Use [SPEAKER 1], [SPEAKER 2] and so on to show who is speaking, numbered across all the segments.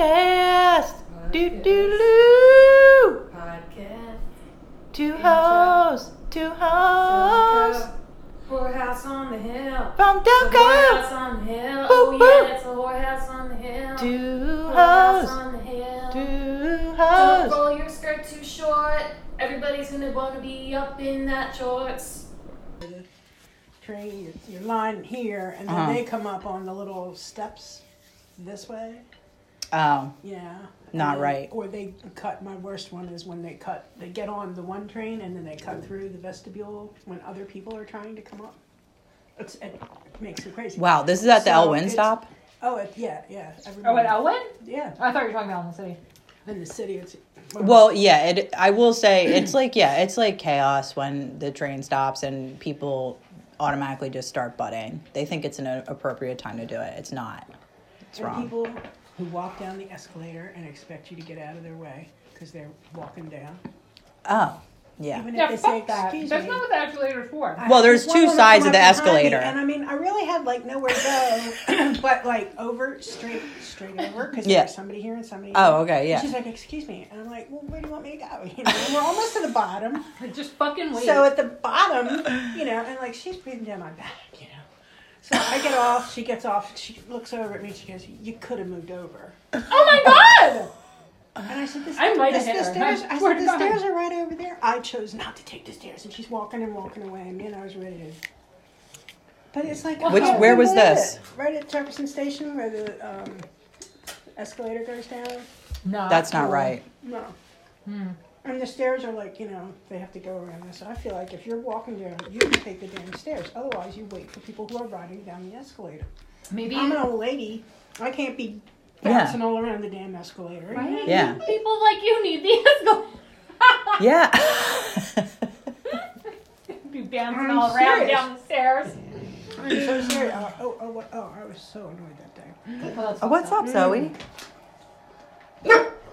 [SPEAKER 1] podcast. Do
[SPEAKER 2] Podcast.
[SPEAKER 1] do loo.
[SPEAKER 2] Podcast.
[SPEAKER 1] Two
[SPEAKER 2] Good job.
[SPEAKER 1] hoes. Two hoes.
[SPEAKER 2] Whorehouse on the hill.
[SPEAKER 1] From
[SPEAKER 2] It's a Whorehouse
[SPEAKER 1] Delco.
[SPEAKER 2] on the hill.
[SPEAKER 1] Boop,
[SPEAKER 2] Oh
[SPEAKER 1] boop.
[SPEAKER 2] yeah, it's a whorehouse on the hill.
[SPEAKER 1] Two
[SPEAKER 2] Whorehouse
[SPEAKER 1] hoes.
[SPEAKER 2] on the hill.
[SPEAKER 1] Two
[SPEAKER 2] Don't
[SPEAKER 1] hoes.
[SPEAKER 2] roll your skirt too short. Everybody's gonna wanna be up in that shorts.
[SPEAKER 3] Train your, your line here, and then
[SPEAKER 1] Uh-huh.
[SPEAKER 3] they come up on the little steps this way.
[SPEAKER 1] Oh,
[SPEAKER 3] Yeah.
[SPEAKER 1] Not
[SPEAKER 3] And then-
[SPEAKER 1] right.
[SPEAKER 3] Or they cut. My worst one is when they cut. They get on the one train and then they cut through the vestibule when other people are trying to come up. It's, it makes you crazy.
[SPEAKER 1] wow. This is at the
[SPEAKER 3] So
[SPEAKER 1] Elwyn
[SPEAKER 3] it's-
[SPEAKER 1] stop.
[SPEAKER 3] Oh, it, yeah, yeah.
[SPEAKER 4] Oh,
[SPEAKER 3] everybody-
[SPEAKER 4] at Elwin?
[SPEAKER 3] Yeah.
[SPEAKER 4] I thought you were talking about Elwin City.
[SPEAKER 3] In the city, it's
[SPEAKER 1] Well, yeah, it I will say it's like yeah, it's like chaos when the train stops and people automatically just start butting. They think it's an appropriate time to do it. It's not. It's
[SPEAKER 3] and
[SPEAKER 1] wrong.
[SPEAKER 3] people who walk down the escalator and expect you to get out of their way because they're walking down.
[SPEAKER 1] oh, yeah.
[SPEAKER 3] Even
[SPEAKER 4] Yeah,
[SPEAKER 3] if they
[SPEAKER 4] fuck
[SPEAKER 3] say,
[SPEAKER 4] that.
[SPEAKER 3] "Excuse
[SPEAKER 4] That's
[SPEAKER 3] me."
[SPEAKER 4] not what the escalator is for.
[SPEAKER 3] I
[SPEAKER 1] Well,
[SPEAKER 3] had
[SPEAKER 1] there's
[SPEAKER 3] this
[SPEAKER 1] two
[SPEAKER 3] one woman
[SPEAKER 1] sides
[SPEAKER 3] come
[SPEAKER 1] of the
[SPEAKER 3] up behind me,
[SPEAKER 1] escalator.
[SPEAKER 3] and I mean, I really had like nowhere to go, but like over, straight, straight over, because
[SPEAKER 1] Yeah.
[SPEAKER 3] there's somebody here and somebody.
[SPEAKER 1] Oh,
[SPEAKER 3] here.
[SPEAKER 1] okay,
[SPEAKER 3] And
[SPEAKER 1] yeah.
[SPEAKER 3] she's like, "Excuse me," and I'm like, "Well, where do you want me to go?" You know, and we're almost to the bottom.
[SPEAKER 4] Like, just fucking wait.
[SPEAKER 3] So at the bottom, you know, and like she's breathing down my back, you know. So I get off. She gets off. She looks over at me. She goes, "You could have moved over."
[SPEAKER 4] oh my god!
[SPEAKER 3] And I said, this,
[SPEAKER 4] I might
[SPEAKER 3] this,
[SPEAKER 4] have
[SPEAKER 3] the
[SPEAKER 4] hit her.
[SPEAKER 3] stairs,
[SPEAKER 4] I
[SPEAKER 3] I
[SPEAKER 4] swear
[SPEAKER 3] said,
[SPEAKER 4] to
[SPEAKER 3] the
[SPEAKER 4] God.
[SPEAKER 3] stairs are right over there. I chose not to take the stairs. And she's walking and walking away. And me and I was ready to. But it's like.
[SPEAKER 4] Which-
[SPEAKER 3] oh,
[SPEAKER 1] where was
[SPEAKER 3] what is
[SPEAKER 1] this?
[SPEAKER 3] it? Right at Jefferson Station where the um, escalator goes down?
[SPEAKER 4] No.
[SPEAKER 1] That's not right.
[SPEAKER 3] No.
[SPEAKER 4] Hmm.
[SPEAKER 3] And the stairs are like, you know, they have to go around this. I feel like if you're walking down, you can take the damn stairs. Otherwise, you wait for people who are riding down the escalator.
[SPEAKER 4] Maybe
[SPEAKER 3] I'm an old lady. I can't be
[SPEAKER 1] Yeah.
[SPEAKER 3] bouncing all around the damn escalator. you know?
[SPEAKER 4] right?
[SPEAKER 1] Yeah.
[SPEAKER 4] people like you need the escalator.
[SPEAKER 1] Yeah.
[SPEAKER 4] Be bouncing
[SPEAKER 3] I'm
[SPEAKER 4] all around
[SPEAKER 3] serious.
[SPEAKER 4] down the stairs.
[SPEAKER 3] I'm so sorry. Oh, oh, oh, what- oh, I was so annoyed that day.
[SPEAKER 4] Well, Oh, that's
[SPEAKER 1] Oh, What's
[SPEAKER 4] fucked
[SPEAKER 1] up,
[SPEAKER 3] Mm.
[SPEAKER 1] Zoe?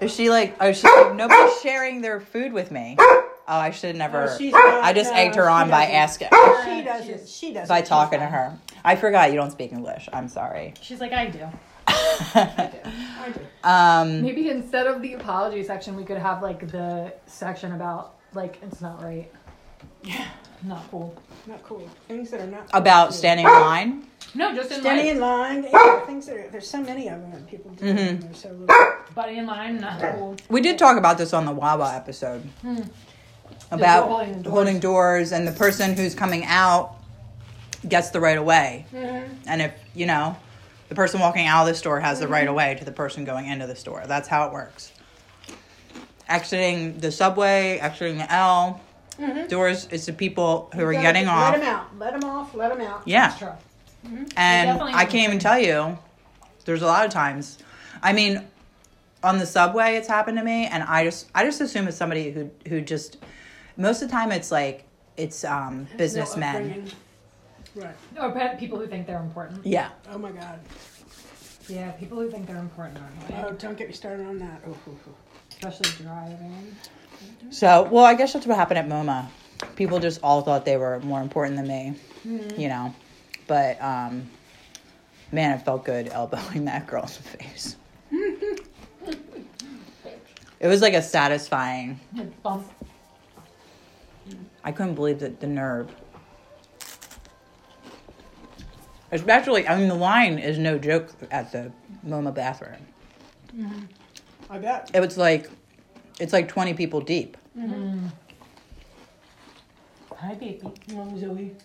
[SPEAKER 1] Is she like? Oh, she's like nobody's sharing their food with me. Oh, I should never.
[SPEAKER 3] Oh, she's not-
[SPEAKER 1] I just
[SPEAKER 3] no,
[SPEAKER 1] egged her
[SPEAKER 3] she
[SPEAKER 1] on by
[SPEAKER 3] doesn't.
[SPEAKER 1] asking
[SPEAKER 3] She doesn't. She doesn't.
[SPEAKER 1] by talking to her. I forgot you don't speak English. I'm sorry.
[SPEAKER 4] She's like, I do.
[SPEAKER 3] I do.
[SPEAKER 1] Um,
[SPEAKER 4] Maybe instead of the apology section, we could have like the section about like it's not right. Yeah. Not cool.
[SPEAKER 3] Not cool. Things that are not. cool
[SPEAKER 1] about
[SPEAKER 3] to do.
[SPEAKER 1] standing in line.
[SPEAKER 4] No, just in
[SPEAKER 3] Standing
[SPEAKER 4] line.
[SPEAKER 3] in line. yeah, things that are, there's so many of them that people do.
[SPEAKER 1] Mm-hmm.
[SPEAKER 3] and They're so little.
[SPEAKER 4] Buddy in line, not cool.
[SPEAKER 1] We did talk about this on the Wawa episode about
[SPEAKER 4] The
[SPEAKER 1] holding
[SPEAKER 4] Hmm. holding
[SPEAKER 1] doors.
[SPEAKER 4] doors.
[SPEAKER 1] and the person who's coming out gets the right of way.
[SPEAKER 4] Mm-hmm.
[SPEAKER 1] And if you know, the person walking out of the store has the
[SPEAKER 4] Mm-hmm.
[SPEAKER 1] right of way to the person going into the store. That's how it works. Exiting the subway, exiting the L,
[SPEAKER 4] Mm-hmm.
[SPEAKER 1] doors is the people who are
[SPEAKER 3] Gotta
[SPEAKER 1] getting
[SPEAKER 3] let
[SPEAKER 1] off.
[SPEAKER 3] them out. Let them off. Let them out.
[SPEAKER 1] Yeah.
[SPEAKER 4] That's true.
[SPEAKER 1] And
[SPEAKER 4] definitely
[SPEAKER 1] I can't even tell you. There's a lot of times. I mean, on the subway, it's happened to me, and I just I just assume it's somebody who who just most of the time it's like it's um
[SPEAKER 3] No
[SPEAKER 1] businessmen.
[SPEAKER 3] upbringing. Right.
[SPEAKER 4] Or pe- people who think they're important.
[SPEAKER 1] yeah.
[SPEAKER 3] Oh my God.
[SPEAKER 4] Yeah, people who think they're important are annoying,
[SPEAKER 3] Oh, don't get me started on that. Oh, hoo, hoo.
[SPEAKER 4] especially driving.
[SPEAKER 1] So well, I guess that's what happened at MoMA. People just all thought they were more important than me,
[SPEAKER 3] Mm-hmm.
[SPEAKER 1] you know. But um, man, it felt good elbowing that girl in the face. it was like a satisfying.
[SPEAKER 4] It bumps.
[SPEAKER 1] I couldn't believe that the nerve. Especially, I mean, the line is no joke at the MoMA bathroom.
[SPEAKER 3] I bet.
[SPEAKER 1] It was like, it's like 20 people deep.
[SPEAKER 4] Hi, baby.
[SPEAKER 3] Mom Zoe.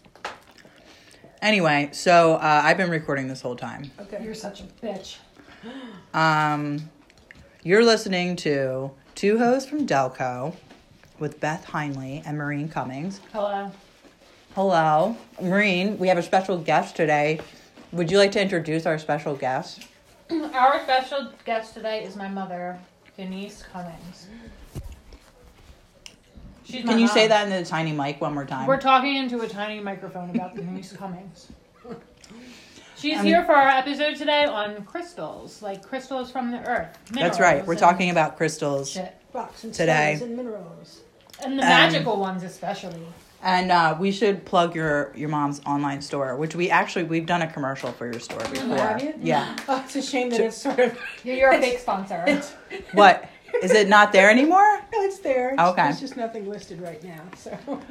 [SPEAKER 1] Anyway, so uh, I've been recording this whole time.
[SPEAKER 3] Okay.
[SPEAKER 4] You're such a bitch.
[SPEAKER 1] Um, you're listening to Two Hoes from Delco with Beth Heinley and Maureen Cummings.
[SPEAKER 4] Hello.
[SPEAKER 1] Hello, Maureen. We have a special guest today. Would you like to introduce our special guest?
[SPEAKER 4] Our special guest today is my mother, Denise Cummings. She's my
[SPEAKER 1] Can you say
[SPEAKER 4] mom.
[SPEAKER 1] that into the tiny mic one more time?
[SPEAKER 4] We're talking into a tiny microphone about Denise Cummings. She's here for our episode today on crystals, like crystals from the earth.
[SPEAKER 1] That's right.
[SPEAKER 4] minerals
[SPEAKER 1] We're
[SPEAKER 4] and
[SPEAKER 1] talking about crystals.
[SPEAKER 4] shit.
[SPEAKER 3] Rocks and
[SPEAKER 1] Today.
[SPEAKER 3] stones and minerals.
[SPEAKER 1] Um,
[SPEAKER 4] And the magical ones, especially.
[SPEAKER 1] And uh, we should plug your your mom's online store, which we actually we've done a commercial for your store before.
[SPEAKER 4] have you?
[SPEAKER 1] Yeah.
[SPEAKER 3] Oh, it's a shame that it's sort of.
[SPEAKER 4] You're, you're a fake sponsor.
[SPEAKER 1] what is it not there anymore?
[SPEAKER 3] No, it's there. It's-
[SPEAKER 1] Okay.
[SPEAKER 3] There's just nothing listed right now. So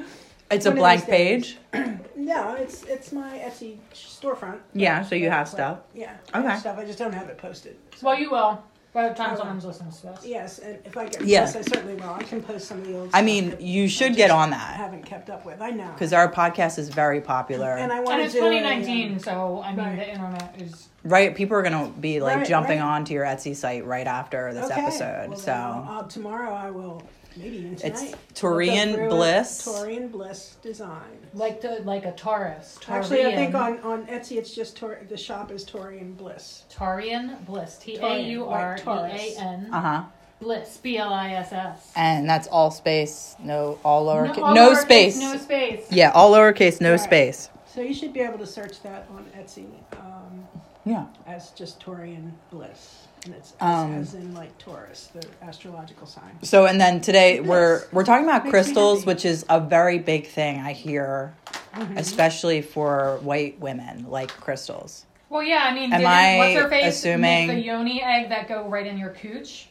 [SPEAKER 1] It's a
[SPEAKER 3] One of
[SPEAKER 1] blank
[SPEAKER 3] these days.
[SPEAKER 1] page.
[SPEAKER 3] no, it's it's my Etsy storefront.
[SPEAKER 1] Yeah, so you have
[SPEAKER 3] But-
[SPEAKER 1] stuff.
[SPEAKER 3] Yeah. I have
[SPEAKER 1] Okay.
[SPEAKER 3] Stuff. I just don't have it posted.
[SPEAKER 4] well, you will by the time someone's listening to this.
[SPEAKER 3] Yes, and if I get
[SPEAKER 1] Yeah.
[SPEAKER 3] yes, I certainly will. I can post some of the old.
[SPEAKER 1] I
[SPEAKER 3] stuff
[SPEAKER 1] mean,
[SPEAKER 3] that
[SPEAKER 1] you should get on
[SPEAKER 3] I
[SPEAKER 1] that
[SPEAKER 3] haven't kept up with. I know.
[SPEAKER 1] because our podcast is very popular.
[SPEAKER 3] and I want
[SPEAKER 4] And
[SPEAKER 3] to
[SPEAKER 4] it's
[SPEAKER 3] do a, um,
[SPEAKER 4] 2019, so I mean
[SPEAKER 3] Right.
[SPEAKER 4] the internet is.
[SPEAKER 1] right, people are gonna be like
[SPEAKER 3] Right,
[SPEAKER 1] jumping
[SPEAKER 3] right.
[SPEAKER 1] onto your Etsy site right after this
[SPEAKER 3] okay.
[SPEAKER 1] episode.
[SPEAKER 3] Well, um,
[SPEAKER 1] so
[SPEAKER 3] then I'll- I'll- tomorrow I will maybe even tonight.
[SPEAKER 1] It's
[SPEAKER 3] we'll go
[SPEAKER 1] Torian
[SPEAKER 3] through it.
[SPEAKER 1] Bliss.
[SPEAKER 3] Torian Bliss Design.
[SPEAKER 4] Like the like a Taurus.
[SPEAKER 3] Actually, I think
[SPEAKER 4] Taurian.
[SPEAKER 3] on, on Etsy it's just Tor- the shop is Torian Bliss.
[SPEAKER 4] Taurian Bliss. T A
[SPEAKER 3] Taurian,
[SPEAKER 4] U R
[SPEAKER 3] like Uh,
[SPEAKER 4] E
[SPEAKER 3] Taurus.
[SPEAKER 4] A N.
[SPEAKER 1] uh huh.
[SPEAKER 4] Bliss. B L I S S.
[SPEAKER 1] And that's all space, no all lowercase, no,
[SPEAKER 4] all lowercase,
[SPEAKER 1] space.
[SPEAKER 4] No space.
[SPEAKER 1] yeah, all lowercase, no
[SPEAKER 3] Right.
[SPEAKER 1] space.
[SPEAKER 3] So you should be able to search that on Etsy um,
[SPEAKER 1] Yeah.
[SPEAKER 3] as just Torian Bliss, and it's as,
[SPEAKER 1] Um,
[SPEAKER 3] as in like Taurus, the astrological sign.
[SPEAKER 1] So and then today we're
[SPEAKER 3] Nice.
[SPEAKER 1] we're talking about
[SPEAKER 3] Makes me
[SPEAKER 1] crystals,
[SPEAKER 3] happy.
[SPEAKER 1] which is a very big thing I hear,
[SPEAKER 3] Mm-hmm.
[SPEAKER 1] especially for white women like crystals.
[SPEAKER 4] Well, yeah. I mean,
[SPEAKER 1] Am
[SPEAKER 4] didn't-
[SPEAKER 1] I
[SPEAKER 4] what's her face?
[SPEAKER 1] assuming-
[SPEAKER 4] make the yoni egg that go right in your cooch.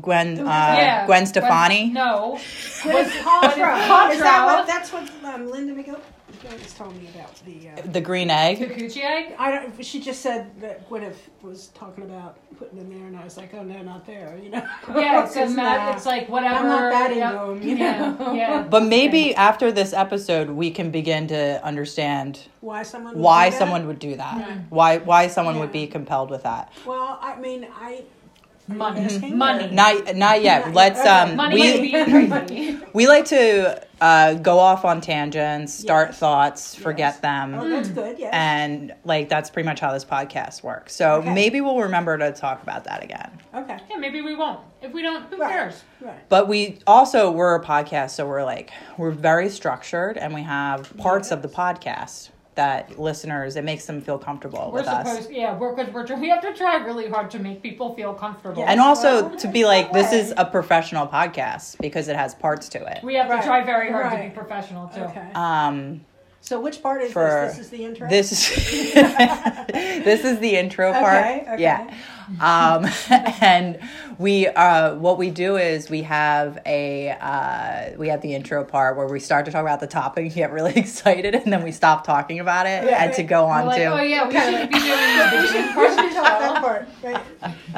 [SPEAKER 1] Gwen, uh,
[SPEAKER 4] yeah.
[SPEAKER 1] Gwen Stefani.
[SPEAKER 4] no.
[SPEAKER 3] Gwyneth Paltrow. Is that
[SPEAKER 4] Paltrow.
[SPEAKER 3] what? That's what um, Linda McGill was telling me about the. Uh,
[SPEAKER 1] The green
[SPEAKER 4] The
[SPEAKER 1] egg.
[SPEAKER 4] coochie egg.
[SPEAKER 3] I don't. She just said that Gwyneth was talking about putting them there, and I was like, "Oh no, not there!" You know.
[SPEAKER 4] Yeah. It's a
[SPEAKER 3] It's
[SPEAKER 4] ma-
[SPEAKER 3] not-
[SPEAKER 4] It's like whatever.
[SPEAKER 3] I'm not that into
[SPEAKER 4] yeah,
[SPEAKER 3] them, you
[SPEAKER 4] yeah,
[SPEAKER 3] know.
[SPEAKER 4] Yeah.
[SPEAKER 1] But maybe after this episode, we can begin to understand
[SPEAKER 3] Why someone? would
[SPEAKER 1] why
[SPEAKER 3] do that?
[SPEAKER 1] someone would do that. Why why someone would
[SPEAKER 3] Yeah.
[SPEAKER 1] be compelled with that.
[SPEAKER 3] Well, I mean, I.
[SPEAKER 4] Money.
[SPEAKER 3] Asking
[SPEAKER 4] Money.
[SPEAKER 1] Not not yet.
[SPEAKER 3] Yeah,
[SPEAKER 1] Let's
[SPEAKER 3] yeah,
[SPEAKER 1] um
[SPEAKER 4] Money
[SPEAKER 1] we
[SPEAKER 4] is being crazy.
[SPEAKER 1] we like to uh, go off on tangents, start
[SPEAKER 3] Yes.
[SPEAKER 1] thoughts, forget
[SPEAKER 3] Yes.
[SPEAKER 1] them.
[SPEAKER 3] Oh, that's good. Yes.
[SPEAKER 1] Mm. and like that's pretty much how this podcast works. So
[SPEAKER 3] Okay.
[SPEAKER 1] maybe we'll remember to talk about that again.
[SPEAKER 3] okay.
[SPEAKER 4] yeah. Maybe we won't. If we don't, who
[SPEAKER 3] Right.
[SPEAKER 4] cares?
[SPEAKER 3] Right.
[SPEAKER 1] But we also we're a podcast, so we're like we're very structured, and we have parts of the podcast that listeners it makes them feel comfortable
[SPEAKER 4] We're
[SPEAKER 1] with us.
[SPEAKER 4] supposed. Yeah. We're because we're. We have to try really hard to make people feel comfortable.
[SPEAKER 1] and also to be like, this
[SPEAKER 3] way.
[SPEAKER 1] is a professional podcast because it has parts to it.
[SPEAKER 4] we have
[SPEAKER 3] Right.
[SPEAKER 4] to try very hard to
[SPEAKER 3] Right.
[SPEAKER 4] be professional too.
[SPEAKER 3] Okay.
[SPEAKER 1] Um,
[SPEAKER 3] so which part is
[SPEAKER 1] for
[SPEAKER 3] this? This is the intro.
[SPEAKER 1] this is this is the intro part.
[SPEAKER 3] Okay, okay.
[SPEAKER 1] Yeah. Um, and we uh, what we do is we have a uh, we have the intro part where we start to talk about the topic, get really excited, and then we stop talking about it
[SPEAKER 3] Yeah.
[SPEAKER 1] and to go
[SPEAKER 4] We're
[SPEAKER 1] on
[SPEAKER 4] like,
[SPEAKER 1] to
[SPEAKER 4] oh yeah, we should be doing the vision part.
[SPEAKER 3] Talk
[SPEAKER 1] "Oh,
[SPEAKER 3] that part. Right.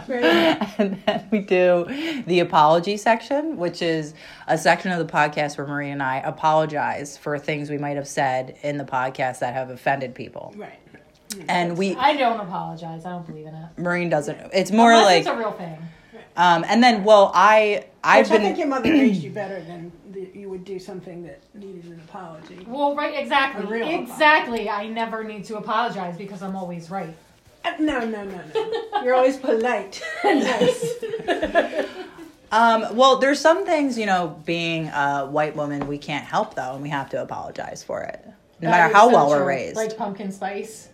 [SPEAKER 3] Right.
[SPEAKER 1] and then we do the apology section, which is a section of the podcast where Marie and I apologize for things we might have said in the podcast that have offended people.
[SPEAKER 3] Right.
[SPEAKER 1] And we
[SPEAKER 4] I don't apologize. I don't believe in it.
[SPEAKER 1] Marine doesn't. It's more
[SPEAKER 4] Unless
[SPEAKER 1] like
[SPEAKER 4] it's a real thing.
[SPEAKER 1] Um, and then, well, I I've
[SPEAKER 3] Which I
[SPEAKER 1] been
[SPEAKER 3] think your mother raised you better than the, you would do something that needed an apology.
[SPEAKER 4] Well, right, exactly,
[SPEAKER 3] A real apology.
[SPEAKER 4] exactly. I never need to apologize because I'm always right.
[SPEAKER 3] Uh, No, no, no, no. You're always polite. nice.
[SPEAKER 1] um, well. There's some things you know, being a white woman, we can't help though, and we have to apologize for it, no
[SPEAKER 4] That
[SPEAKER 1] matter
[SPEAKER 4] is
[SPEAKER 1] how
[SPEAKER 4] so
[SPEAKER 1] well we're
[SPEAKER 4] true.
[SPEAKER 1] raised.
[SPEAKER 4] Like pumpkin spice.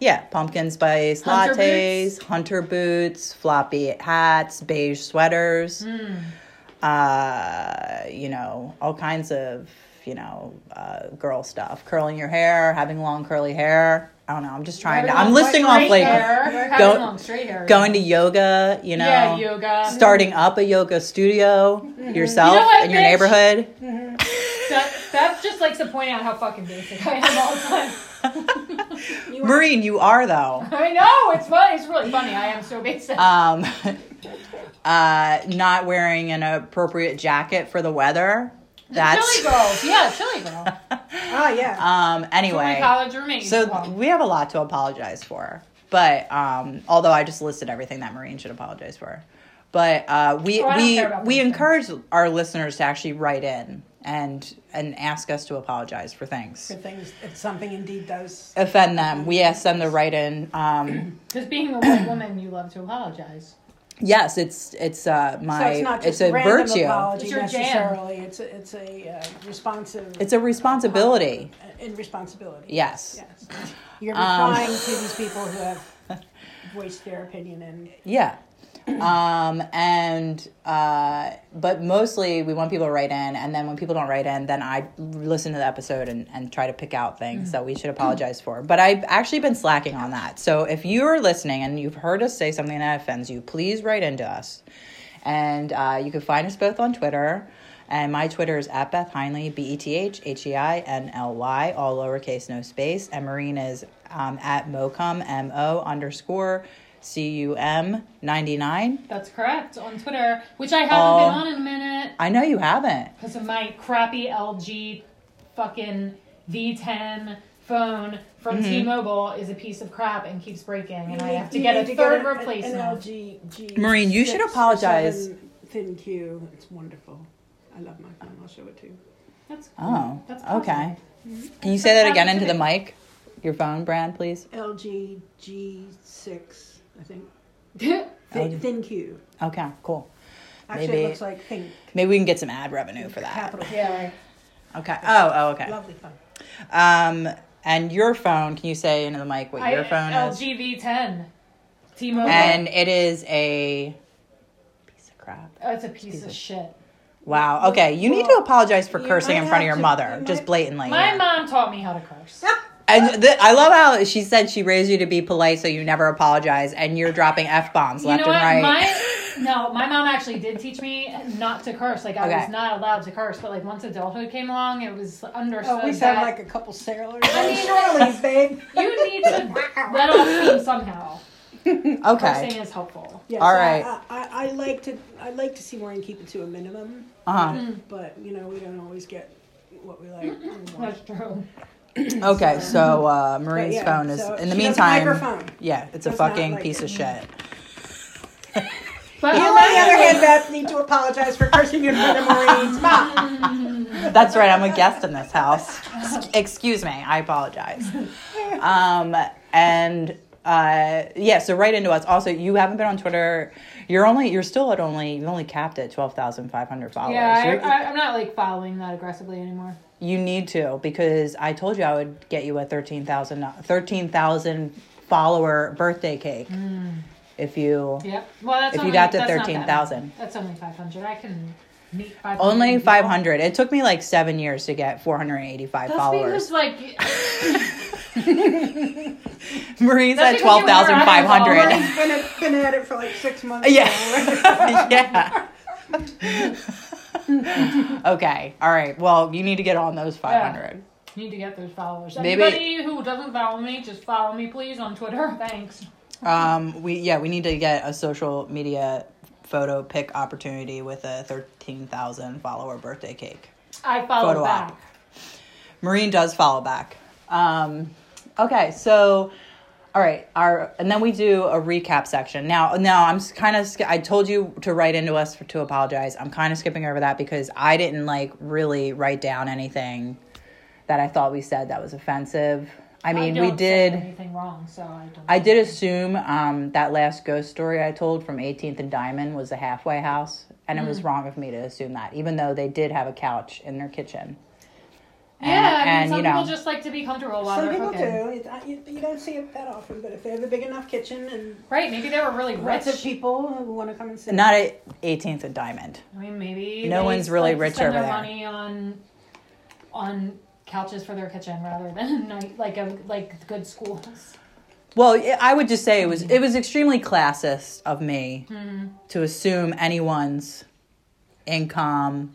[SPEAKER 1] yeah, pumpkin spice
[SPEAKER 4] Hunter
[SPEAKER 1] lattes,
[SPEAKER 4] boots.
[SPEAKER 1] hunter boots, floppy hats, beige sweaters.
[SPEAKER 4] Hmm.
[SPEAKER 1] Uh, you know, all kinds of you know, uh, girl stuff. Curling your hair, having long curly hair. I don't know. I'm just trying to.
[SPEAKER 4] Having
[SPEAKER 1] I'm
[SPEAKER 4] long
[SPEAKER 1] listing
[SPEAKER 4] straight
[SPEAKER 1] off like
[SPEAKER 4] hair, having
[SPEAKER 1] Go-
[SPEAKER 4] long straight hair.
[SPEAKER 1] going to yoga. You know,
[SPEAKER 4] yeah, yoga.
[SPEAKER 1] starting up a yoga studio yourself
[SPEAKER 4] Mm-hmm. You know what,
[SPEAKER 1] in your
[SPEAKER 4] bitch?
[SPEAKER 1] neighborhood.
[SPEAKER 4] That, that's just like to point out how fucking basic I am all the time.
[SPEAKER 3] You are,
[SPEAKER 1] Marine, you are though.
[SPEAKER 4] I know it's fun. It's really funny. I am so basic.
[SPEAKER 1] Um, uh, not wearing an appropriate jacket for the weather.
[SPEAKER 4] chili
[SPEAKER 1] That's
[SPEAKER 4] girls. Yeah, chili girl.
[SPEAKER 3] oh, yeah.
[SPEAKER 1] um.
[SPEAKER 4] My
[SPEAKER 1] Anyway,
[SPEAKER 4] college roommate.
[SPEAKER 1] so
[SPEAKER 4] Well,
[SPEAKER 1] we have a lot to apologize for. But um, although I just listed everything that Marine should apologize for, but uh, we
[SPEAKER 4] Oh, I don't
[SPEAKER 1] we
[SPEAKER 4] care about
[SPEAKER 1] we
[SPEAKER 4] these
[SPEAKER 1] encourage our listeners to actually write in and and ask us to apologize for things.
[SPEAKER 3] For things, if something indeed does.
[SPEAKER 1] offend them. We ask them to write in. Um,
[SPEAKER 4] Because being a white woman, you love to apologize.
[SPEAKER 1] yes, it's it's uh, my
[SPEAKER 3] so
[SPEAKER 1] it's,
[SPEAKER 3] it's not just
[SPEAKER 1] a
[SPEAKER 3] random
[SPEAKER 1] virtue.
[SPEAKER 3] apology
[SPEAKER 4] It's your jam.
[SPEAKER 3] necessarily. It's a, it's a uh, responsive
[SPEAKER 1] It's a responsibility.
[SPEAKER 3] and responsibility.
[SPEAKER 1] Yes. Um,
[SPEAKER 3] Yes. You're replying to these people who have voiced their opinion and
[SPEAKER 1] Yeah. Um, and uh, but mostly we want people to write in, and then when people don't write in, then I listen to the episode and, and try to pick out things
[SPEAKER 3] Mm-hmm.
[SPEAKER 1] that we should apologize for. But I've actually been slacking on that. So if you're listening and you've heard us say something that offends you, please write into us. And uh, you can find us both on Twitter. And my Twitter is at Beth Heinley, B E T H H E I N L Y, all lowercase, no space. And Marine is um, at MOCUM, M O underscore C U M 99.
[SPEAKER 4] That's correct on Twitter, which I haven't
[SPEAKER 1] Oh.
[SPEAKER 4] been on in a minute
[SPEAKER 1] I know you haven't.
[SPEAKER 4] because of my crappy LG fucking V10 phone from
[SPEAKER 1] Mm-hmm.
[SPEAKER 4] T-Mobile is a piece of crap and keeps breaking, and I have to get a third replacement.
[SPEAKER 3] An LG G
[SPEAKER 1] Maureen, you should
[SPEAKER 3] six or
[SPEAKER 1] apologize.
[SPEAKER 3] seven Thin Q. It's wonderful. I love my phone. I'll show it to you.
[SPEAKER 4] That's cool.
[SPEAKER 1] Oh,
[SPEAKER 4] That's
[SPEAKER 1] okay.
[SPEAKER 4] awesome.
[SPEAKER 1] Can you say that
[SPEAKER 4] That's
[SPEAKER 1] again into
[SPEAKER 4] positive.
[SPEAKER 1] the mic? Your phone brand, please.
[SPEAKER 3] LG G6, I think.
[SPEAKER 1] LG.
[SPEAKER 3] Thin, thin Q.
[SPEAKER 1] Okay, cool.
[SPEAKER 3] Actually,
[SPEAKER 1] Maybe-
[SPEAKER 3] it looks like Think.
[SPEAKER 1] Maybe we can get some ad revenue for that.
[SPEAKER 3] Capital.
[SPEAKER 4] yeah, right.
[SPEAKER 1] Okay. Oh, oh, okay.
[SPEAKER 3] Lovely phone.
[SPEAKER 1] Um, and your phone, can you say into the mic what
[SPEAKER 4] I-
[SPEAKER 1] your phone is?
[SPEAKER 4] LG V10. T-Mobile.
[SPEAKER 1] And it is a piece of crap.
[SPEAKER 4] oh, it's a piece, of, shit.
[SPEAKER 1] Wow. Okay, you need to apologize for
[SPEAKER 3] you
[SPEAKER 1] cursing
[SPEAKER 3] might
[SPEAKER 1] in front of your
[SPEAKER 3] have to-
[SPEAKER 1] mother,
[SPEAKER 3] you
[SPEAKER 1] just
[SPEAKER 3] might-
[SPEAKER 1] blatantly.
[SPEAKER 4] My
[SPEAKER 1] yeah.
[SPEAKER 4] mom taught me how to curse.
[SPEAKER 1] And th- I love how she said she raised you to be polite, so you never apologize, and you're dropping f bombs left
[SPEAKER 4] you know
[SPEAKER 1] and
[SPEAKER 4] what?
[SPEAKER 1] right.
[SPEAKER 4] My no, my mom actually did teach me not to curse. Like I
[SPEAKER 1] Okay.
[SPEAKER 4] was not allowed to curse, but like once adulthood came along, it was understood.
[SPEAKER 3] Oh, we sound
[SPEAKER 4] that
[SPEAKER 3] like a couple sailors. Oh,
[SPEAKER 4] I mean-
[SPEAKER 3] Surely, babe.
[SPEAKER 4] you need to let off steam somehow.
[SPEAKER 1] okay.
[SPEAKER 4] Cursing is helpful.
[SPEAKER 3] Yes,
[SPEAKER 1] All
[SPEAKER 3] I-
[SPEAKER 1] right.
[SPEAKER 3] I, I, I like to I like to see Maureen keep it to a minimum,
[SPEAKER 1] Uh
[SPEAKER 3] but you know we don't always get what we like. we want.
[SPEAKER 4] That's true.
[SPEAKER 1] huh. Okay. So uh, Marie's
[SPEAKER 3] yeah,
[SPEAKER 1] phone is.
[SPEAKER 3] so
[SPEAKER 1] in the
[SPEAKER 3] she has a
[SPEAKER 1] meantime,
[SPEAKER 3] microphone.
[SPEAKER 1] yeah, it's a
[SPEAKER 3] Does not
[SPEAKER 1] fucking
[SPEAKER 3] like
[SPEAKER 1] piece
[SPEAKER 3] it.
[SPEAKER 1] of shit.
[SPEAKER 4] But
[SPEAKER 3] You, on the other hand, Beth, need to apologize for cursing in front of Maureen's mom.
[SPEAKER 1] That's right. I'm a guest in this house. Excuse me. I apologize. Um, and uh, yeah, so right into us. Also, you haven't been on Twitter. You're only. You're still at only. You've only capped at twelve thousand five hundred followers.
[SPEAKER 4] yeah,
[SPEAKER 1] You're-
[SPEAKER 4] I, I, I'm not like following that aggressively anymore.
[SPEAKER 1] You need to because I told you I would get you a 13,000 13,000 follower birthday cake
[SPEAKER 4] Hmm.
[SPEAKER 1] if you
[SPEAKER 4] Yep. Well, that's
[SPEAKER 1] If you
[SPEAKER 4] only,
[SPEAKER 1] got to
[SPEAKER 4] that's not that
[SPEAKER 1] 13,000.
[SPEAKER 4] much. that's only five hundred. I can meet five.
[SPEAKER 1] only 500. It took me like 7 years to get 485
[SPEAKER 4] That's
[SPEAKER 1] followers.
[SPEAKER 4] because like
[SPEAKER 1] Marine's at
[SPEAKER 4] That's because you were at
[SPEAKER 1] 12,500.
[SPEAKER 3] Maureen's been at, been at it for like six months. now.
[SPEAKER 1] Yeah. yeah. okay. All right. Well, you need to get on those 500.
[SPEAKER 4] Need to get those followers.
[SPEAKER 1] Maybe-
[SPEAKER 4] Anybody who doesn't follow me, just follow me, please, on Twitter. Thanks.
[SPEAKER 1] Um we yeah, we need to get a social media photo pick opportunity with a 13,000 follower birthday cake.
[SPEAKER 4] I follow
[SPEAKER 1] Photo
[SPEAKER 4] back.
[SPEAKER 1] op. Marine does follow back. Um, okay, so all right, our and then we do a recap section. Now, now I'm kind of I told you to write into us for, to apologize. I'm kind of skipping over that because I didn't like really write down anything that I thought we said that was offensive. I mean, we
[SPEAKER 4] don't say
[SPEAKER 1] did.
[SPEAKER 4] anything wrong, so I don't.
[SPEAKER 1] I did assume um, that last ghost story I told from 18th and Diamond was a halfway house, and it
[SPEAKER 4] Mm-hmm.
[SPEAKER 1] was wrong of me to assume that, even though they did have a couch in their kitchen.
[SPEAKER 4] yeah, I mean,
[SPEAKER 1] and,
[SPEAKER 4] some
[SPEAKER 1] you know-
[SPEAKER 4] people just like to be comfortable while
[SPEAKER 3] Some
[SPEAKER 4] they're
[SPEAKER 3] people
[SPEAKER 4] cooking.
[SPEAKER 3] do. It's- I- You, you don't see it that often, but if they have a big enough kitchen and
[SPEAKER 4] Right? Maybe they were really
[SPEAKER 3] lots
[SPEAKER 4] rich.
[SPEAKER 3] of people who want to come and sit,
[SPEAKER 1] Not at 18th and Diamond.
[SPEAKER 4] I mean, maybe
[SPEAKER 1] No
[SPEAKER 4] they
[SPEAKER 1] one's really
[SPEAKER 4] like to
[SPEAKER 1] rich
[SPEAKER 4] spend
[SPEAKER 1] over
[SPEAKER 4] their
[SPEAKER 1] there.
[SPEAKER 4] money on on couches for their kitchen rather than night like a like good schools.
[SPEAKER 1] Well, I- I would just say it was it was extremely classist of me
[SPEAKER 4] Mm-hmm.
[SPEAKER 1] to assume anyone's income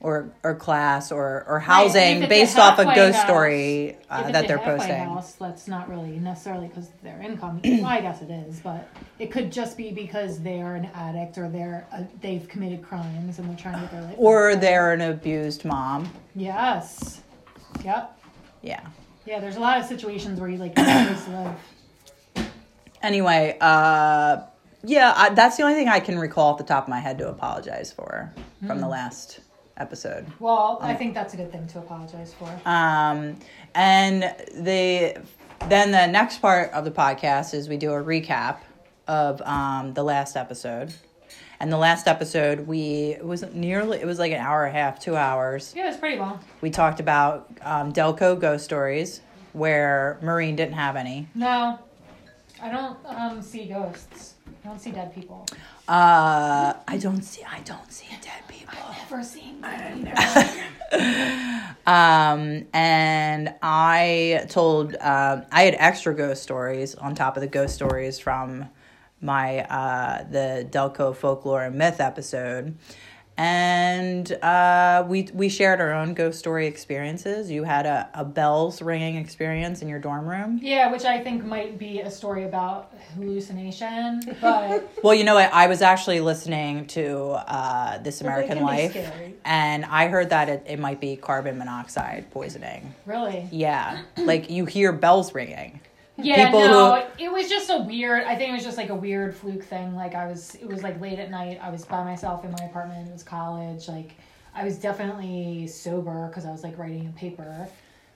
[SPEAKER 1] or or class or or housing
[SPEAKER 4] if it's a
[SPEAKER 1] based off a
[SPEAKER 4] halfway
[SPEAKER 1] ghost
[SPEAKER 4] house-
[SPEAKER 1] story
[SPEAKER 4] If
[SPEAKER 1] uh,
[SPEAKER 4] it's
[SPEAKER 1] that
[SPEAKER 4] a
[SPEAKER 1] they're
[SPEAKER 4] halfway
[SPEAKER 1] posting.
[SPEAKER 4] House, that's not really necessarily because of their income. well, I guess it is, but it could just be because they are an addict or they're uh, they've committed crimes and they're trying to get their life.
[SPEAKER 1] Or they're an abused mom.
[SPEAKER 4] yes, yep,
[SPEAKER 1] Yeah.
[SPEAKER 4] yeah. There's a lot of situations where you like can't always live.
[SPEAKER 1] Anyway, uh yeah, I, that's the only thing I can recall off the top of my head to apologize for from
[SPEAKER 4] Mm-hmm.
[SPEAKER 1] the last episode.
[SPEAKER 4] Well, I think that's a good thing to apologize for.
[SPEAKER 1] Um, and the then the next part of the podcast is we do a recap of um, the last episode. And the last episode, we it was nearly it was like an hour and a half, two hours.
[SPEAKER 4] yeah, it's pretty long.
[SPEAKER 1] We talked about um, Delco ghost stories where Marine didn't have any.
[SPEAKER 4] No, I don't um, see ghosts. I don't see dead people.
[SPEAKER 1] Uh, I don't see. I don't see dead people.
[SPEAKER 4] Never seen.
[SPEAKER 1] Um, and I told, um, I had extra ghost stories on top of the ghost stories from my, uh, the Delco folklore and myth episode. And, uh, we, we shared our own ghost story experiences. You had a, a bells ringing experience in your dorm room.
[SPEAKER 4] Yeah, which I think might be a story about hallucination, but
[SPEAKER 1] Well, you know what? I was actually listening to, uh, This
[SPEAKER 3] they
[SPEAKER 1] American
[SPEAKER 3] can be
[SPEAKER 1] Life
[SPEAKER 3] scary.
[SPEAKER 1] and I heard that it, it might be carbon monoxide poisoning.
[SPEAKER 4] really,
[SPEAKER 1] Yeah. like you hear bells ringing.
[SPEAKER 4] yeah,
[SPEAKER 1] People
[SPEAKER 4] no, it was just a weird. I think it was just like a weird fluke thing. Like I was, it was like late at night. I was by myself in my apartment. It was college. Like I was definitely sober because I was like writing a paper.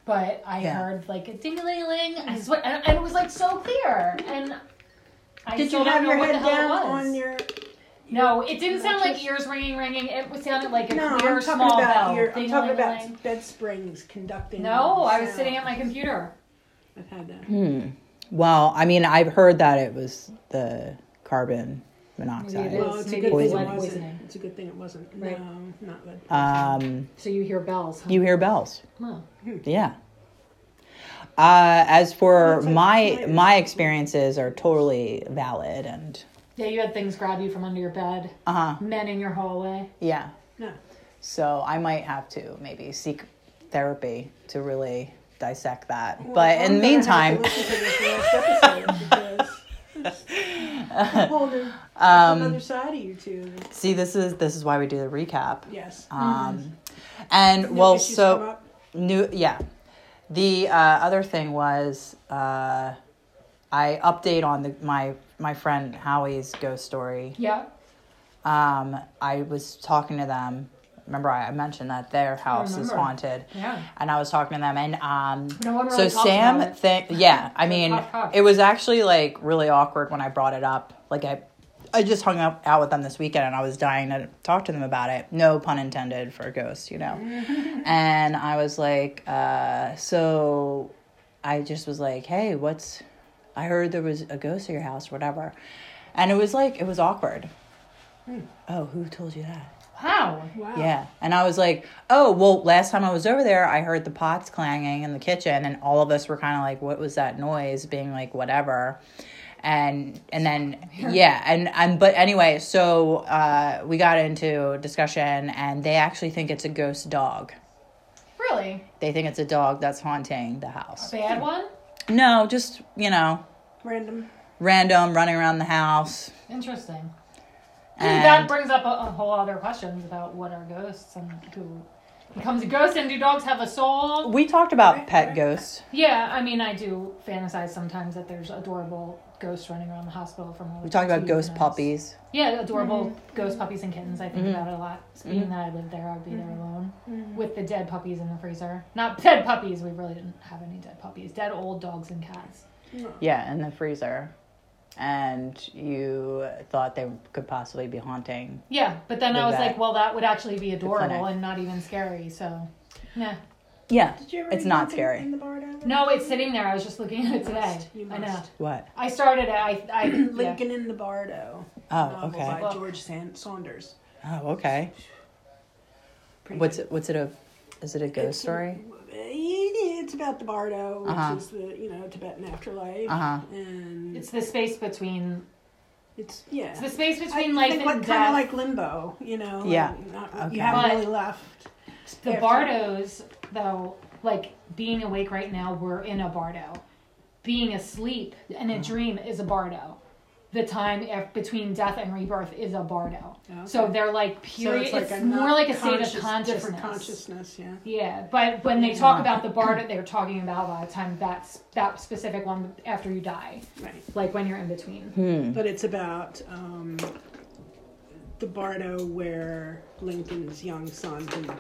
[SPEAKER 4] But I
[SPEAKER 1] Yeah.
[SPEAKER 4] heard like a ding a ling ling. I swear, and, and it was like so clear. And I
[SPEAKER 3] Did you
[SPEAKER 4] still
[SPEAKER 3] have
[SPEAKER 4] don't know
[SPEAKER 3] your
[SPEAKER 4] what the
[SPEAKER 3] head
[SPEAKER 4] hell it
[SPEAKER 3] down
[SPEAKER 4] was.
[SPEAKER 3] on your?
[SPEAKER 4] No, it didn't sound like ears ringing, ringing. It was- sounded like a
[SPEAKER 3] No,
[SPEAKER 4] clear,
[SPEAKER 3] I'm talking
[SPEAKER 4] small bell.
[SPEAKER 3] about your. I'm talking
[SPEAKER 4] Ding-a-ling-a-ling.
[SPEAKER 3] about bed springs conducting.
[SPEAKER 4] No, I was
[SPEAKER 3] sound.
[SPEAKER 4] sitting at my computer.
[SPEAKER 3] I've had that.
[SPEAKER 1] Well, I mean, I've heard that it was the carbon
[SPEAKER 4] Maybe it
[SPEAKER 1] monoxide.
[SPEAKER 4] is.
[SPEAKER 3] Well, it's a
[SPEAKER 4] maybe
[SPEAKER 3] good thing
[SPEAKER 1] lead
[SPEAKER 3] it wasn't.
[SPEAKER 4] poisoning.
[SPEAKER 3] It's a good thing it wasn't.
[SPEAKER 4] Right.
[SPEAKER 3] No, not lead.
[SPEAKER 1] Um,
[SPEAKER 4] So you hear bells. Huh?
[SPEAKER 1] you hear bells.
[SPEAKER 4] Huh.
[SPEAKER 1] Yeah. Uh, as for
[SPEAKER 3] That's like
[SPEAKER 1] my
[SPEAKER 3] fire.
[SPEAKER 1] my experiences are totally valid and
[SPEAKER 4] Yeah, you had things grab you from under your bed.
[SPEAKER 1] uh huh
[SPEAKER 4] Men in your hallway.
[SPEAKER 1] yeah.
[SPEAKER 3] No.
[SPEAKER 1] So I might have to maybe seek therapy to really dissect that.
[SPEAKER 3] Well,
[SPEAKER 1] but in
[SPEAKER 3] I'm
[SPEAKER 1] the
[SPEAKER 3] gonna have
[SPEAKER 1] meantime,
[SPEAKER 3] to listen to this last episode because it's a whole new-
[SPEAKER 1] Um,
[SPEAKER 3] another side of you two.
[SPEAKER 1] see this is this is why we do the recap.
[SPEAKER 3] Yes.
[SPEAKER 1] Um, and
[SPEAKER 3] Mm-hmm. New
[SPEAKER 1] well,
[SPEAKER 3] issues
[SPEAKER 1] so
[SPEAKER 3] come up.
[SPEAKER 1] New, yeah. The uh, other thing was uh, I update on the, my my friend Howie's ghost story.
[SPEAKER 4] Yeah.
[SPEAKER 1] Um, I was talking to them. Remember, I I mentioned that their house is
[SPEAKER 4] remember.
[SPEAKER 1] haunted,
[SPEAKER 4] Yeah.
[SPEAKER 1] and I was talking to them. And um,
[SPEAKER 4] No one
[SPEAKER 1] so
[SPEAKER 4] really talks about
[SPEAKER 1] Sam,
[SPEAKER 4] it.
[SPEAKER 1] thi- yeah, I mean,
[SPEAKER 4] talk, talk.
[SPEAKER 1] it was actually like really awkward when I brought it up. Like I, I just hung up out with them this weekend, and I was dying to talk to them about it. No pun intended for ghosts, you know. and I was like, uh, so I just was like, hey, what's? I heard there was a ghost at your house, or whatever. And it was like it was awkward.
[SPEAKER 4] Hmm.
[SPEAKER 1] Oh, who told you that?
[SPEAKER 4] Wow.
[SPEAKER 3] Wow.
[SPEAKER 1] Yeah. And I was like, oh, well, last time I was over there, I heard the pots clanging in the kitchen, and all of us were kind of like, what was that noise? Being like, whatever. And and then yeah and and but anyway so uh, we got into a discussion and they actually think it's a ghost dog
[SPEAKER 4] Really?
[SPEAKER 1] they think it's a dog that's haunting the house
[SPEAKER 4] Bad one?
[SPEAKER 1] no just you know
[SPEAKER 3] Random.
[SPEAKER 1] random running around the house
[SPEAKER 4] Interesting.
[SPEAKER 1] And-
[SPEAKER 4] that brings up a, a whole other question about what are ghosts and who becomes a ghost and do dogs have a soul?
[SPEAKER 1] we talked about
[SPEAKER 3] Right,
[SPEAKER 1] pet
[SPEAKER 3] right.
[SPEAKER 1] ghosts
[SPEAKER 4] Yeah, I mean, I do fantasize sometimes that there's adorable ghosts running around the hospital from.
[SPEAKER 1] we talked about ghost puppies Mm-hmm.
[SPEAKER 4] Yeah, adorable ghost puppies and kittens. I think about it a lot. Being that I lived there, I would be there alone with the dead puppies in the freezer. Not dead puppies. We really didn't have any dead puppies. Dead old dogs and cats.
[SPEAKER 1] Yeah, in the freezer. And you thought they could possibly be haunting.
[SPEAKER 4] Yeah, but then I
[SPEAKER 1] The
[SPEAKER 4] was
[SPEAKER 1] vet.
[SPEAKER 4] like, well, that would actually be adorable
[SPEAKER 1] clinic.
[SPEAKER 4] and not even scary. So, nah.
[SPEAKER 1] Yeah.
[SPEAKER 3] Did you ever
[SPEAKER 1] it's
[SPEAKER 3] read
[SPEAKER 1] not
[SPEAKER 3] nothing
[SPEAKER 1] scary.
[SPEAKER 3] In the bar down there?
[SPEAKER 4] No, it's sitting there. I was just looking at it today.
[SPEAKER 3] You
[SPEAKER 4] I know.
[SPEAKER 3] must.
[SPEAKER 1] What?
[SPEAKER 4] I started it. I, I yeah.
[SPEAKER 3] Lincoln in the Bardo.
[SPEAKER 1] Oh,
[SPEAKER 3] novel
[SPEAKER 1] okay.
[SPEAKER 3] By George San- Saunders.
[SPEAKER 1] Oh, okay.
[SPEAKER 3] Pretty
[SPEAKER 1] What's
[SPEAKER 3] good.
[SPEAKER 1] it? What's it a? Is it a ghost
[SPEAKER 3] It's-
[SPEAKER 1] story?
[SPEAKER 3] It's about the Bardo, which
[SPEAKER 1] Uh-huh.
[SPEAKER 3] is the you know Tibetan afterlife,
[SPEAKER 1] Uh-huh.
[SPEAKER 3] and
[SPEAKER 4] It's the space between.
[SPEAKER 3] it's yeah.
[SPEAKER 4] It's the space
[SPEAKER 3] I
[SPEAKER 4] between life
[SPEAKER 3] think
[SPEAKER 4] and
[SPEAKER 3] like, kind
[SPEAKER 4] death.
[SPEAKER 3] of like limbo, you know. like,
[SPEAKER 1] Yeah.
[SPEAKER 3] not-
[SPEAKER 1] Okay.
[SPEAKER 3] You haven't
[SPEAKER 4] But-
[SPEAKER 3] really left.
[SPEAKER 4] The
[SPEAKER 3] Yeah,
[SPEAKER 4] bardos, though, like being awake right now, we're in a bardo. Being asleep in a dream is a bardo. The time af- between death and rebirth is a bardo.
[SPEAKER 3] Okay.
[SPEAKER 4] So they're like
[SPEAKER 3] So
[SPEAKER 4] period.
[SPEAKER 3] it's like
[SPEAKER 4] it's
[SPEAKER 3] a
[SPEAKER 4] more
[SPEAKER 3] not
[SPEAKER 4] like a state of
[SPEAKER 3] conscious-
[SPEAKER 4] consciousness.
[SPEAKER 3] Different consciousness, yeah.
[SPEAKER 4] Yeah, but when they talk about the bardo, they're talking about a lot of time that's that specific one after you die,
[SPEAKER 3] Right.
[SPEAKER 4] like when you're in between.
[SPEAKER 1] Hmm.
[SPEAKER 3] But it's about um, the Bardo where Lincoln's young son, who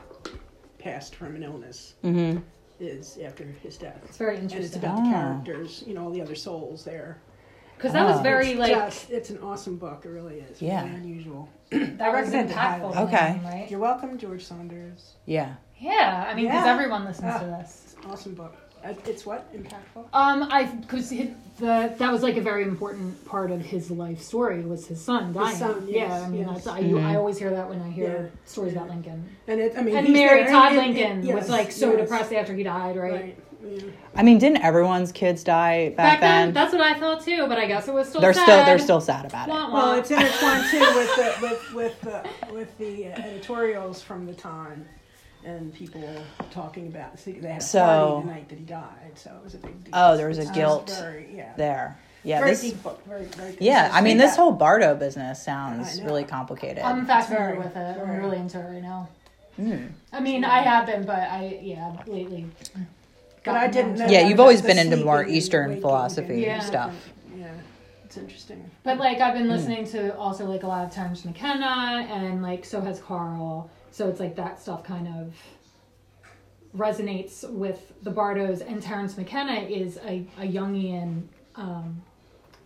[SPEAKER 3] passed from an illness,
[SPEAKER 1] Mm-hmm.
[SPEAKER 3] is after his
[SPEAKER 4] It's
[SPEAKER 3] death.
[SPEAKER 4] very
[SPEAKER 3] And it's
[SPEAKER 4] interesting
[SPEAKER 3] about
[SPEAKER 4] because
[SPEAKER 3] the
[SPEAKER 1] Ah.
[SPEAKER 3] characters, you know, all the other souls there.
[SPEAKER 4] that was
[SPEAKER 1] Oh.
[SPEAKER 4] very like
[SPEAKER 3] Just, it's an awesome book. It really is.
[SPEAKER 1] Yeah.
[SPEAKER 3] Really unusual.
[SPEAKER 4] that was
[SPEAKER 3] recommend it highly.
[SPEAKER 4] impactful. to
[SPEAKER 1] Okay.
[SPEAKER 4] them, right?
[SPEAKER 3] You're welcome, George Saunders.
[SPEAKER 1] Yeah.
[SPEAKER 4] Yeah, I mean, because
[SPEAKER 3] Yeah.
[SPEAKER 4] everyone listens to
[SPEAKER 3] Ah.
[SPEAKER 4] this.
[SPEAKER 3] Awesome book. Uh, It's what impactful.
[SPEAKER 4] Um, I because the that was like a very important part of his life story was his son dying.
[SPEAKER 3] son,
[SPEAKER 4] yeah,
[SPEAKER 3] yes,
[SPEAKER 4] I mean
[SPEAKER 3] yes.
[SPEAKER 4] that's I, you-
[SPEAKER 1] Mm-hmm.
[SPEAKER 4] I always hear that when I hear
[SPEAKER 3] Yeah.
[SPEAKER 4] stories about
[SPEAKER 3] Yeah.
[SPEAKER 4] Lincoln
[SPEAKER 3] And it, I mean,
[SPEAKER 4] and
[SPEAKER 3] he's
[SPEAKER 4] Mary
[SPEAKER 3] there,
[SPEAKER 4] Todd
[SPEAKER 3] and- and-
[SPEAKER 4] Lincoln
[SPEAKER 3] yes,
[SPEAKER 4] was like so
[SPEAKER 3] yes,
[SPEAKER 4] depressed after he died, right?
[SPEAKER 3] Right. Yeah.
[SPEAKER 1] I mean, didn't everyone's kids die back,
[SPEAKER 4] Back then, that's what I thought too, but I guess it was still
[SPEAKER 1] they're
[SPEAKER 4] sad.
[SPEAKER 1] still they're still sad about it.
[SPEAKER 4] Wah, wah.
[SPEAKER 3] Well, it's intertwined too with the with with the with the editorials from the time, and people talking about. See, they had a
[SPEAKER 1] So-
[SPEAKER 3] party the night that he died, so it was a big deal.
[SPEAKER 1] Oh, there was a
[SPEAKER 3] It's just
[SPEAKER 1] guilt
[SPEAKER 3] Very, yeah,
[SPEAKER 1] There, yeah,
[SPEAKER 3] very
[SPEAKER 1] this,
[SPEAKER 3] deep book, very, very
[SPEAKER 1] yeah. I
[SPEAKER 3] consistent.
[SPEAKER 1] mean, this
[SPEAKER 3] Yeah.
[SPEAKER 1] whole Bardo business sounds
[SPEAKER 3] I know. Um,
[SPEAKER 1] really complicated.
[SPEAKER 4] I'm fascinated
[SPEAKER 3] Sorry,
[SPEAKER 4] with it.
[SPEAKER 3] sorry.
[SPEAKER 4] I'm really into it right now.
[SPEAKER 1] Mm.
[SPEAKER 4] I mean, I have been, but I yeah lately.
[SPEAKER 3] But I
[SPEAKER 4] gotten
[SPEAKER 3] didn't.
[SPEAKER 4] into
[SPEAKER 3] Know
[SPEAKER 4] it.
[SPEAKER 1] Yeah,
[SPEAKER 3] that
[SPEAKER 1] you've
[SPEAKER 3] about
[SPEAKER 1] always
[SPEAKER 3] the
[SPEAKER 1] been into more
[SPEAKER 3] sleeping and
[SPEAKER 1] Eastern
[SPEAKER 3] waking
[SPEAKER 1] philosophy
[SPEAKER 3] and-
[SPEAKER 1] stuff.
[SPEAKER 3] Yeah, it's interesting.
[SPEAKER 4] But like I've been listening to also like a lot of times McKenna and like so has Carl. So it's like that stuff kind of resonates with the Bardos and Terrence McKenna is a, a Jungian um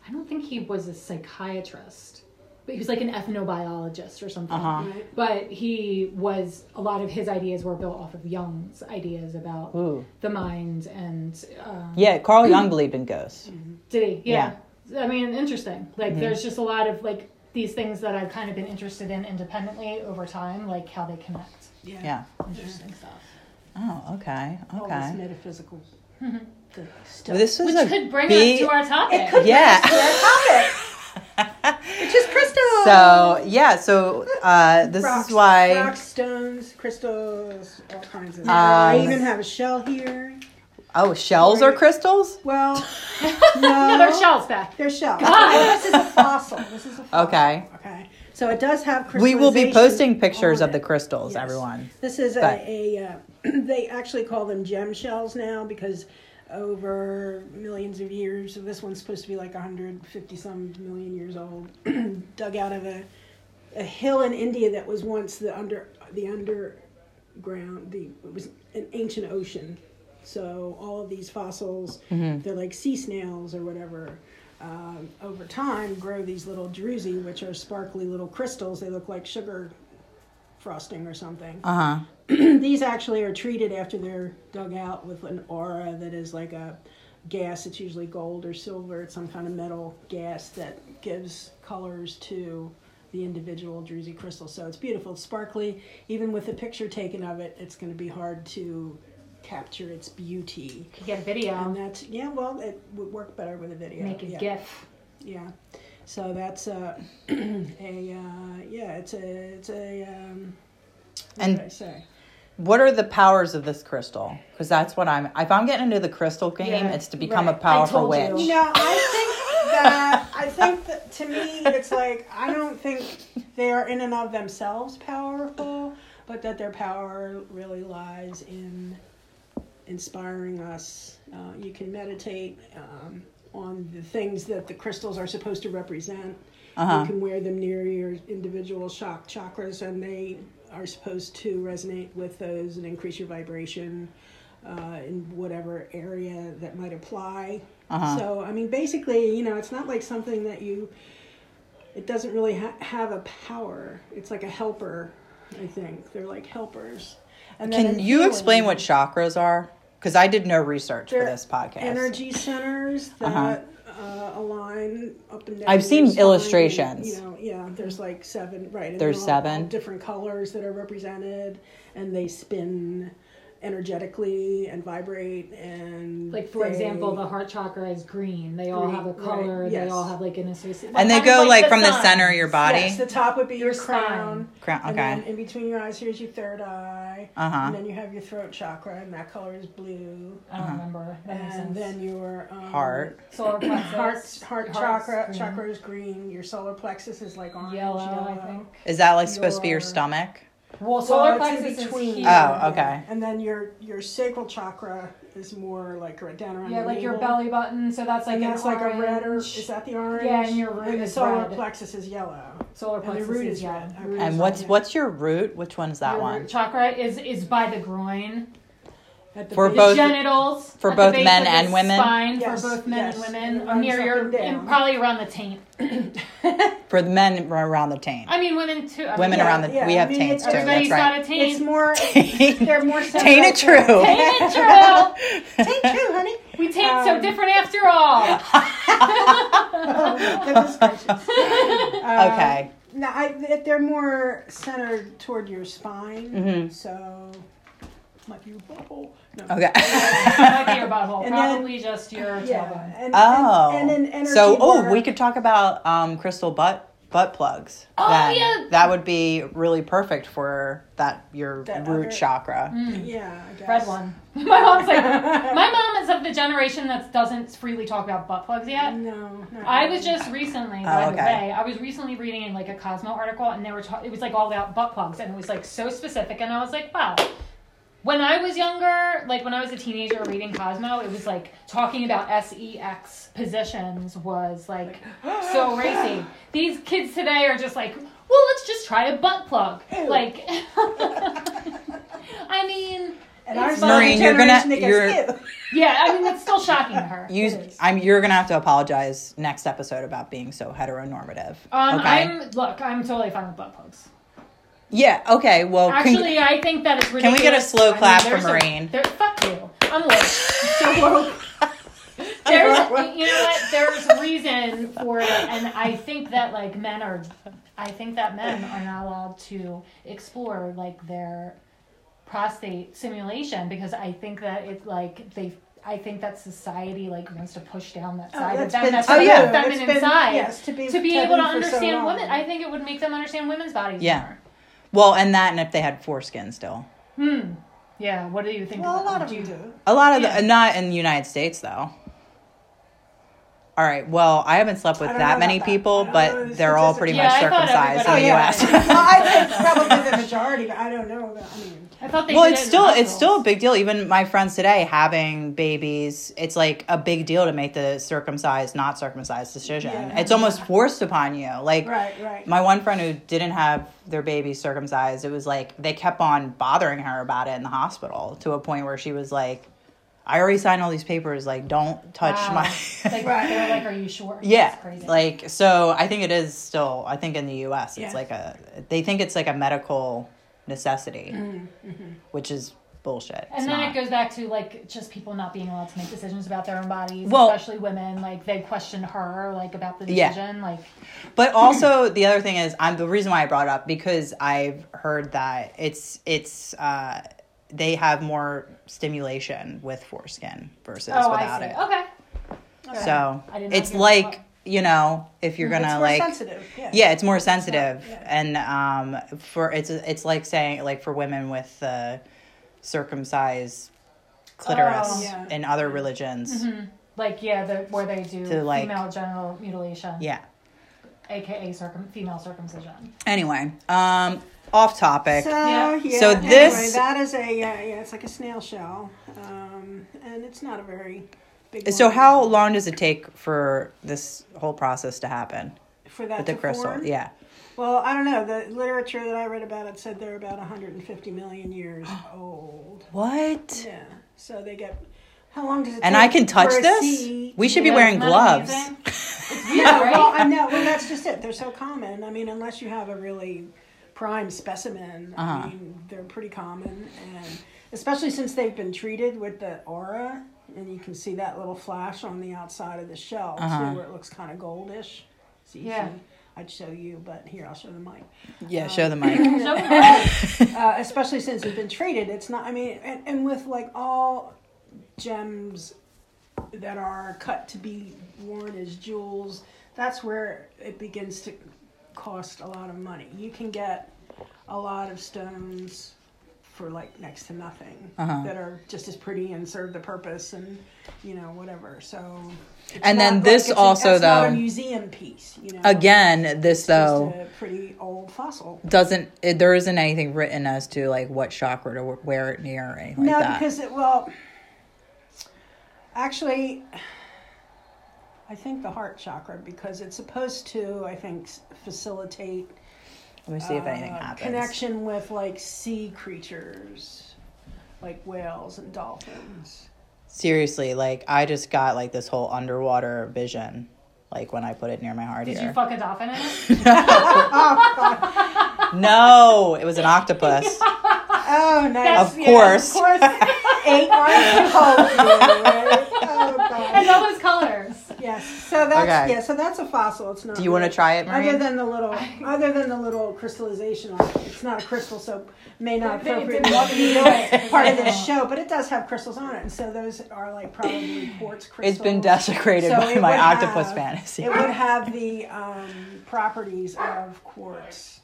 [SPEAKER 4] I don't think he was a psychiatrist, but he was like an ethnobiologist or something.
[SPEAKER 1] Uh-huh.
[SPEAKER 3] Right.
[SPEAKER 4] But he was a lot of his ideas were built off of Jung's ideas about
[SPEAKER 1] Ooh.
[SPEAKER 4] the mind and um,
[SPEAKER 1] Yeah, Carl Jung believed in ghosts.
[SPEAKER 3] Mm.
[SPEAKER 4] did he? Yeah. Mm-hmm. I mean, interesting. Like, there's just a lot of like these things that I've kind of been interested in independently over time, like how they connect.
[SPEAKER 3] Yeah.
[SPEAKER 1] Yeah.
[SPEAKER 4] Interesting stuff.
[SPEAKER 1] Oh, okay,
[SPEAKER 3] All this
[SPEAKER 1] okay.
[SPEAKER 3] metaphysical the
[SPEAKER 1] Well,
[SPEAKER 3] stuff.
[SPEAKER 1] this is a
[SPEAKER 4] Which could bring
[SPEAKER 1] big-
[SPEAKER 4] us to our topic.
[SPEAKER 1] yeah.
[SPEAKER 3] Which is crystal.
[SPEAKER 1] so yeah, so uh, this
[SPEAKER 3] Rocks-
[SPEAKER 1] is why.
[SPEAKER 3] rock stones, crystals, all kinds of.
[SPEAKER 1] Um,
[SPEAKER 3] I even have a shell here.
[SPEAKER 1] Oh, shells are crystals?
[SPEAKER 3] Well, no,
[SPEAKER 4] No, there's shells back.
[SPEAKER 3] They're shells. Well, this is a fossil. This is a fossil.
[SPEAKER 1] Okay.
[SPEAKER 3] Okay. So it does have.
[SPEAKER 1] We will be
[SPEAKER 3] crystallization Oh,
[SPEAKER 1] posting pictures
[SPEAKER 3] on
[SPEAKER 1] of the
[SPEAKER 3] it.
[SPEAKER 1] crystals,
[SPEAKER 3] Yes.
[SPEAKER 1] everyone.
[SPEAKER 3] This is
[SPEAKER 1] But-
[SPEAKER 3] a, a uh, they actually call them gem shells now because over millions of years, so this one's supposed to be like 150 some million years old, dug out of a, a hill in India that was once the under the underground the it was an ancient ocean. So all of these fossils,
[SPEAKER 1] Mm-hmm.
[SPEAKER 3] they're like sea snails or whatever. Um, over time, grow these little druzy, which are sparkly little crystals. They look like sugar frosting or something.
[SPEAKER 1] Uh huh.
[SPEAKER 3] These actually are treated after they're dug out with an aura that is like a gas. It's usually gold or silver. It's some kind of metal gas that gives colors to the individual druzy crystal. So it's beautiful. It's sparkly. Even with a picture taken of it, it's going to be hard to capture its beauty.
[SPEAKER 4] Could get a video,
[SPEAKER 3] And that's yeah. Well, it would work better with a video.
[SPEAKER 4] make a
[SPEAKER 3] yeah.
[SPEAKER 4] GIF.
[SPEAKER 3] Yeah. So that's a, a uh, yeah. It's a it's a um, what
[SPEAKER 1] And-
[SPEAKER 3] did I say?
[SPEAKER 1] What are the powers of this crystal? Because that's what I'm. If I'm getting into the crystal game,
[SPEAKER 4] Yeah,
[SPEAKER 1] it's to become
[SPEAKER 4] right.
[SPEAKER 1] a
[SPEAKER 4] I
[SPEAKER 1] powerful
[SPEAKER 4] told you.
[SPEAKER 1] witch.
[SPEAKER 3] You know, I think that I think that to me it's like I don't think they are in and of themselves powerful, but that their power really lies in inspiring us. Uh, you can meditate um, on the things that the crystals are supposed to represent. You
[SPEAKER 1] Uh-huh.
[SPEAKER 3] can wear them near your individual shock chakras, and they are supposed to resonate with those and increase your vibration uh, in whatever area that might apply.
[SPEAKER 1] Uh-huh.
[SPEAKER 3] So, I mean, basically, you know, it's not like something that you, it doesn't really ha- have a power. It's like a helper, I think. They're like helpers. And then
[SPEAKER 1] Can
[SPEAKER 3] in
[SPEAKER 1] you
[SPEAKER 3] healing,
[SPEAKER 1] explain what chakras are? Because I did no research for
[SPEAKER 3] They're
[SPEAKER 1] this podcast.
[SPEAKER 3] energy centers that uh align up and down?
[SPEAKER 1] Uh-huh. I've seen
[SPEAKER 3] your spine,
[SPEAKER 1] illustrations.
[SPEAKER 3] you know, yeah, there's like seven, right? and
[SPEAKER 1] There's
[SPEAKER 3] they're all- all
[SPEAKER 1] seven.
[SPEAKER 3] different colors that are represented, and they spin energetically and vibrate and
[SPEAKER 4] Like for
[SPEAKER 3] they-
[SPEAKER 4] example, the heart chakra is green. They all
[SPEAKER 3] Green,
[SPEAKER 4] have a
[SPEAKER 3] right,
[SPEAKER 4] color. They
[SPEAKER 3] yes.
[SPEAKER 4] all have like an association.
[SPEAKER 1] and they
[SPEAKER 4] kind of
[SPEAKER 1] go like, from the
[SPEAKER 4] sun.
[SPEAKER 1] center of your body.
[SPEAKER 3] Yes, the top would be your,
[SPEAKER 4] Your
[SPEAKER 3] crown.
[SPEAKER 1] Crown,
[SPEAKER 3] And
[SPEAKER 1] okay.
[SPEAKER 3] then in between your eyes, here's your third eye.
[SPEAKER 1] Uh-huh.
[SPEAKER 3] And then you have your throat chakra, and that color is blue.
[SPEAKER 4] I don't remember. That makes
[SPEAKER 3] And
[SPEAKER 4] sense.
[SPEAKER 3] then your um,
[SPEAKER 1] Heart.
[SPEAKER 4] solar plexus,
[SPEAKER 3] Heart, heart
[SPEAKER 4] heart's
[SPEAKER 3] chakra,
[SPEAKER 4] green,
[SPEAKER 3] chakra is green. Your solar plexus is like orange,
[SPEAKER 4] yellow,
[SPEAKER 3] yellow.
[SPEAKER 4] I think.
[SPEAKER 1] Is that like supposed to be your
[SPEAKER 4] Your-
[SPEAKER 1] stomach?
[SPEAKER 4] Well,
[SPEAKER 3] Well,
[SPEAKER 4] solar
[SPEAKER 3] it's in
[SPEAKER 4] plexus is
[SPEAKER 3] between.
[SPEAKER 4] here.
[SPEAKER 1] Oh, okay.
[SPEAKER 3] And then your your sacral chakra is more like right down around
[SPEAKER 4] Yeah,
[SPEAKER 3] your
[SPEAKER 4] like your
[SPEAKER 3] navel.
[SPEAKER 4] belly button. So that's like
[SPEAKER 3] and
[SPEAKER 4] an
[SPEAKER 3] that's like a red or
[SPEAKER 4] orange.
[SPEAKER 3] is that the orange?
[SPEAKER 4] Yeah, and your root
[SPEAKER 3] and the
[SPEAKER 4] is
[SPEAKER 3] solar
[SPEAKER 4] red.
[SPEAKER 3] plexus is yellow.
[SPEAKER 4] solar
[SPEAKER 3] and the
[SPEAKER 4] plexus
[SPEAKER 3] root
[SPEAKER 4] is
[SPEAKER 3] is
[SPEAKER 4] yeah.
[SPEAKER 3] red.
[SPEAKER 4] root
[SPEAKER 3] Okay.
[SPEAKER 4] is
[SPEAKER 1] And
[SPEAKER 3] Yeah.
[SPEAKER 1] what's what's your root? Which one's that
[SPEAKER 4] your
[SPEAKER 1] one?
[SPEAKER 4] root chakra is is by the groin.
[SPEAKER 3] At the
[SPEAKER 1] For
[SPEAKER 3] base-
[SPEAKER 4] The
[SPEAKER 1] both-
[SPEAKER 4] genitals
[SPEAKER 1] for
[SPEAKER 4] at the
[SPEAKER 1] both
[SPEAKER 4] base
[SPEAKER 1] men
[SPEAKER 4] of the
[SPEAKER 1] and women?
[SPEAKER 4] Spine
[SPEAKER 3] Yes,
[SPEAKER 4] for both men
[SPEAKER 3] yes.
[SPEAKER 4] and
[SPEAKER 3] It
[SPEAKER 4] women
[SPEAKER 3] runs
[SPEAKER 4] near
[SPEAKER 3] up
[SPEAKER 4] your
[SPEAKER 3] and down.
[SPEAKER 4] and probably around the taint.
[SPEAKER 1] For the men r- around the taint.
[SPEAKER 4] I mean, women too. I mean,
[SPEAKER 1] Women
[SPEAKER 3] Yeah,
[SPEAKER 1] around the
[SPEAKER 3] yeah,
[SPEAKER 1] we
[SPEAKER 3] I
[SPEAKER 1] have
[SPEAKER 3] mean,
[SPEAKER 1] taints too.
[SPEAKER 3] it's-
[SPEAKER 1] That's
[SPEAKER 4] Everybody's
[SPEAKER 1] right.
[SPEAKER 4] got a
[SPEAKER 3] It's
[SPEAKER 4] taint.
[SPEAKER 3] more.
[SPEAKER 1] Taint
[SPEAKER 3] They're more.
[SPEAKER 1] it true.
[SPEAKER 4] Taint it, true.
[SPEAKER 3] Taint true, honey.
[SPEAKER 4] We taint so
[SPEAKER 3] Um,
[SPEAKER 4] different after all.
[SPEAKER 3] Goodness gracious. Uh,
[SPEAKER 1] Okay.
[SPEAKER 3] Now, I, if they're more centered toward your spine,
[SPEAKER 1] Mhm.
[SPEAKER 3] so might be your bubble. No.
[SPEAKER 1] Okay.
[SPEAKER 4] Might be your butthole.
[SPEAKER 3] And then-
[SPEAKER 4] Probably just your
[SPEAKER 3] Yeah.
[SPEAKER 4] tailbone.
[SPEAKER 3] And,
[SPEAKER 1] Oh.
[SPEAKER 3] And, and then energy
[SPEAKER 1] so,
[SPEAKER 3] work.
[SPEAKER 1] oh, we could talk about um, crystal butt butt plugs.
[SPEAKER 4] Oh,
[SPEAKER 1] then.
[SPEAKER 4] yeah.
[SPEAKER 1] That would be really perfect for that your
[SPEAKER 3] That
[SPEAKER 1] root
[SPEAKER 3] other-
[SPEAKER 1] chakra.
[SPEAKER 4] Mm.
[SPEAKER 3] Yeah. I guess.
[SPEAKER 4] Red one. My mom's like, my mom is of the generation that doesn't freely talk about butt plugs yet.
[SPEAKER 3] No. not
[SPEAKER 4] I
[SPEAKER 3] really.
[SPEAKER 4] was just recently, by
[SPEAKER 1] Oh,
[SPEAKER 4] the
[SPEAKER 1] okay.
[SPEAKER 4] way, I was recently reading like a Cosmo article, and they were ta- it was like all about butt plugs, and it was like so specific, and I was like, wow. When I was younger, like when I was a teenager reading Cosmo, it was like talking about sex positions was like so racy. These kids today are just like, well, let's just try a butt plug.
[SPEAKER 3] Ew.
[SPEAKER 4] Like, I mean,
[SPEAKER 3] And ours is the
[SPEAKER 1] Maureen, you're gonna-
[SPEAKER 3] generation that goes,
[SPEAKER 1] you're-
[SPEAKER 3] "Ew."
[SPEAKER 4] yeah, I mean, that's still shocking to her.
[SPEAKER 1] You,
[SPEAKER 4] It is.
[SPEAKER 1] I'm. You're gonna have to apologize next episode about being so heteronormative.
[SPEAKER 4] Um,
[SPEAKER 1] okay.
[SPEAKER 4] I'm look, I'm totally fine with butt plugs.
[SPEAKER 1] yeah. Okay. Well, con-
[SPEAKER 4] Actually, I think that it's
[SPEAKER 1] Can
[SPEAKER 4] ridiculous.
[SPEAKER 1] we get a slow clap for
[SPEAKER 4] there's a-
[SPEAKER 1] Maureen?
[SPEAKER 4] there, fuck you. I'm woke. So woke. There's, you know what? There's reason for it, and I think that like men are, I think that men are not allowed to explore like their prostate simulation because I think that it's like they. I think that society like wants to push down that
[SPEAKER 3] Oh,
[SPEAKER 4] side of
[SPEAKER 3] that's
[SPEAKER 4] them.
[SPEAKER 3] been
[SPEAKER 4] that's
[SPEAKER 1] taboo.
[SPEAKER 4] the
[SPEAKER 1] Oh, yeah.
[SPEAKER 4] feminine
[SPEAKER 3] It's been-
[SPEAKER 4] side.
[SPEAKER 3] yes, to be
[SPEAKER 4] able to
[SPEAKER 3] taboo for so
[SPEAKER 4] understand
[SPEAKER 3] long.
[SPEAKER 4] women. I think it would make them understand women's bodies
[SPEAKER 1] Yeah.
[SPEAKER 4] more.
[SPEAKER 1] well, and that, and if they had foreskin still.
[SPEAKER 4] Hmm. Yeah. What do you think?
[SPEAKER 3] Well, a
[SPEAKER 4] about
[SPEAKER 3] lot
[SPEAKER 4] that?
[SPEAKER 3] of
[SPEAKER 4] Do
[SPEAKER 3] you
[SPEAKER 4] you
[SPEAKER 3] do.
[SPEAKER 1] A lot of
[SPEAKER 4] Yeah.
[SPEAKER 1] the, not in the United States though. All right. Well, I haven't slept with
[SPEAKER 3] I don't
[SPEAKER 1] that
[SPEAKER 3] know
[SPEAKER 1] many
[SPEAKER 3] about that. I
[SPEAKER 1] people,
[SPEAKER 3] don't know
[SPEAKER 1] but
[SPEAKER 3] the
[SPEAKER 1] they're all pretty
[SPEAKER 3] statistics.
[SPEAKER 1] much
[SPEAKER 4] Yeah, I thought
[SPEAKER 1] circumcised in the U.S.
[SPEAKER 4] everybody was.
[SPEAKER 3] Oh, well, I think probably the majority, but I don't know. About, I mean,
[SPEAKER 4] I thought they.
[SPEAKER 1] well,
[SPEAKER 4] did
[SPEAKER 1] it's
[SPEAKER 4] it in
[SPEAKER 1] still it's
[SPEAKER 4] hospitals.
[SPEAKER 1] still a big deal. Even my friends today having babies, it's like a big deal to make the circumcised not circumcised decision.
[SPEAKER 3] Yeah.
[SPEAKER 1] It's almost forced upon you. Like
[SPEAKER 3] right, right.
[SPEAKER 1] my one friend who didn't have their baby circumcised, it was like they kept on bothering her about it in the hospital to a point where she was like, "I already signed all these papers. Like, don't touch
[SPEAKER 4] Wow.
[SPEAKER 1] my."
[SPEAKER 4] like,
[SPEAKER 3] Right.
[SPEAKER 4] They were like, "Are you sure?"
[SPEAKER 1] Yeah,
[SPEAKER 4] That's crazy.
[SPEAKER 1] like so. I think it is still. I think in the U.S.
[SPEAKER 3] Yeah.
[SPEAKER 1] it's like a. They think it's like a medical necessity,
[SPEAKER 4] Mm, mm-hmm.
[SPEAKER 1] which is bullshit. It's
[SPEAKER 4] and then
[SPEAKER 1] not.
[SPEAKER 4] it goes back to like just people not being allowed to make decisions about their own bodies,
[SPEAKER 1] Well-
[SPEAKER 4] especially women. Like they question her like about the
[SPEAKER 1] Yeah.
[SPEAKER 4] decision. Like
[SPEAKER 1] But also the other thing is, I'm the reason why I brought it up because I've heard that it's it's uh, they have more stimulation with foreskin versus
[SPEAKER 4] oh, I
[SPEAKER 1] without
[SPEAKER 4] see.
[SPEAKER 1] it.
[SPEAKER 4] Okay.
[SPEAKER 1] So
[SPEAKER 4] I did not
[SPEAKER 1] it's
[SPEAKER 4] give a
[SPEAKER 1] like
[SPEAKER 4] fuck.
[SPEAKER 1] you know if you're gonna
[SPEAKER 3] it's more
[SPEAKER 1] like
[SPEAKER 3] sensitive. Yeah.
[SPEAKER 1] yeah it's more sensitive
[SPEAKER 3] yeah.
[SPEAKER 1] and um for it's it's like saying like for women with uh, circumcised clitoris
[SPEAKER 4] Oh. Mm-hmm.
[SPEAKER 3] Yeah.
[SPEAKER 1] in other religions
[SPEAKER 4] Like yeah, the where they do
[SPEAKER 1] To, like-
[SPEAKER 4] female genital mutilation,
[SPEAKER 1] yeah
[SPEAKER 4] aka circum female circumcision.
[SPEAKER 1] anyway um off topic
[SPEAKER 3] So,
[SPEAKER 4] Yeah.
[SPEAKER 3] yeah,
[SPEAKER 1] So this-
[SPEAKER 3] anyway, that is a yeah, yeah, it's like a snail shell, um, and it's not a very big.
[SPEAKER 1] so
[SPEAKER 3] one.
[SPEAKER 1] how long does it take for this whole process to happen
[SPEAKER 3] for that
[SPEAKER 1] with the
[SPEAKER 3] to
[SPEAKER 1] crystal
[SPEAKER 3] form?
[SPEAKER 1] yeah
[SPEAKER 3] Well, I don't know. The literature that I read about it said they're about 150 million years old.
[SPEAKER 1] what
[SPEAKER 3] Yeah. So they get. How long does it?
[SPEAKER 1] and
[SPEAKER 3] take
[SPEAKER 1] I can touch
[SPEAKER 3] for a
[SPEAKER 1] this
[SPEAKER 3] seed
[SPEAKER 1] we
[SPEAKER 3] to-
[SPEAKER 1] should be
[SPEAKER 4] Yeah,
[SPEAKER 1] wearing
[SPEAKER 4] isn't that
[SPEAKER 1] gloves
[SPEAKER 4] amazing? It's
[SPEAKER 3] No,
[SPEAKER 4] weird, right?
[SPEAKER 3] well, I know. Well, that's just it. They're so common. I mean, unless you have a really prime specimen,
[SPEAKER 1] Uh-huh.
[SPEAKER 3] I mean, they're pretty common, and especially since they've been treated with the aura, and you can see that little flash on the outside of the shell
[SPEAKER 1] Uh-huh.
[SPEAKER 3] too, where it looks kind of goldish. So you
[SPEAKER 4] Yeah.
[SPEAKER 3] should- I'd show you, but here I'll show the mic. Oh.
[SPEAKER 1] yeah show the mic
[SPEAKER 4] So weird.
[SPEAKER 3] Uh, especially since it's been treated, it's not. I mean, and, and with like all gems that are cut to be worn as jewels, that's where it begins to cost a lot of money. You can get a lot of stones for like next to nothing
[SPEAKER 1] Uh-huh.
[SPEAKER 3] that are just as pretty and serve the purpose and you know whatever. So. it's
[SPEAKER 1] And then
[SPEAKER 3] not
[SPEAKER 1] this
[SPEAKER 3] it's
[SPEAKER 1] also,
[SPEAKER 3] a, it's not a
[SPEAKER 1] though-
[SPEAKER 3] museum piece. You know,
[SPEAKER 1] again this
[SPEAKER 3] It's just
[SPEAKER 1] though
[SPEAKER 3] a pretty old fossil.
[SPEAKER 1] doesn't it, there isn't anything written as to like what chakra to w- wear it near or anything
[SPEAKER 3] no,
[SPEAKER 1] like that.
[SPEAKER 3] because it well, actually, I think the heart chakra because it's supposed to, I think, s- facilitate
[SPEAKER 1] Let me see if anything
[SPEAKER 3] uh,
[SPEAKER 1] happens.
[SPEAKER 3] connection with like sea creatures. like whales and dolphins.
[SPEAKER 1] Seriously, like I just got like this whole underwater vision, like when I put it near my heart
[SPEAKER 4] Did
[SPEAKER 1] here.
[SPEAKER 4] you fuck a dolphin in it?
[SPEAKER 1] no, it was an octopus.
[SPEAKER 3] Oh, nice.
[SPEAKER 1] Of course.
[SPEAKER 4] Of course. and
[SPEAKER 3] Eight arms to hold you, right? Oh, God.
[SPEAKER 4] all those colors.
[SPEAKER 3] Yes. So that's
[SPEAKER 1] Okay.
[SPEAKER 3] yeah. So that's a fossil. It's not.
[SPEAKER 1] Do you want to
[SPEAKER 3] really-
[SPEAKER 1] try it, Maria?
[SPEAKER 3] Other than the little, other than the little crystallization, on it, it's not a crystal, so may not
[SPEAKER 4] They didn't
[SPEAKER 3] appropriately
[SPEAKER 4] want me to
[SPEAKER 3] be
[SPEAKER 4] do it.
[SPEAKER 3] part of this show. But it does have crystals on it, and so those are like probably quartz crystals.
[SPEAKER 1] it's been desecrated
[SPEAKER 3] So
[SPEAKER 1] by
[SPEAKER 3] it
[SPEAKER 1] my
[SPEAKER 3] would
[SPEAKER 1] octopus
[SPEAKER 3] have-
[SPEAKER 1] fantasy.
[SPEAKER 3] It would have the um, properties of quartz,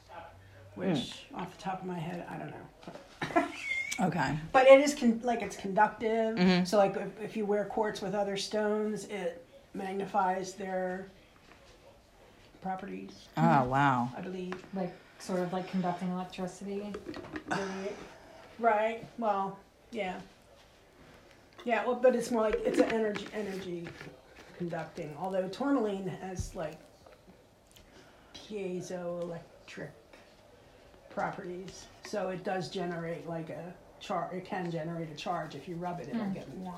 [SPEAKER 3] which,
[SPEAKER 1] Hmm.
[SPEAKER 3] off the top of my head, I don't know.
[SPEAKER 1] okay.
[SPEAKER 3] But it is con- like it's conductive.
[SPEAKER 1] Mm-hmm.
[SPEAKER 3] So like if, if you wear quartz with other stones, it magnifies their properties.
[SPEAKER 1] Oh wow.
[SPEAKER 3] I believe.
[SPEAKER 4] Like, sort of like conducting electricity.
[SPEAKER 3] Right. Right. Well, yeah. Yeah. Well, but it's more like it's an energy energy conducting. Although tourmaline has like piezoelectric properties, so it does generate like a charge. It can generate a charge if you rub it; it'll
[SPEAKER 1] Hmm.
[SPEAKER 3] get warm.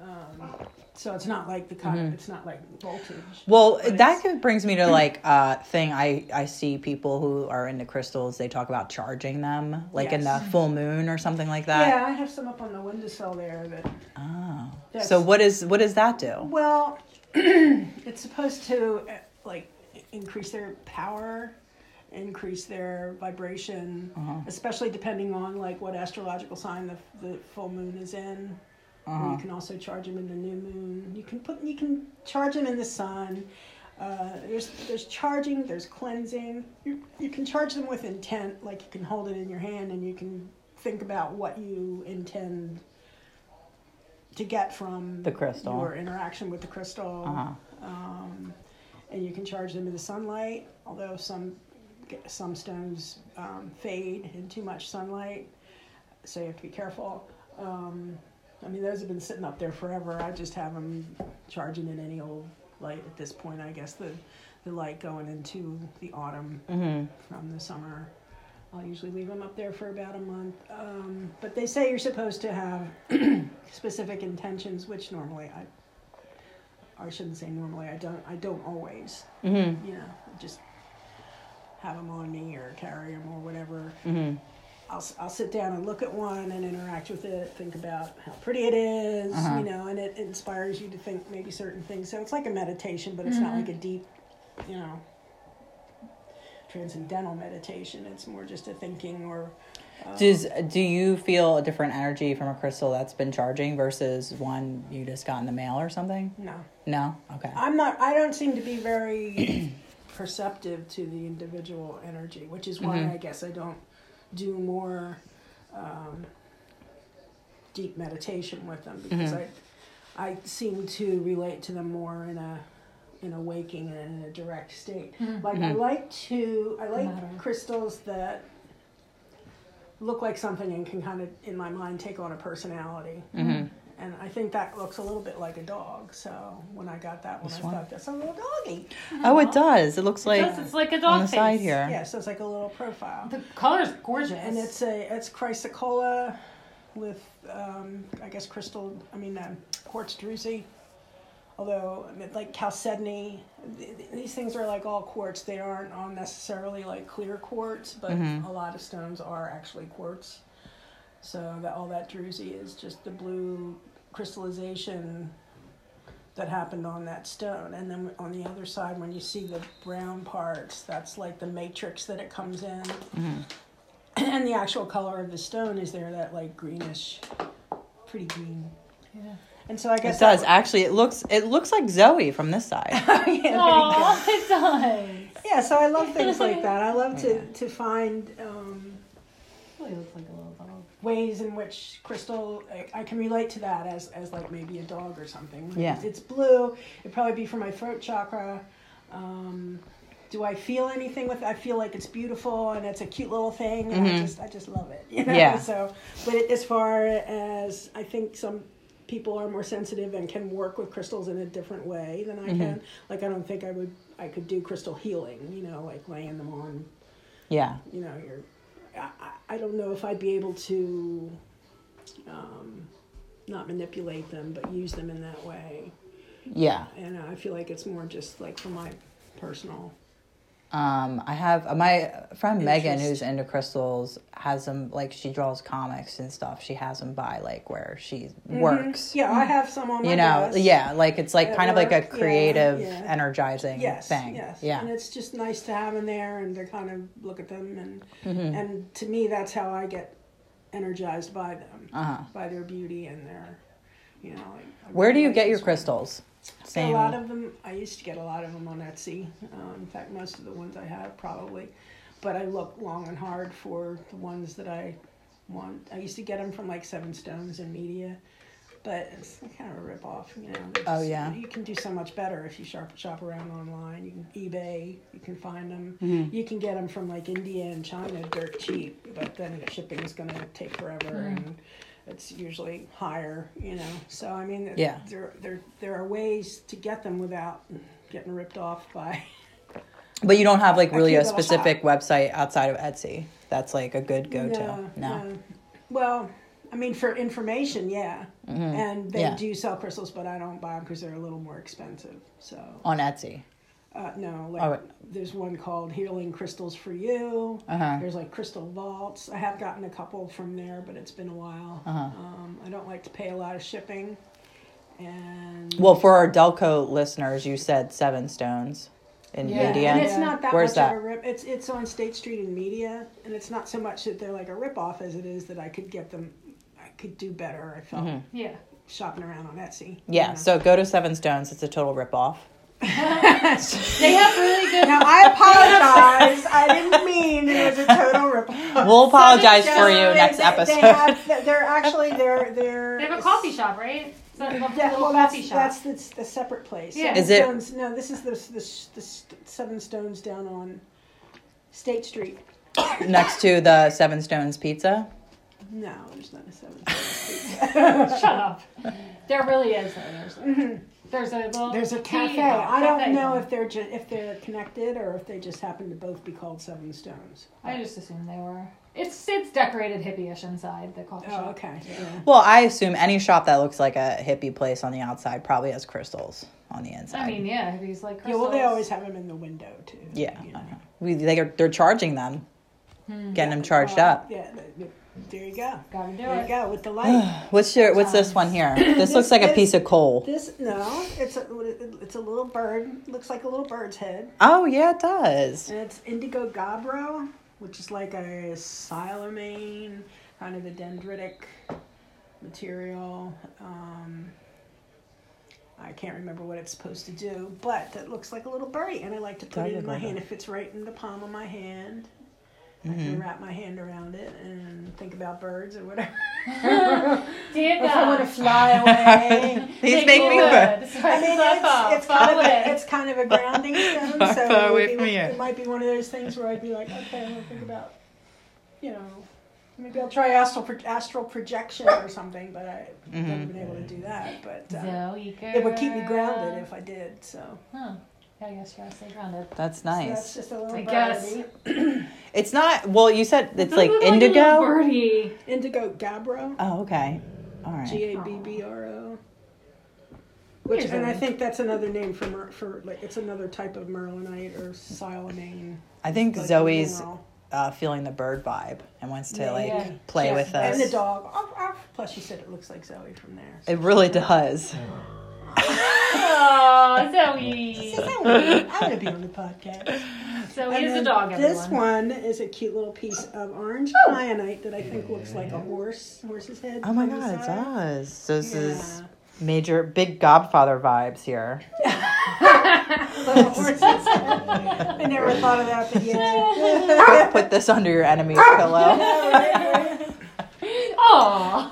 [SPEAKER 3] Um, so it's not like the kind of, it's not like voltage.
[SPEAKER 1] Mm-hmm. Well,
[SPEAKER 3] But
[SPEAKER 1] that kind of brings me to like uh thing I I see people who are into crystals, they talk about charging them like in the
[SPEAKER 3] Yes.
[SPEAKER 1] full moon or something like that.
[SPEAKER 3] yeah, I have some up on the windowsill there that
[SPEAKER 1] Oh.
[SPEAKER 3] That's-
[SPEAKER 1] So what is what does that do?
[SPEAKER 3] Well, it's supposed to uh, like increase their power, increase their vibration,
[SPEAKER 1] Uh-huh.
[SPEAKER 3] especially depending on like what astrological sign the, the full moon is in. And
[SPEAKER 1] Uh-huh.
[SPEAKER 3] You can also charge them in the new moon. You can put you can charge them in the sun. Uh, there's there's charging, there's cleansing. You you can charge them with intent, like you can hold it in your hand and you can think about what you intend to get from
[SPEAKER 1] The crystal.
[SPEAKER 3] your interaction with the crystal.
[SPEAKER 1] Uh-huh.
[SPEAKER 3] Um, and you can charge them in the sunlight, although some some stones um, fade in too much sunlight, so you have to be careful. Um, I mean, those have been sitting up there forever. I just have them charging in any old light at this point. I guess the the light going into the autumn
[SPEAKER 1] Mm-hmm.
[SPEAKER 3] from the summer. I'll usually leave them up there for about a month. Um, but they say you're supposed to have specific intentions, which normally I. Or I shouldn't say normally. I don't. I don't always.
[SPEAKER 1] Mhm.
[SPEAKER 3] You know, I just have them on me or carry them or whatever.
[SPEAKER 1] Mhm.
[SPEAKER 3] I'll, s- I'll sit down and look at one and interact with it, think about how pretty it is,
[SPEAKER 1] Uh-huh.
[SPEAKER 3] you know, and it inspires you to think maybe certain things. So it's like a meditation, but it's not
[SPEAKER 1] Mm-hmm.
[SPEAKER 3] like a deep, you know, transcendental meditation. It's more just a thinking or. um,
[SPEAKER 1] Does do you feel a different energy from a crystal that's been charging versus one you just got in the mail or something?
[SPEAKER 3] no.
[SPEAKER 1] No? Okay.
[SPEAKER 3] I'm not. I don't seem to be very perceptive to the individual energy, which is why I guess I don't do more um, deep meditation with them because I I seem to relate to them more in a in a waking and in a direct state. Like I like to. I like
[SPEAKER 4] Matter.
[SPEAKER 3] crystals that look like something and can kind of in my mind take on a personality.
[SPEAKER 1] Mm-hmm.
[SPEAKER 3] And I think that looks a little bit like a dog. So when I got that one,
[SPEAKER 1] This
[SPEAKER 3] I
[SPEAKER 1] one?
[SPEAKER 3] thought that's a little doggy.
[SPEAKER 1] Oh, it does. It looks like
[SPEAKER 4] Yes, it's like a dog
[SPEAKER 1] on the
[SPEAKER 4] face.
[SPEAKER 1] side here.
[SPEAKER 3] Yeah, so it's like a little profile.
[SPEAKER 4] The color's gorgeous.
[SPEAKER 3] And it's a it's chrysocolla with um, I guess crystal. I mean um, quartz druzy. Although I mean, like chalcedony, th- th- these things are like all quartz. They aren't all necessarily like clear quartz, but a lot of stones are actually quartz. So that all that druzy is just the blue crystallization that happened on that stone. And then on the other side, when you see the brown parts, that's like the matrix that it comes in. And the actual color of the stone is there that like greenish, pretty green.
[SPEAKER 4] Yeah.
[SPEAKER 3] And so I guess
[SPEAKER 1] It does. Actually, it looks it looks like Zoe from this side.
[SPEAKER 3] yeah, there you go.
[SPEAKER 4] Aw, it does.
[SPEAKER 3] Yeah, so I love things like that. I love to, to find um,
[SPEAKER 4] Really looks like a little dog.
[SPEAKER 3] ways in which crystal I, I can relate to that as, as like maybe a dog or something
[SPEAKER 1] Yeah.
[SPEAKER 3] It's- it's blue it'd probably be for my throat chakra um, do i feel anything with i feel like it's beautiful and it's a cute little thing and i just i just love it you know?
[SPEAKER 1] Mm-hmm. Yeah.
[SPEAKER 3] so but it, as far as i think some people are more sensitive and can work with crystals in a different way than i
[SPEAKER 1] Mm-hmm.
[SPEAKER 3] can like i don't think i would i could do crystal healing you know like laying them on
[SPEAKER 1] Yeah.
[SPEAKER 3] you know, you're, I, I- I don't know if I'd be able to um, not manipulate them, but use them in that way.
[SPEAKER 1] Yeah.
[SPEAKER 3] And I feel like it's more just like for my personal.
[SPEAKER 1] Um, I have uh, my friend Megan,
[SPEAKER 3] Interest.
[SPEAKER 1] who's into crystals, has them like she draws comics and stuff. She has them by like where she Mm-hmm. works.
[SPEAKER 3] Mm-hmm. Yeah, I have some on my
[SPEAKER 1] You know,
[SPEAKER 3] desk.
[SPEAKER 1] yeah, like it's like
[SPEAKER 3] At
[SPEAKER 1] kind of like a
[SPEAKER 3] work, yeah,
[SPEAKER 1] creative,
[SPEAKER 3] yeah.
[SPEAKER 1] energizing
[SPEAKER 3] Yes,
[SPEAKER 1] thing.
[SPEAKER 3] yes. And
[SPEAKER 1] Yeah,
[SPEAKER 3] it's just nice to have them there and to kind of look at them and
[SPEAKER 1] Mm-hmm.
[SPEAKER 3] and to me that's how I get energized by them.
[SPEAKER 1] Uh-huh.
[SPEAKER 3] By their beauty and their you know like
[SPEAKER 1] where do you get your
[SPEAKER 3] crystals?
[SPEAKER 1] crystals?
[SPEAKER 3] A
[SPEAKER 1] Same.
[SPEAKER 3] lot of them, I used to get a lot of them on Etsy. Um, in fact, most of the ones I have probably. But I look long and hard for the ones that I want. I used to get them from like Seven Stones and Media, but it's kind of a rip off, you know. They
[SPEAKER 1] Oh,
[SPEAKER 3] just-
[SPEAKER 1] yeah.
[SPEAKER 3] You can do so much better if you shop shop around online. You can eBay. You can find them.
[SPEAKER 1] Mm-hmm.
[SPEAKER 3] You can get them from like India and China dirt cheap, but then shipping is going to take forever
[SPEAKER 1] Mm-hmm.
[SPEAKER 3] and. It's usually higher, you know. So I mean,
[SPEAKER 1] Yeah.
[SPEAKER 3] there, there, there are ways to get them without getting ripped off by.
[SPEAKER 1] but you don't have like
[SPEAKER 3] I
[SPEAKER 1] really
[SPEAKER 3] keep
[SPEAKER 1] a
[SPEAKER 3] it all
[SPEAKER 1] specific website outside of Etsy. That's like a good go to. No.
[SPEAKER 3] Well, I mean, for information, yeah. And they
[SPEAKER 1] Mm-hmm. Yeah.
[SPEAKER 3] do sell crystals, but I don't buy them because they're a little more expensive. So
[SPEAKER 1] On Etsy.
[SPEAKER 3] uh, no, like
[SPEAKER 1] All right.
[SPEAKER 3] there's one called Healing Crystals for You.
[SPEAKER 1] Uh-huh.
[SPEAKER 3] There's like Crystal Vaults. I have gotten a couple from there, but it's been a while.
[SPEAKER 1] Uh-huh.
[SPEAKER 3] Um, I don't like to pay a lot of shipping. And
[SPEAKER 1] Well, for our Delco listeners, you said seven stones in
[SPEAKER 4] Yeah.
[SPEAKER 1] media.
[SPEAKER 3] And it's not that
[SPEAKER 1] Where's
[SPEAKER 3] much
[SPEAKER 1] that?
[SPEAKER 3] of a rip. It's it's on State Street in media, and it's not so much that they're like a ripoff as it is that I could get them. I could do better. I felt
[SPEAKER 4] Yeah.
[SPEAKER 3] shopping around on Etsy.
[SPEAKER 1] Mm-hmm. Yeah, so go to Seven Stones. It's a total ripoff.
[SPEAKER 4] They have really good.
[SPEAKER 3] Now I apologize. I didn't mean it was a total ripoff.
[SPEAKER 1] We'll apologize for you
[SPEAKER 3] They-
[SPEAKER 1] next
[SPEAKER 3] they-
[SPEAKER 1] episode.
[SPEAKER 3] They have, they're actually they're they're.
[SPEAKER 4] They have a coffee shop, right? It's a little
[SPEAKER 3] Yeah, well,
[SPEAKER 4] coffee
[SPEAKER 3] that's,
[SPEAKER 4] shop.
[SPEAKER 3] that's the, the separate place.
[SPEAKER 4] Yeah.
[SPEAKER 1] Is it-
[SPEAKER 3] Stones, no, this is the, the, the Seven Stones down on State Street.
[SPEAKER 1] next to the Seven Stones pizza.
[SPEAKER 3] No, there's not a Seven.
[SPEAKER 4] Shut up. There really is. Though. There's, there's a little.
[SPEAKER 3] Mm-hmm. There's a
[SPEAKER 4] tea
[SPEAKER 3] cafe.
[SPEAKER 4] bar,
[SPEAKER 3] I don't
[SPEAKER 4] cafe
[SPEAKER 3] know
[SPEAKER 4] bar.
[SPEAKER 3] if they're ju- if they're connected or if they just happen to both be called Seven Stones.
[SPEAKER 4] I just assumed they were. It's it's decorated hippie-ish inside the coffee
[SPEAKER 3] Oh,
[SPEAKER 4] shop.
[SPEAKER 3] okay. Yeah.
[SPEAKER 1] Well, I assume any shop that looks like a hippie place on the outside probably has crystals on the inside.
[SPEAKER 4] I mean, yeah, hippies like
[SPEAKER 3] Yeah.
[SPEAKER 4] crystals.
[SPEAKER 3] Well, they always have them in the window too.
[SPEAKER 1] yeah,
[SPEAKER 3] you know.
[SPEAKER 1] I know. we, they are, they're charging them,
[SPEAKER 4] Hmm.
[SPEAKER 1] getting them charged
[SPEAKER 3] Uh,
[SPEAKER 1] up.
[SPEAKER 3] Yeah. th- th- There you go.
[SPEAKER 4] gotta do
[SPEAKER 3] There you
[SPEAKER 4] it.
[SPEAKER 3] go with the light.
[SPEAKER 1] What's your What's this one here? This looks like a
[SPEAKER 3] this-
[SPEAKER 1] piece of coal.
[SPEAKER 3] this no, it's a it's a little bird. Looks like a little bird's head,
[SPEAKER 1] Oh yeah, it does.
[SPEAKER 3] and it's indigo gabbro, which is like a silomane, kind of a dendritic material. Um, I can't remember what it's supposed to do, but it looks like a little birdie, and I like to put it in my
[SPEAKER 1] Dendrotic.
[SPEAKER 3] hand. It fits right in the palm of my hand. I can wrap my hand around it and think about birds or whatever.
[SPEAKER 4] Dig
[SPEAKER 3] If I want to
[SPEAKER 4] up.
[SPEAKER 3] fly away.
[SPEAKER 1] These
[SPEAKER 4] Dig
[SPEAKER 1] make me.
[SPEAKER 4] wood.
[SPEAKER 1] burn.
[SPEAKER 4] Swipe
[SPEAKER 3] I mean,
[SPEAKER 4] up, up,
[SPEAKER 3] it's, it's, kind of
[SPEAKER 4] follow
[SPEAKER 3] a,
[SPEAKER 4] it.
[SPEAKER 3] it's kind of a grounding stone,
[SPEAKER 1] Far,
[SPEAKER 3] so
[SPEAKER 1] far away
[SPEAKER 3] it, would be-
[SPEAKER 1] from here.
[SPEAKER 3] it might be one of those things where I'd be like, okay, I'm gonna think about, you know, maybe I'll try astral pro- astral projection or something, but I
[SPEAKER 1] Mm-hmm.
[SPEAKER 3] haven't been able to do that. But uh,
[SPEAKER 4] Zoe girl.
[SPEAKER 3] it would keep me grounded if I did. So,
[SPEAKER 4] Huh. Yeah, I guess you gotta stay grounded.
[SPEAKER 1] That's
[SPEAKER 3] so that's
[SPEAKER 1] nice.
[SPEAKER 3] just a little
[SPEAKER 4] I
[SPEAKER 3] birdie.
[SPEAKER 4] guess.
[SPEAKER 1] It's not. Well, you said it's
[SPEAKER 4] Doesn't
[SPEAKER 1] like
[SPEAKER 4] look a little
[SPEAKER 1] indigo.
[SPEAKER 4] birdie.
[SPEAKER 3] Indigo gabbro,
[SPEAKER 1] Oh okay. All right.
[SPEAKER 3] G A B B R O. Which,
[SPEAKER 4] Here's
[SPEAKER 3] and
[SPEAKER 4] a-
[SPEAKER 3] I think that's another name for mer- for like it's another type of merlinite or silonane.
[SPEAKER 1] I think
[SPEAKER 3] like,
[SPEAKER 1] Zoe's
[SPEAKER 3] mineral.
[SPEAKER 1] uh, feeling the bird vibe and wants to like
[SPEAKER 4] Yeah.
[SPEAKER 1] play
[SPEAKER 4] Yeah.
[SPEAKER 1] with
[SPEAKER 3] And the
[SPEAKER 1] us.
[SPEAKER 3] dog. Arf, arf. Plus, you said it looks like Zoe from there.
[SPEAKER 1] It really does.
[SPEAKER 4] Oh, Zoe.
[SPEAKER 3] So that would- I want to be on the podcast.
[SPEAKER 4] Zoe
[SPEAKER 3] And
[SPEAKER 4] is a
[SPEAKER 3] then
[SPEAKER 4] dog, everyone.
[SPEAKER 3] This one is a cute little piece of orange kyanite that I think looks like a horse, horse's head.
[SPEAKER 1] Oh my
[SPEAKER 3] from the
[SPEAKER 1] god, it
[SPEAKER 3] side.
[SPEAKER 1] does. So this is
[SPEAKER 3] Yeah.
[SPEAKER 1] major big godfather vibes here.
[SPEAKER 3] Like a horse's head. I never thought of that, but yeah.
[SPEAKER 1] Put, put this under your enemy's pillow.
[SPEAKER 4] Oh,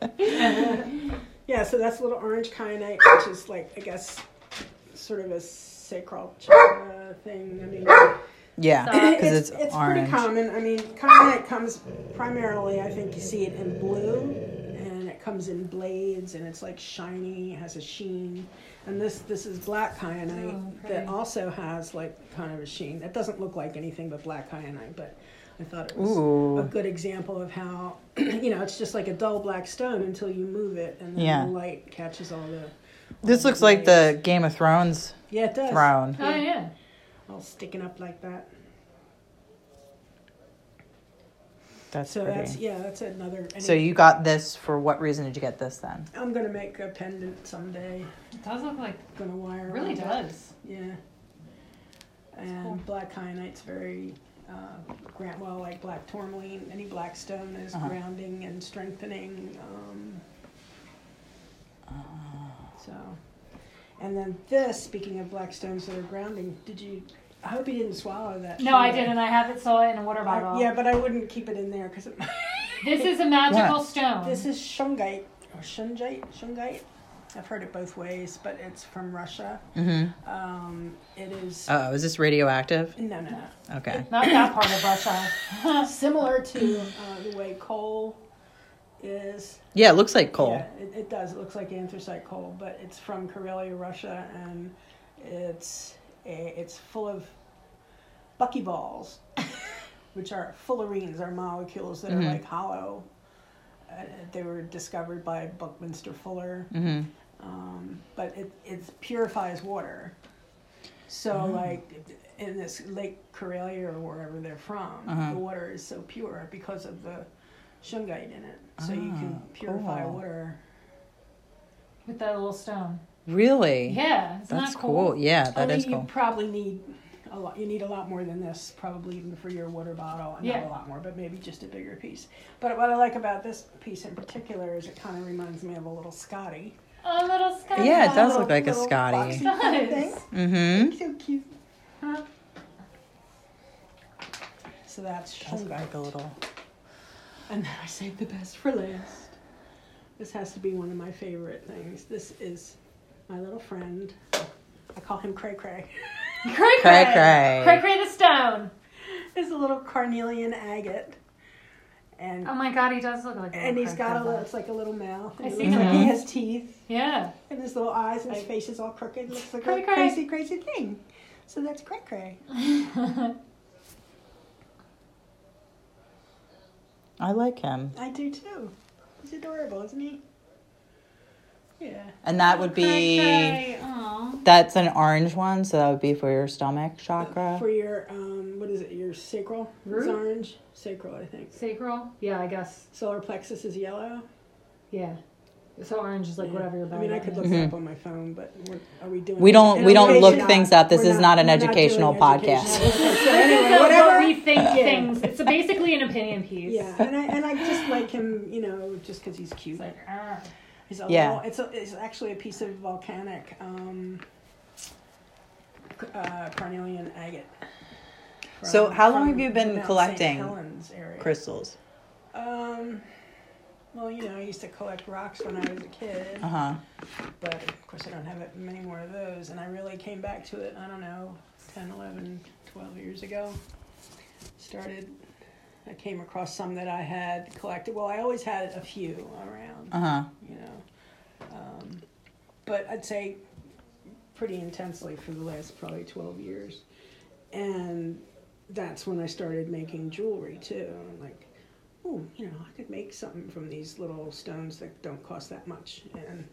[SPEAKER 4] Aw.
[SPEAKER 3] yeah, so that's a little orange kyanite, which is like, I guess, sort of a sacral chakra thing. I mean,
[SPEAKER 1] Yeah, because it's,
[SPEAKER 3] Uh, it's, it's
[SPEAKER 1] orange.
[SPEAKER 3] pretty common. I mean, kyanite comes primarily, I think you see it in blue, and it comes in blades and it's like shiny, has a sheen. And this this is black kyanite
[SPEAKER 4] Oh,
[SPEAKER 3] that
[SPEAKER 4] pretty.
[SPEAKER 3] also has like kind of a sheen. That doesn't look like anything but black kyanite, but I thought it was
[SPEAKER 1] Ooh.
[SPEAKER 3] a good example of how you know it's just like a dull black stone until you move it and then
[SPEAKER 1] Yeah.
[SPEAKER 3] the light catches all the
[SPEAKER 1] This looks like the Game of Thrones
[SPEAKER 3] yeah it does
[SPEAKER 1] throne.
[SPEAKER 4] Oh yeah.
[SPEAKER 3] all sticking up like that.
[SPEAKER 1] That's
[SPEAKER 3] So that's
[SPEAKER 1] pretty.
[SPEAKER 3] yeah that's another. and
[SPEAKER 1] So
[SPEAKER 3] it-
[SPEAKER 1] you got this for what reason did you get this then?
[SPEAKER 3] I'm gonna make a pendant someday.
[SPEAKER 4] It does look like
[SPEAKER 3] Gonna wire.
[SPEAKER 4] it really
[SPEAKER 3] around it.
[SPEAKER 4] does.
[SPEAKER 3] Yeah. And
[SPEAKER 4] cool.
[SPEAKER 3] black kyanite's very uh, grant well, like black tourmaline, any black stone is
[SPEAKER 1] Uh-huh.
[SPEAKER 3] grounding and strengthening. Um,
[SPEAKER 4] Uh.
[SPEAKER 3] so, and then this. Speaking of black stones that are grounding, did you? I hope you didn't swallow that.
[SPEAKER 4] No, I
[SPEAKER 3] sugar.
[SPEAKER 4] didn't. I have it still in a water
[SPEAKER 3] I-
[SPEAKER 4] bottle.
[SPEAKER 3] yeah, but I wouldn't keep it in there because it,
[SPEAKER 4] Um. This is a magical stone.
[SPEAKER 3] this is shungite or shungite. Shungite. I've heard it both ways, but it's from Russia.
[SPEAKER 1] Mm-hmm.
[SPEAKER 3] Um, it is.
[SPEAKER 1] Oh, is this radioactive?
[SPEAKER 3] no, no, no.
[SPEAKER 1] Okay.
[SPEAKER 4] Not that part of Russia.
[SPEAKER 3] Uh, similar to uh, the way coal is.
[SPEAKER 1] Yeah, it looks like coal.
[SPEAKER 3] Yeah, it, it does. It looks like anthracite coal, but it's from Karelia, Russia, and it's a, it's full of buckyballs, which are fullerenes, are molecules that are like hollow. Uh, they were discovered by Buckminster Fuller,
[SPEAKER 1] hmm
[SPEAKER 3] um, but it, it purifies water. So,
[SPEAKER 1] Mm-hmm.
[SPEAKER 3] like in this Lake Karelia or wherever they're from,
[SPEAKER 1] Uh-huh.
[SPEAKER 3] the water is so pure because of the shungite in it. So you can
[SPEAKER 1] Ah,
[SPEAKER 3] purify
[SPEAKER 1] cool.
[SPEAKER 3] water.
[SPEAKER 4] With that little stone.
[SPEAKER 1] Really?
[SPEAKER 4] Yeah. Isn't
[SPEAKER 1] That's
[SPEAKER 4] that
[SPEAKER 1] cool. Yeah, that
[SPEAKER 3] Only
[SPEAKER 1] is
[SPEAKER 3] you
[SPEAKER 1] cool.
[SPEAKER 3] probably need a lot. You need a lot more than this, probably even for your water bottle. and Not
[SPEAKER 4] Yeah.
[SPEAKER 3] a lot more, but maybe just a bigger piece. But what I like about this piece in particular is it kind of reminds me of a little Scotty.
[SPEAKER 4] A little sky.
[SPEAKER 1] Yeah, it does
[SPEAKER 3] Little-
[SPEAKER 1] look like a
[SPEAKER 3] little
[SPEAKER 1] Scotty.
[SPEAKER 3] boxy kind of thing.
[SPEAKER 4] Does.
[SPEAKER 1] Mm-hmm.
[SPEAKER 3] So cute.
[SPEAKER 4] Huh.
[SPEAKER 3] So that's
[SPEAKER 1] That's like a
[SPEAKER 3] shungite.
[SPEAKER 1] little.
[SPEAKER 3] And then I saved the best for last. This has to be one of my favorite things. This is my little friend. I call him Cray Cray.
[SPEAKER 4] Cray
[SPEAKER 1] Cray
[SPEAKER 4] cray.
[SPEAKER 1] cray.
[SPEAKER 4] Cray cray the stone.
[SPEAKER 3] It's a little carnelian agate. And
[SPEAKER 4] Oh my god, he does look like a
[SPEAKER 3] and he's
[SPEAKER 4] Oh, cray
[SPEAKER 3] got a
[SPEAKER 4] cray. Mm-hmm.
[SPEAKER 3] little it's like a little mouth.
[SPEAKER 4] I
[SPEAKER 3] And it
[SPEAKER 4] see
[SPEAKER 3] looks
[SPEAKER 4] him.
[SPEAKER 3] like he has teeth
[SPEAKER 4] Yeah.
[SPEAKER 3] and his little eyes and his face is all crooked. Looks like
[SPEAKER 4] Cray
[SPEAKER 3] a
[SPEAKER 4] Cray.
[SPEAKER 3] crazy, crazy thing. So that's Cray Cray.
[SPEAKER 1] I like him.
[SPEAKER 3] I do too. He's adorable, isn't he? Yeah.
[SPEAKER 1] And that would be.
[SPEAKER 4] Cray cray. Aw.
[SPEAKER 1] That's an orange one, so that would be for your stomach chakra.
[SPEAKER 3] For your um what is it, your sacral? It's
[SPEAKER 4] Root?
[SPEAKER 3] orange. Sacral, I think.
[SPEAKER 4] Sacral? Yeah, I guess.
[SPEAKER 3] Solar plexus is yellow.
[SPEAKER 4] Yeah. So orange is like whatever your
[SPEAKER 3] I
[SPEAKER 4] body
[SPEAKER 3] mean, I could look it up on my phone, but what are we doing?
[SPEAKER 1] Mm-hmm. We don't-
[SPEAKER 3] An
[SPEAKER 1] we don't look
[SPEAKER 3] education-
[SPEAKER 1] things up. This
[SPEAKER 3] we're
[SPEAKER 1] is not an
[SPEAKER 3] we're doing
[SPEAKER 1] educational podcast.
[SPEAKER 3] education. so anyway,
[SPEAKER 4] So what
[SPEAKER 3] whatever.
[SPEAKER 4] we think things. It's basically an opinion piece.
[SPEAKER 3] Yeah, and I and I just like him, you know, just because he's cute.
[SPEAKER 4] It's like, ah.
[SPEAKER 3] He's a
[SPEAKER 1] Yeah.
[SPEAKER 3] little- it's a, it's actually a piece of volcanic um, c- uh, carnelian agate.
[SPEAKER 1] So
[SPEAKER 3] from-
[SPEAKER 1] how long
[SPEAKER 3] from
[SPEAKER 1] have you been
[SPEAKER 3] Mount St.
[SPEAKER 1] collecting
[SPEAKER 3] Helens area.
[SPEAKER 1] Crystals.
[SPEAKER 3] Um, well, you know, I used to collect rocks when I was a kid.
[SPEAKER 1] Uh huh.
[SPEAKER 3] but of course I don't have it- many more of those. And I really came back to it, I don't know, 10, 11, 12 years ago. Started, I came across some that I had collected. Well, I always had a few around,
[SPEAKER 1] Uh huh.
[SPEAKER 3] you know. Um, but I'd say pretty intensely for the last probably 12 years. And that's when I started making jewelry too. I'm like, oh, you know, I could make something from these little stones that don't cost that much. And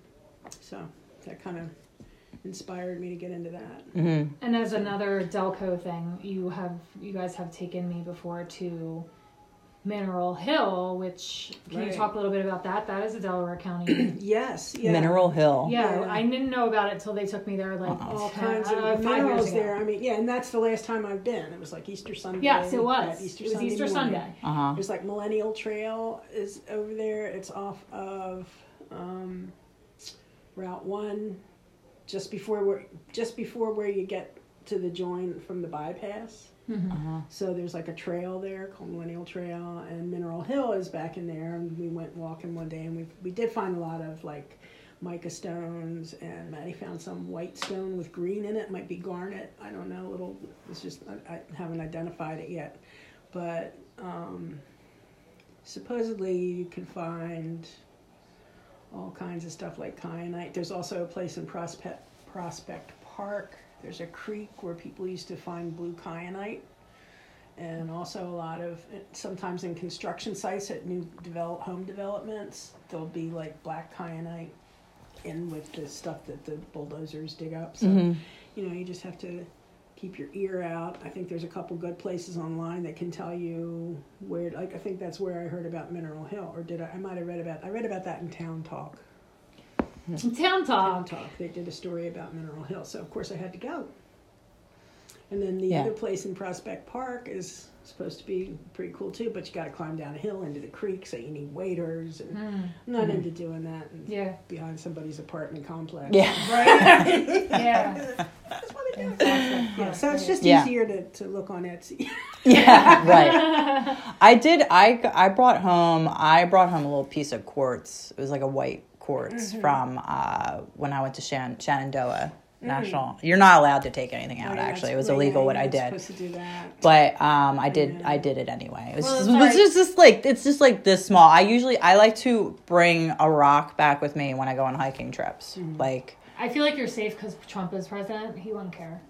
[SPEAKER 3] so that kind of inspired me to get into that.
[SPEAKER 1] Mm-hmm.
[SPEAKER 4] And as another Delco thing, you have you guys have taken me before to Mineral Hill, which can
[SPEAKER 3] Right.
[SPEAKER 4] you talk a little bit about that? That is a Delaware County.
[SPEAKER 3] Yes, yeah.
[SPEAKER 1] Mineral Hill.
[SPEAKER 4] yeah,
[SPEAKER 3] Yeah. Uh-uh.
[SPEAKER 4] I didn't know about it till they took me there like
[SPEAKER 3] All
[SPEAKER 4] 10
[SPEAKER 3] kinds
[SPEAKER 4] uh, five
[SPEAKER 3] of
[SPEAKER 4] years
[SPEAKER 3] minerals
[SPEAKER 4] ago.
[SPEAKER 3] there. I mean, yeah, and that's the last time I've been. It was like Easter Sunday.
[SPEAKER 4] Yes, it was.
[SPEAKER 3] that Easter
[SPEAKER 4] it was
[SPEAKER 3] Sunday
[SPEAKER 4] Easter
[SPEAKER 3] morning.
[SPEAKER 4] Sunday.
[SPEAKER 1] Uh huh.
[SPEAKER 3] There's like Millennial Trail is over there. It's off of um, Route One, just before where just before where you get to the join from the bypass.
[SPEAKER 1] Uh-huh.
[SPEAKER 3] So there's like a trail there called Millennial Trail, and Mineral Hill is back in there. And we went walking one day, and we we did find a lot of like mica stones, and Maddie found some white stone with green in it. Might be garnet. I don't know. Little. It's just I, I haven't identified it yet, but um, supposedly you can find all kinds of stuff like kyanite. There's also a place in Prospect Prospect Park. There's a creek where people used to find blue kyanite, and also a lot of sometimes in construction sites at new develop home developments there'll be like black kyanite in with the stuff that the bulldozers dig up.
[SPEAKER 1] Mm-hmm.
[SPEAKER 3] So you know you just have to keep your ear out. I think there's a couple good places online that can tell you where. Like I think that's where I heard about Mineral Hill, or did I? I might have read about. I read about that in Town Talk.
[SPEAKER 4] Mm-hmm. Town
[SPEAKER 3] Town
[SPEAKER 1] Ah,
[SPEAKER 4] talk.
[SPEAKER 3] Talk. They did a story about Mineral Hill, so of course I had to go. And then the
[SPEAKER 1] Yeah.
[SPEAKER 3] other place in Prospect Park is supposed to be pretty cool too, but you got to climb down a hill into the creek, so you need waders. And I'm not
[SPEAKER 1] Mm-hmm.
[SPEAKER 3] into doing that. And
[SPEAKER 4] Mm-hmm. Yeah.
[SPEAKER 3] Behind somebody's apartment complex.
[SPEAKER 1] Yeah.
[SPEAKER 4] Right. yeah.
[SPEAKER 3] That's what we do. Yeah, so it's just
[SPEAKER 1] Yeah.
[SPEAKER 3] easier to, to look on Etsy.
[SPEAKER 1] Yeah, right. I did. I I brought home. I brought home a little piece of quartz. It was like a white quartz
[SPEAKER 3] Mm-hmm.
[SPEAKER 1] from uh, when I went to Shan- Shenandoah National. You're not allowed to take anything out.
[SPEAKER 3] Mm. Oh, Yeah,
[SPEAKER 1] actually, it
[SPEAKER 3] that's-
[SPEAKER 1] was
[SPEAKER 3] yeah,
[SPEAKER 1] illegal
[SPEAKER 3] you're
[SPEAKER 1] what I
[SPEAKER 3] not
[SPEAKER 1] did.
[SPEAKER 3] Supposed to do that.
[SPEAKER 1] But um, I did. I did it anyway. It was,
[SPEAKER 4] Well,
[SPEAKER 1] just,
[SPEAKER 4] it's
[SPEAKER 1] it was
[SPEAKER 4] alright.
[SPEAKER 1] just just like it's just like this small. I usually I like to bring a rock back with me when I go on hiking trips.
[SPEAKER 3] Mm.
[SPEAKER 1] Like
[SPEAKER 4] I feel like you're safe because Trump is president. He wouldn't care.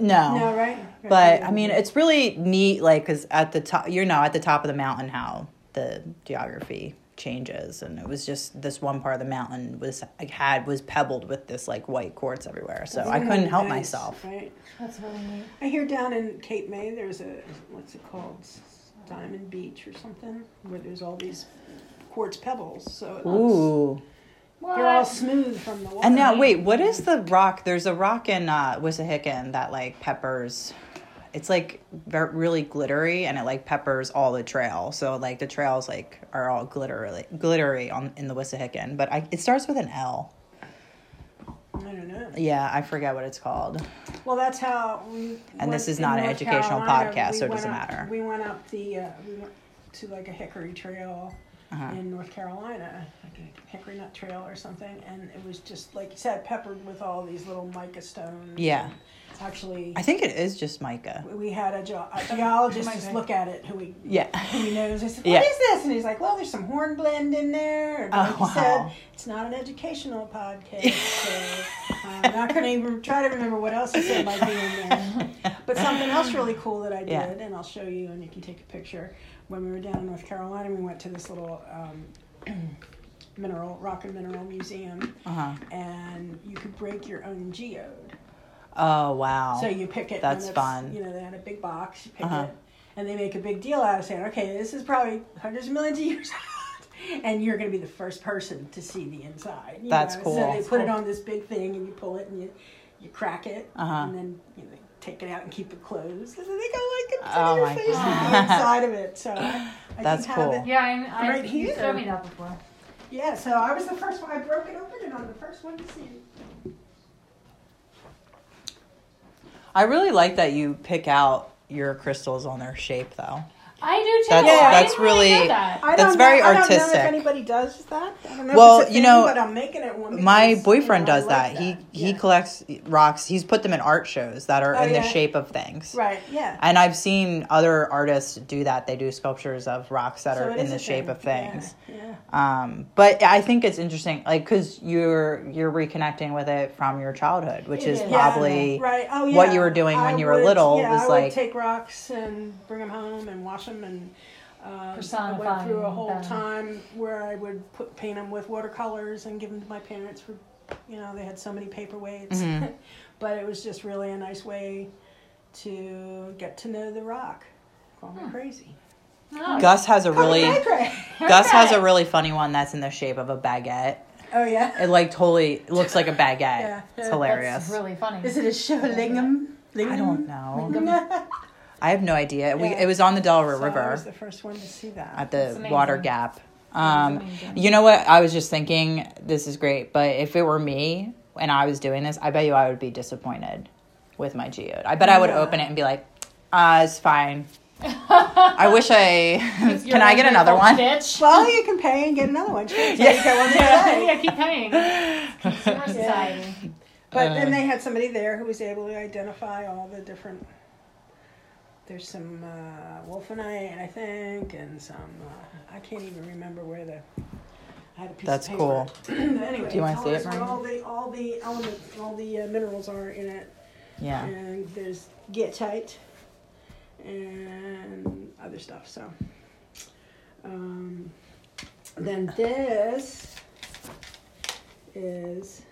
[SPEAKER 3] No, right? Right,
[SPEAKER 1] But
[SPEAKER 3] yeah.
[SPEAKER 1] I mean, it's really neat, like, because at the top, you know, at the top of the mountain, how the geography changes, and it was just this one part of the mountain was like had was pebbled with this like white quartz everywhere, so I couldn't help
[SPEAKER 3] Nice,
[SPEAKER 1] myself.
[SPEAKER 3] Right.
[SPEAKER 4] That's really neat.
[SPEAKER 3] I hear down in Cape May there's a what's it called, S- Diamond Beach or something, where there's all these quartz pebbles. So it looks,
[SPEAKER 1] Ooh,
[SPEAKER 4] What?
[SPEAKER 3] they're all smooth from the water.
[SPEAKER 1] and now wait, what is the rock? There's a rock in uh, Wissahickon that like peppers. It's like ver- really glittery, and it like peppers all the trail. So like the trails like are all glittery, glittery on in the Wissahickon. But I, it starts with an L.
[SPEAKER 3] I don't know.
[SPEAKER 1] Yeah, I forget what it's called.
[SPEAKER 3] Well, that's how. We
[SPEAKER 1] And this
[SPEAKER 3] went
[SPEAKER 1] is
[SPEAKER 3] in
[SPEAKER 1] not an
[SPEAKER 3] North
[SPEAKER 1] educational
[SPEAKER 3] Carolina,
[SPEAKER 1] podcast, so it
[SPEAKER 3] we
[SPEAKER 1] doesn't
[SPEAKER 3] went up-
[SPEAKER 1] matter.
[SPEAKER 3] We went up the uh, we went to like a Hickory Trail
[SPEAKER 1] Uh-huh.
[SPEAKER 3] in North Carolina, like a Hickory Nut Trail or something, and it was just like you said, peppered with all these little mica stones.
[SPEAKER 1] Yeah.
[SPEAKER 3] Actually,
[SPEAKER 1] I think it is just mica.
[SPEAKER 3] we had a, ge- a geologist just look at it who we
[SPEAKER 1] Yeah.
[SPEAKER 3] who he knows. I said, "What is
[SPEAKER 1] Yeah.
[SPEAKER 3] this?" And he's like, "Well, there's some hornblende in there." And like
[SPEAKER 1] Oh,
[SPEAKER 3] you
[SPEAKER 1] wow.
[SPEAKER 3] said, it's not an educational podcast, so um, I'm not going to even try to remember what else he said might be in there. But something else really cool that I did,
[SPEAKER 1] Yeah.
[SPEAKER 3] and I'll show you, and you can take a picture. When we were down in North Carolina, we went to this little um, mineral rock and mineral museum,
[SPEAKER 1] Uh-huh.
[SPEAKER 3] and you could break your own geode.
[SPEAKER 1] Oh wow.
[SPEAKER 3] So you pick it. and
[SPEAKER 1] That's fun.
[SPEAKER 3] You know, they had a big box. You pick
[SPEAKER 1] Uh-huh.
[SPEAKER 3] it, and they make a big deal out of saying, "Okay, this is probably hundreds of millions of years old, and you're going to be the first person to see the inside." you
[SPEAKER 1] That's
[SPEAKER 3] know?
[SPEAKER 1] cool.
[SPEAKER 3] So they
[SPEAKER 1] That's
[SPEAKER 3] put it on this big thing, and you pull it, and you you crack it,
[SPEAKER 1] Uh-huh.
[SPEAKER 3] and then you know, they take it out and keep it closed. And then they go like it's
[SPEAKER 1] Oh,
[SPEAKER 3] in your
[SPEAKER 1] my
[SPEAKER 3] face and the
[SPEAKER 1] God.
[SPEAKER 3] inside of it. So I, I
[SPEAKER 1] That's
[SPEAKER 3] did
[SPEAKER 1] cool.
[SPEAKER 3] Have it.
[SPEAKER 4] Yeah, I, I
[SPEAKER 3] Right
[SPEAKER 4] you
[SPEAKER 3] here.
[SPEAKER 4] showed me that before.
[SPEAKER 3] Yeah. So I was the first one. I broke it open, and I'm the first one to see it.
[SPEAKER 1] I really like that you pick out your crystals on their shape though.
[SPEAKER 4] I do too.
[SPEAKER 1] That's
[SPEAKER 4] I
[SPEAKER 1] that's
[SPEAKER 4] didn't really. know
[SPEAKER 1] really
[SPEAKER 4] that.
[SPEAKER 3] I
[SPEAKER 1] That's
[SPEAKER 3] don't
[SPEAKER 1] very
[SPEAKER 3] know, I don't know
[SPEAKER 1] artistic.
[SPEAKER 3] if anybody does that. I don't know
[SPEAKER 1] Well,
[SPEAKER 3] if it's a
[SPEAKER 1] you
[SPEAKER 3] thing,
[SPEAKER 1] know,
[SPEAKER 3] but I'm making it one.
[SPEAKER 1] My
[SPEAKER 3] because, you know,
[SPEAKER 1] boyfriend
[SPEAKER 3] I
[SPEAKER 1] does
[SPEAKER 3] like
[SPEAKER 1] that. He he
[SPEAKER 3] Yeah.
[SPEAKER 1] collects rocks. He's put them in art shows that are
[SPEAKER 3] Oh,
[SPEAKER 1] in
[SPEAKER 3] yeah.
[SPEAKER 1] the shape of things.
[SPEAKER 3] right. Yeah.
[SPEAKER 1] And I've seen other artists do that. They do sculptures of rocks that
[SPEAKER 3] So
[SPEAKER 1] are
[SPEAKER 3] it
[SPEAKER 1] in
[SPEAKER 3] is
[SPEAKER 1] the
[SPEAKER 3] a
[SPEAKER 1] shape
[SPEAKER 3] thing.
[SPEAKER 1] of things.
[SPEAKER 3] Yeah. yeah.
[SPEAKER 1] um but i think it's interesting like because you're you're reconnecting with it from your childhood which is
[SPEAKER 4] Yeah.
[SPEAKER 1] probably
[SPEAKER 3] right. oh, yeah.
[SPEAKER 1] what you were doing when
[SPEAKER 3] I
[SPEAKER 1] you were
[SPEAKER 3] would-
[SPEAKER 1] little
[SPEAKER 3] yeah,
[SPEAKER 1] was
[SPEAKER 3] I would
[SPEAKER 1] like-
[SPEAKER 3] take rocks and bring them home and wash them and. Um, I went
[SPEAKER 4] Personifying
[SPEAKER 3] through a whole
[SPEAKER 4] them.
[SPEAKER 3] time where I would put paint them with watercolors and give them to my parents for, you know, they had so many paperweights,
[SPEAKER 1] Mm-hmm.
[SPEAKER 3] but it was just really a nice way to get to know the rock. Call me crazy.
[SPEAKER 4] No.
[SPEAKER 1] gus has a
[SPEAKER 3] Call me
[SPEAKER 1] really
[SPEAKER 3] cray-cray.
[SPEAKER 1] gus has a really funny one that's in the shape of a baguette
[SPEAKER 3] Oh yeah.
[SPEAKER 1] it like totally looks like a baguette
[SPEAKER 3] Yeah.
[SPEAKER 1] it's
[SPEAKER 3] That's
[SPEAKER 1] hilarious
[SPEAKER 4] That's really funny.
[SPEAKER 3] Is it a Shoalingam?
[SPEAKER 1] i don't know
[SPEAKER 3] know.
[SPEAKER 1] i have no idea we,
[SPEAKER 3] Yeah.
[SPEAKER 1] it was on the delaware
[SPEAKER 3] I
[SPEAKER 1] river
[SPEAKER 3] was the first one to see that.
[SPEAKER 1] at the
[SPEAKER 4] amazing.
[SPEAKER 1] water gap. Um,
[SPEAKER 4] amazing.
[SPEAKER 1] you know what? I was just thinking, this is great, but if it were me and I was doing this, I bet you I would be disappointed with my geode. I bet I would
[SPEAKER 3] Yeah.
[SPEAKER 1] open it and be like, uh, it's fine. I wish I.
[SPEAKER 4] You're
[SPEAKER 1] can I get
[SPEAKER 4] a
[SPEAKER 1] another
[SPEAKER 4] little
[SPEAKER 1] one?
[SPEAKER 4] Bitch.
[SPEAKER 3] Well, you can pay and get another one. Sure, so you get one for
[SPEAKER 4] yeah,
[SPEAKER 3] free.
[SPEAKER 4] yeah, keep paying. Consumer society.
[SPEAKER 3] But
[SPEAKER 4] Uh.
[SPEAKER 3] then they had somebody there who was able to identify all the different. There's some uh, wolfenite, I think, and some. Uh, I can't even remember where the. I I had a piece
[SPEAKER 1] That's
[SPEAKER 3] of
[SPEAKER 1] cool.
[SPEAKER 3] paper. anyway,
[SPEAKER 1] Do you wanna
[SPEAKER 3] tell
[SPEAKER 1] see it,
[SPEAKER 3] us where
[SPEAKER 1] Brian?
[SPEAKER 3] all the all the elements, all the uh, minerals are in it.
[SPEAKER 1] Yeah.
[SPEAKER 3] And there's Gittite and other stuff. So um, then this is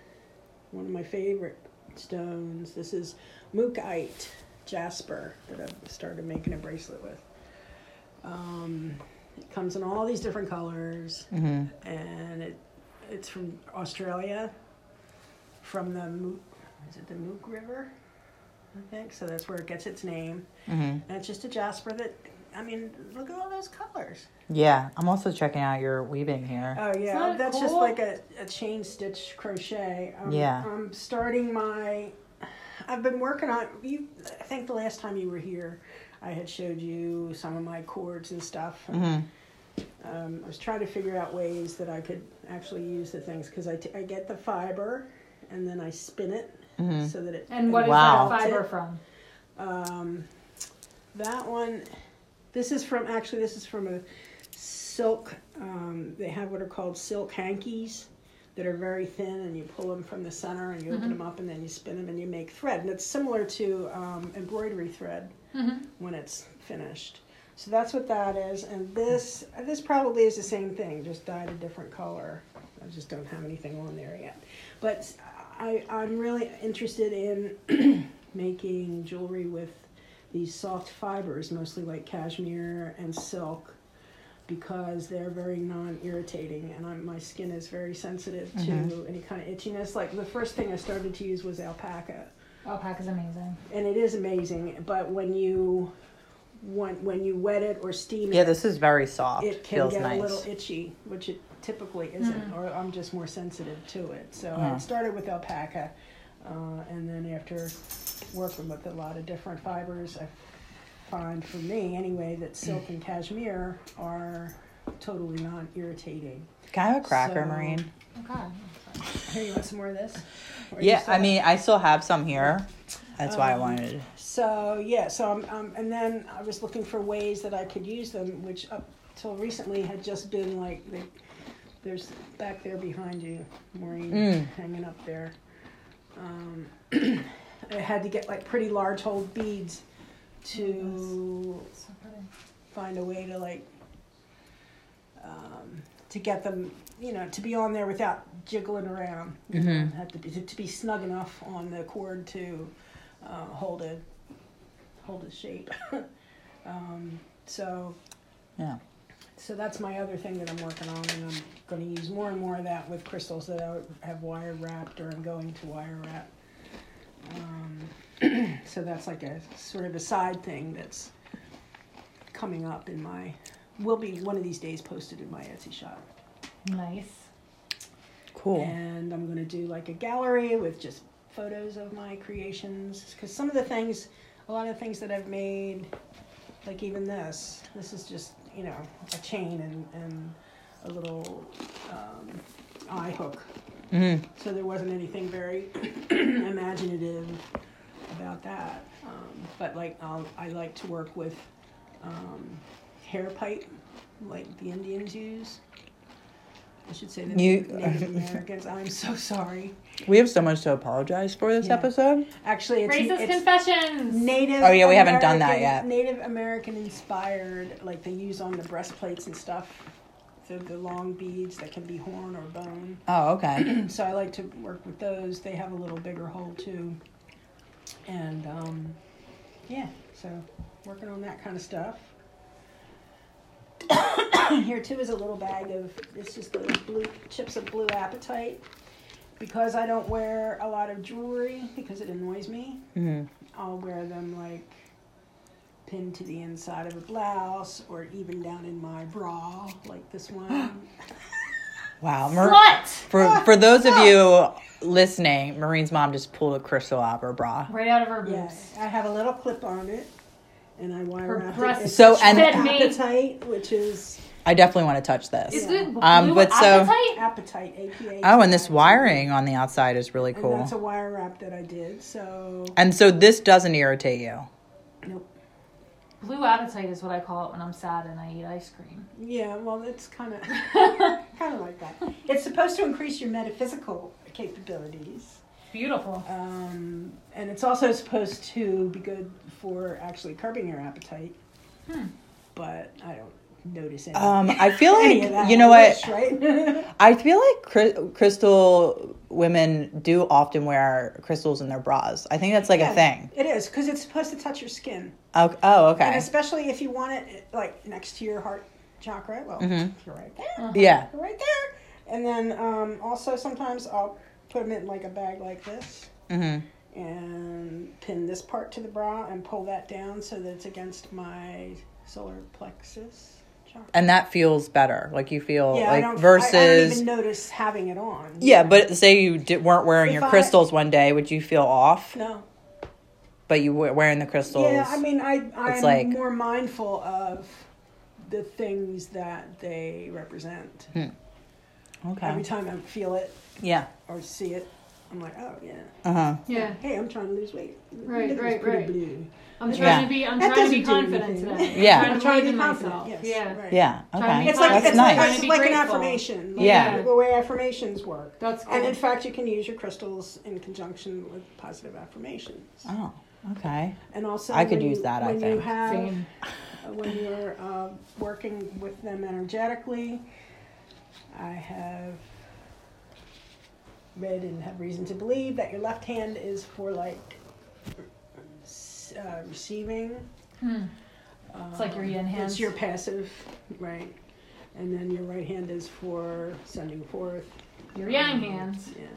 [SPEAKER 3] one of my favorite stones. This is Mookite jasper that I've started making a bracelet with. Um, it comes in all these different colors
[SPEAKER 1] hmm
[SPEAKER 3] and it it's from Australia, from the Mook, is it the Mook River? I think so. That's where it gets its name.
[SPEAKER 1] hmm
[SPEAKER 3] And it's just a jasper that, I mean, look at all those colors.
[SPEAKER 1] Yeah. I'm also checking out your weaving here.
[SPEAKER 3] Oh yeah,
[SPEAKER 4] that
[SPEAKER 3] that's just
[SPEAKER 4] cool?
[SPEAKER 3] like a, a chain stitch crochet. Um,
[SPEAKER 1] Yeah.
[SPEAKER 3] I'm starting my. I've been working on you. I think the last time you were here, I had showed you some of my cords and stuff.
[SPEAKER 1] hmm
[SPEAKER 3] Um, I was trying to figure out ways that I could actually use the things because I, t- I get the fiber and then I spin it
[SPEAKER 1] hmm
[SPEAKER 3] so that it.
[SPEAKER 4] And what is
[SPEAKER 1] Wow.
[SPEAKER 4] that fiber from?
[SPEAKER 3] Um, that one, this is from actually this is from a silk. Um, they have what are called silk hankies that are very thin, and you pull them from the center and you
[SPEAKER 4] Mm-hmm.
[SPEAKER 3] open them up and then you spin them and you make thread. And it's similar to um, embroidery thread when it's finished. So that's what that is. And this this probably is the same thing, just dyed a different color. I just don't have anything on there yet. But I I'm really interested in making jewelry with these soft fibers, mostly like cashmere and silk, because they're very non-irritating, and I'm, my skin is very sensitive to any kind of itchiness. Like the first thing I started to use was alpaca
[SPEAKER 4] Alpaca's Oh, amazing.
[SPEAKER 3] and it is amazing. But when you when when you wet it or steam
[SPEAKER 1] Yeah.
[SPEAKER 3] it,
[SPEAKER 1] This is very soft.
[SPEAKER 3] it can
[SPEAKER 1] Feels
[SPEAKER 3] get
[SPEAKER 1] nice.
[SPEAKER 3] a little itchy, which it typically isn't. Or I'm just more sensitive to it. So I
[SPEAKER 1] Yeah.
[SPEAKER 3] started with alpaca, uh, and then after working with a lot of different fibers, I find for me anyway that silk and cashmere are totally non-irritating.
[SPEAKER 1] Can I have a cracker,
[SPEAKER 3] So-
[SPEAKER 1] Marine?
[SPEAKER 4] Okay.
[SPEAKER 3] Here, you want some more of this? Or you
[SPEAKER 1] Yeah.
[SPEAKER 3] still
[SPEAKER 1] I
[SPEAKER 3] have-
[SPEAKER 1] mean, I still have some here. That's why I
[SPEAKER 3] Um,
[SPEAKER 1] wanted.
[SPEAKER 3] So yeah, so I'm, um, and then I was looking for ways that I could use them, which up till recently had just been like, the, there's back there behind you, Maureen,
[SPEAKER 1] Mm.
[SPEAKER 3] hanging up there. Um, I had to get like pretty large hole beads to
[SPEAKER 4] So pretty.
[SPEAKER 3] find a way to like um, to get them, you know, to be on there without jiggling around. You know,
[SPEAKER 1] Mhm.
[SPEAKER 3] Have to be to, to be snug enough on the cord to uh, hold it, hold its shape. um, so
[SPEAKER 1] Yeah.
[SPEAKER 3] so that's my other thing that I'm working on, and I'm going to use more and more of that with crystals that I have wire wrapped or I'm going to wire wrap. Um, so that's like a sort of a side thing that's coming up in my will be one of these days posted in my Etsy shop.
[SPEAKER 4] Nice.
[SPEAKER 1] Cool.
[SPEAKER 3] And I'm going to do like a gallery with just photos of my creations because some of the things, a lot of things that I've made, like even this, this is just you know a chain and and a little um, eye hook.
[SPEAKER 1] Mhm.
[SPEAKER 3] So there wasn't anything very imaginative about that. Um, but like I'll, I like to work with um, hair pipe, like the Indians use. I should say the
[SPEAKER 1] You-
[SPEAKER 3] Native Americans. I'm so sorry.
[SPEAKER 1] We have so much to apologize for this
[SPEAKER 3] Yeah.
[SPEAKER 1] episode.
[SPEAKER 3] Actually, it's,
[SPEAKER 4] Racist
[SPEAKER 3] it's
[SPEAKER 4] confessions.
[SPEAKER 3] Native.
[SPEAKER 1] Oh, yeah, we haven't done that
[SPEAKER 3] American-
[SPEAKER 1] yet.
[SPEAKER 3] Native American inspired, like they use on the breastplates and stuff. The, the long beads that can be horn or bone.
[SPEAKER 1] Oh, okay.
[SPEAKER 3] So I like to work with those. They have a little bigger hole too. And um, yeah, so working on that kind of stuff. Here too is a little bag of it's just those blue chips of blue appetite. Because I don't wear a lot of jewelry because it annoys me.
[SPEAKER 1] hmm
[SPEAKER 3] I'll wear them like pinned to the inside of a blouse or even down in my bra, like this one.
[SPEAKER 1] Wow. Mar-
[SPEAKER 4] Slut!
[SPEAKER 1] for for those of you listening, Marine's mom just pulled a crystal out of her bra.
[SPEAKER 4] Right out of her boobs.
[SPEAKER 3] Yes, I have a little clip on it, and I wire
[SPEAKER 4] Her
[SPEAKER 3] wrap
[SPEAKER 4] breast
[SPEAKER 3] it. It's
[SPEAKER 1] So,
[SPEAKER 3] called
[SPEAKER 1] and-
[SPEAKER 4] Fed me.
[SPEAKER 3] appetite, which is
[SPEAKER 1] I definitely want to touch this.
[SPEAKER 4] Is it blue
[SPEAKER 1] Um, but so-
[SPEAKER 4] appetite?
[SPEAKER 3] appetite, APA.
[SPEAKER 1] Oh, and this wiring on the outside is really
[SPEAKER 3] And
[SPEAKER 1] cool. And,
[SPEAKER 3] that's a wire wrap that I did. So
[SPEAKER 1] so this doesn't irritate you.
[SPEAKER 3] nope.
[SPEAKER 4] Blue appetite is what I call it when I'm sad and I eat ice cream.
[SPEAKER 3] Yeah, well, it's kind of kind of like that. It's supposed to increase your metaphysical capabilities.
[SPEAKER 4] Beautiful.
[SPEAKER 3] Um, and it's also supposed to be good for actually curbing your appetite. But I don't notice any.
[SPEAKER 1] Um, I feel
[SPEAKER 3] any
[SPEAKER 1] like
[SPEAKER 3] of that.
[SPEAKER 1] you know what
[SPEAKER 3] I wish, right?
[SPEAKER 1] I feel like cry- crystal women do often wear crystals in their bras. I think that's like
[SPEAKER 3] Yeah,
[SPEAKER 1] a thing.
[SPEAKER 3] It is because it's supposed to touch your skin,
[SPEAKER 1] Oh, oh
[SPEAKER 3] and
[SPEAKER 1] okay.
[SPEAKER 3] especially if you want it like next to your heart chakra. Well,
[SPEAKER 1] Mm-hmm.
[SPEAKER 3] you're right there,
[SPEAKER 1] Yeah.
[SPEAKER 3] you're right there. And then um, also sometimes I'll put them in like a bag like this,
[SPEAKER 1] Mhm.
[SPEAKER 3] and pin this part to the bra and pull that down so that it's against my solar plexus chakra.
[SPEAKER 1] And that feels better. Like you feel
[SPEAKER 3] Yeah, I
[SPEAKER 1] like
[SPEAKER 3] don't.
[SPEAKER 1] versus
[SPEAKER 3] I, I don't even notice having it on.
[SPEAKER 1] Yeah, but say you di weren't wearing
[SPEAKER 3] If
[SPEAKER 1] your
[SPEAKER 3] I-
[SPEAKER 1] crystals one day, would you feel off?
[SPEAKER 3] no.
[SPEAKER 1] But you were wearing the crystals.
[SPEAKER 3] Yeah, I mean, I I'm
[SPEAKER 1] It's like-
[SPEAKER 3] more mindful of the things that they represent. Every
[SPEAKER 1] okay.
[SPEAKER 3] time I feel it
[SPEAKER 1] Yeah.
[SPEAKER 3] or see it, I'm like, oh yeah.
[SPEAKER 1] Uh huh.
[SPEAKER 2] Yeah,
[SPEAKER 3] Hey, I'm trying to lose weight. Look
[SPEAKER 2] Right,
[SPEAKER 3] at this
[SPEAKER 2] right,
[SPEAKER 3] pretty
[SPEAKER 2] right.
[SPEAKER 3] Blue.
[SPEAKER 2] I'm trying
[SPEAKER 1] Yeah.
[SPEAKER 2] to be. I'm
[SPEAKER 3] That
[SPEAKER 2] trying to be
[SPEAKER 3] doesn't do
[SPEAKER 2] confident
[SPEAKER 3] anything.
[SPEAKER 2] today.
[SPEAKER 1] Yeah.
[SPEAKER 2] I'm
[SPEAKER 3] I'm
[SPEAKER 2] trying to
[SPEAKER 3] be
[SPEAKER 2] believe in
[SPEAKER 3] confident,
[SPEAKER 2] myself.
[SPEAKER 3] yes,
[SPEAKER 2] Yeah.
[SPEAKER 3] right.
[SPEAKER 1] Yeah.
[SPEAKER 2] Trying
[SPEAKER 1] Okay.
[SPEAKER 2] to be
[SPEAKER 3] It's like
[SPEAKER 1] That's
[SPEAKER 3] it's
[SPEAKER 1] nice.
[SPEAKER 3] like,
[SPEAKER 2] Trying to
[SPEAKER 3] it's
[SPEAKER 2] be
[SPEAKER 3] like an
[SPEAKER 2] grateful.
[SPEAKER 3] affirmation. Like
[SPEAKER 1] Yeah.
[SPEAKER 3] The way affirmations work.
[SPEAKER 2] That's
[SPEAKER 3] And in
[SPEAKER 2] good.
[SPEAKER 3] fact, you can use your crystals in conjunction with positive affirmations.
[SPEAKER 1] Oh. Okay.
[SPEAKER 3] And also,
[SPEAKER 1] I could
[SPEAKER 3] when
[SPEAKER 1] use
[SPEAKER 3] you-
[SPEAKER 1] that, I
[SPEAKER 3] When you
[SPEAKER 1] think.
[SPEAKER 3] have,
[SPEAKER 4] Same.
[SPEAKER 3] uh, when you're uh, working with them energetically, I have read and have reason to believe that your left hand is for like s- uh, receiving.
[SPEAKER 4] Hmm. It's like your yin hand.
[SPEAKER 3] It's your passive, right? And then your right hand is for sending forth.
[SPEAKER 4] your yang hands.
[SPEAKER 3] Yeah.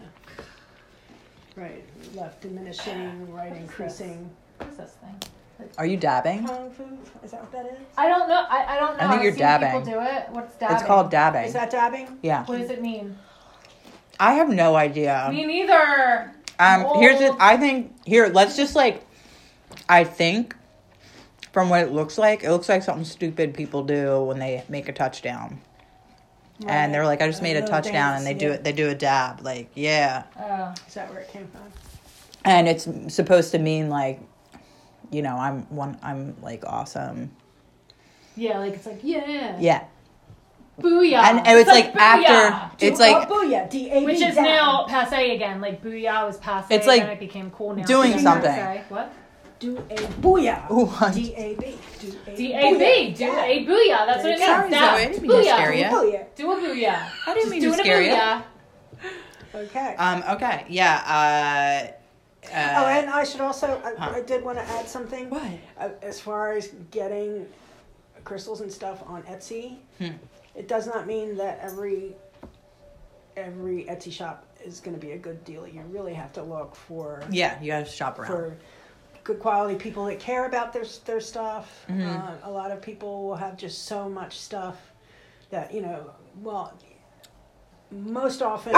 [SPEAKER 3] Right. Left diminishing, right increasing.
[SPEAKER 4] What's this thing?
[SPEAKER 1] Are you dabbing?
[SPEAKER 3] Kung fu? Is that what that is?
[SPEAKER 4] I don't know. I, I don't know.
[SPEAKER 1] I think
[SPEAKER 4] I've
[SPEAKER 1] you're
[SPEAKER 4] seen
[SPEAKER 1] dabbing.
[SPEAKER 4] People do it. What's dabbing?
[SPEAKER 1] It's called
[SPEAKER 3] Is
[SPEAKER 1] dabbing.
[SPEAKER 3] that dabbing?
[SPEAKER 1] Yeah.
[SPEAKER 4] What does it mean?
[SPEAKER 1] I have no idea.
[SPEAKER 4] Me neither.
[SPEAKER 1] Um, here's it.
[SPEAKER 4] Old.
[SPEAKER 3] Oh.
[SPEAKER 1] I think here. Let's just like, I think, from what it looks like, it looks like something stupid people do when they make a touchdown, and they're like, "I just
[SPEAKER 3] A
[SPEAKER 1] made a
[SPEAKER 3] little
[SPEAKER 1] touchdown," and they
[SPEAKER 3] dance,
[SPEAKER 1] do
[SPEAKER 3] yeah.
[SPEAKER 1] it. They do a dab, like, yeah,
[SPEAKER 4] Oh.
[SPEAKER 3] Is that where it came from?
[SPEAKER 1] and it's supposed to mean like, you know, I'm one. I'm like awesome.
[SPEAKER 4] yeah, like it's like yeah,
[SPEAKER 1] Yeah,
[SPEAKER 4] booyah.
[SPEAKER 1] and, and it's like
[SPEAKER 4] booyah,
[SPEAKER 1] after it's like
[SPEAKER 3] oh, booyah, D-A-B,
[SPEAKER 4] which is
[SPEAKER 3] dab.
[SPEAKER 4] now passe again. Like booyah was passe.
[SPEAKER 1] It's like
[SPEAKER 4] then it became cool now.
[SPEAKER 1] doing
[SPEAKER 4] to be
[SPEAKER 1] something.
[SPEAKER 4] passe. What?
[SPEAKER 3] do a booyah.
[SPEAKER 1] Ooh, I-
[SPEAKER 3] D-A-B, do a
[SPEAKER 4] D A B. Do
[SPEAKER 3] dab.
[SPEAKER 4] a booyah. That's what it means.
[SPEAKER 3] Sorry,
[SPEAKER 4] Dab.
[SPEAKER 1] Zoe, I didn't mean to scare
[SPEAKER 4] Booyah.
[SPEAKER 1] you.
[SPEAKER 3] Booyah.
[SPEAKER 4] Do a booyah.
[SPEAKER 1] I didn't mean to
[SPEAKER 4] Doing a
[SPEAKER 1] scare you.
[SPEAKER 4] booyah.
[SPEAKER 3] Okay.
[SPEAKER 1] Um. Okay. Yeah. Uh. uh
[SPEAKER 3] oh, and I should also, I,
[SPEAKER 1] huh.
[SPEAKER 3] I did want to add something.
[SPEAKER 1] what?
[SPEAKER 3] Uh, As far as getting crystals and stuff on Etsy,
[SPEAKER 1] Hmm.
[SPEAKER 3] it does not mean that every every Etsy shop is going to be a good deal. You really have to look for
[SPEAKER 1] Yeah. You gotta shop around.
[SPEAKER 3] for good quality people that care about their their stuff.
[SPEAKER 1] Mm-hmm.
[SPEAKER 3] Uh, a lot of people will have just so much stuff that you know. Well, most often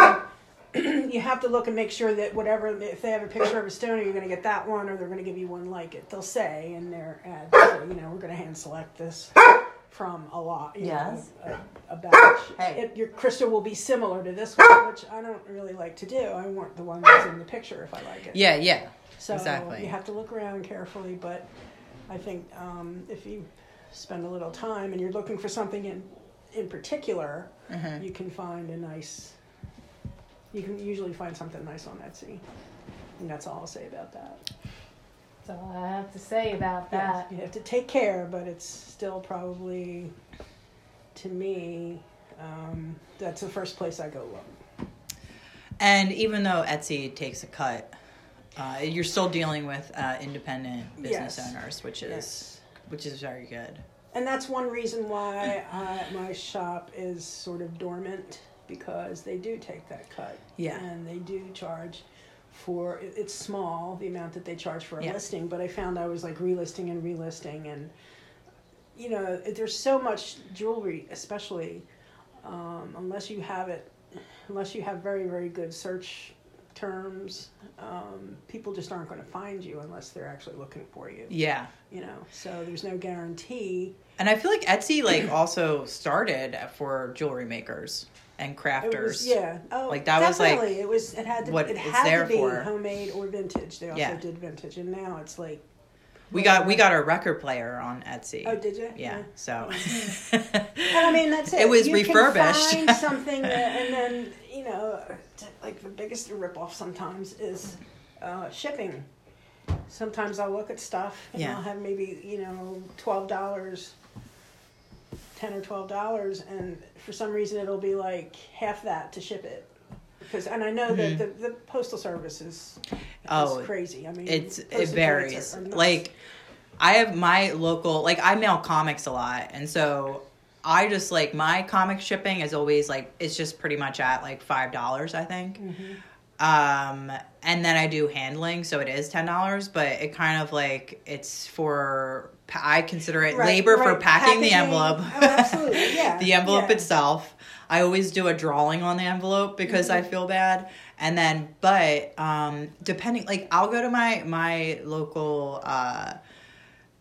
[SPEAKER 3] you have to look and make sure that whatever if they have a picture of a stoner, you're going to get that one, or they're going to give you one like it. They'll say in their ad, so, you know, we're going to hand select this. From a lot, you
[SPEAKER 1] Yes.
[SPEAKER 3] know, a, a batch.
[SPEAKER 1] Hey.
[SPEAKER 3] It, your crystal will be similar to this one, which I don't really like to do. I want the one that's in the picture if I like it.
[SPEAKER 1] Yeah. Yeah.
[SPEAKER 3] So
[SPEAKER 1] Exactly.
[SPEAKER 3] you have to look around carefully, but I think um, if you spend a little time and you're looking for something in in particular, you can find a nice. You can usually find something nice on Etsy, and that's all I'll say about that.
[SPEAKER 4] That's all I have to say about that.
[SPEAKER 3] You have to take care, but it's still probably, to me, um, that's the first place I go look.
[SPEAKER 1] And even though Etsy takes a cut, uh, you're still dealing with uh, independent business
[SPEAKER 3] Yes.
[SPEAKER 1] owners, which is which is very good.
[SPEAKER 3] And that's one reason why I, my shop is sort of dormant because they do take that cut.
[SPEAKER 1] Yeah.
[SPEAKER 3] And they do charge for it- it's small the amount that they charge for a
[SPEAKER 1] Yeah.
[SPEAKER 3] listing, but I found I was like relisting and relisting and you know, it- there's so much jewelry especially um, unless you have it unless you have very very good search terms um, people just aren't going to find you unless they're actually looking for you
[SPEAKER 1] Yeah,
[SPEAKER 3] you know so there's no guarantee
[SPEAKER 1] and I feel like Etsy like also started for jewelry makers and
[SPEAKER 3] It
[SPEAKER 1] crafters.
[SPEAKER 3] was, yeah. Oh,
[SPEAKER 1] Like, that was, like,
[SPEAKER 3] definitely. it was. It had to.
[SPEAKER 1] what
[SPEAKER 3] it
[SPEAKER 1] it's
[SPEAKER 3] had
[SPEAKER 1] there
[SPEAKER 3] to be
[SPEAKER 1] for.
[SPEAKER 3] homemade or vintage. They also
[SPEAKER 1] Yeah.
[SPEAKER 3] did vintage, and now it's like
[SPEAKER 1] We got we got our record player on Etsy.
[SPEAKER 3] Oh, did you?
[SPEAKER 1] Yeah. So
[SPEAKER 3] And I mean, that's it.
[SPEAKER 1] It was
[SPEAKER 3] you
[SPEAKER 1] refurbished.
[SPEAKER 3] Can find something, that, and then you know, t- like the biggest ripoff sometimes is uh, shipping. Sometimes I'll look at stuff and
[SPEAKER 1] Yeah.
[SPEAKER 3] I'll have maybe you know twelve dollars, ten or twelve dollars, and for some reason it'll be like half that to ship it. Because and I know that the, the postal service is, is
[SPEAKER 1] Oh,
[SPEAKER 3] crazy. I mean,
[SPEAKER 1] it's
[SPEAKER 3] postal
[SPEAKER 1] it
[SPEAKER 3] rates are-
[SPEAKER 1] varies.
[SPEAKER 3] are nuts.
[SPEAKER 1] Like I have my local like I mail comics a lot and so I just like my comic shipping is always like it's just pretty much at like five dollars I think.
[SPEAKER 3] Mm-hmm.
[SPEAKER 1] Um and then I do handling so it is ten dollars but it kind of like it's for pa- I consider it
[SPEAKER 3] Right,
[SPEAKER 1] labor for
[SPEAKER 3] right,
[SPEAKER 1] packing the
[SPEAKER 3] packaging.
[SPEAKER 1] envelope.
[SPEAKER 3] Oh, absolutely, yeah,
[SPEAKER 1] the envelope
[SPEAKER 3] yeah.
[SPEAKER 1] itself. I always do a drawing on the envelope because
[SPEAKER 3] Mm-hmm.
[SPEAKER 1] I feel bad. And then, but um, depending, like I'll go to my my local uh,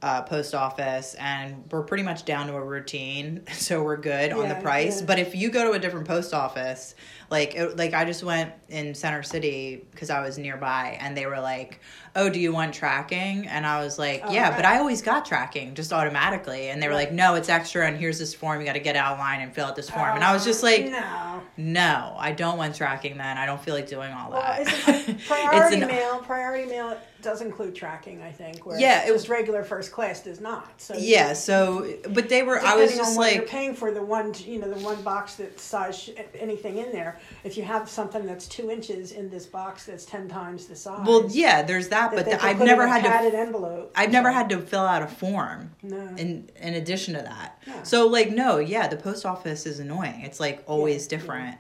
[SPEAKER 1] uh, post office, and we're pretty much down to a routine, so we're good on the
[SPEAKER 3] Yeah,
[SPEAKER 1] price.
[SPEAKER 3] yeah.
[SPEAKER 1] But if you go to a different post office, like it, like I just went in Center City because I was nearby, and they were like, "Oh, do you want tracking?" And I was like,
[SPEAKER 3] Oh,
[SPEAKER 1] "Yeah,"
[SPEAKER 3] right.
[SPEAKER 1] but I always got tracking just automatically, and they were like, "No, it's extra, and here's this form. You got to get out of line and fill out this form." and I was just
[SPEAKER 3] Oh,
[SPEAKER 1] like,
[SPEAKER 3] no.
[SPEAKER 1] "No, I don't want tracking. Then I don't feel like doing all
[SPEAKER 3] Well,
[SPEAKER 1] that."
[SPEAKER 3] it's a priority
[SPEAKER 1] an-
[SPEAKER 3] mail. Priority mail does include tracking, I think. Where
[SPEAKER 1] Yeah,
[SPEAKER 3] it's
[SPEAKER 1] it
[SPEAKER 3] just regular first class does not. So
[SPEAKER 1] yeah, so but they were. I
[SPEAKER 3] depending
[SPEAKER 1] was
[SPEAKER 3] on
[SPEAKER 1] just
[SPEAKER 3] what
[SPEAKER 1] like,
[SPEAKER 3] you're paying for the one, you know, the one box that size sh- anything in there. If you have something that's two inches in this box that's ten times the size.
[SPEAKER 1] Well, yeah, there's that,
[SPEAKER 3] that
[SPEAKER 1] but
[SPEAKER 3] they
[SPEAKER 1] the,
[SPEAKER 3] can
[SPEAKER 1] I've
[SPEAKER 3] put
[SPEAKER 1] never
[SPEAKER 3] in a
[SPEAKER 1] had to.
[SPEAKER 3] padded envelope.
[SPEAKER 1] I've never had to fill out a form.
[SPEAKER 3] No.
[SPEAKER 1] In in addition to that,
[SPEAKER 3] Yeah.
[SPEAKER 1] so like no, yeah, the post office is annoying. It's like always different.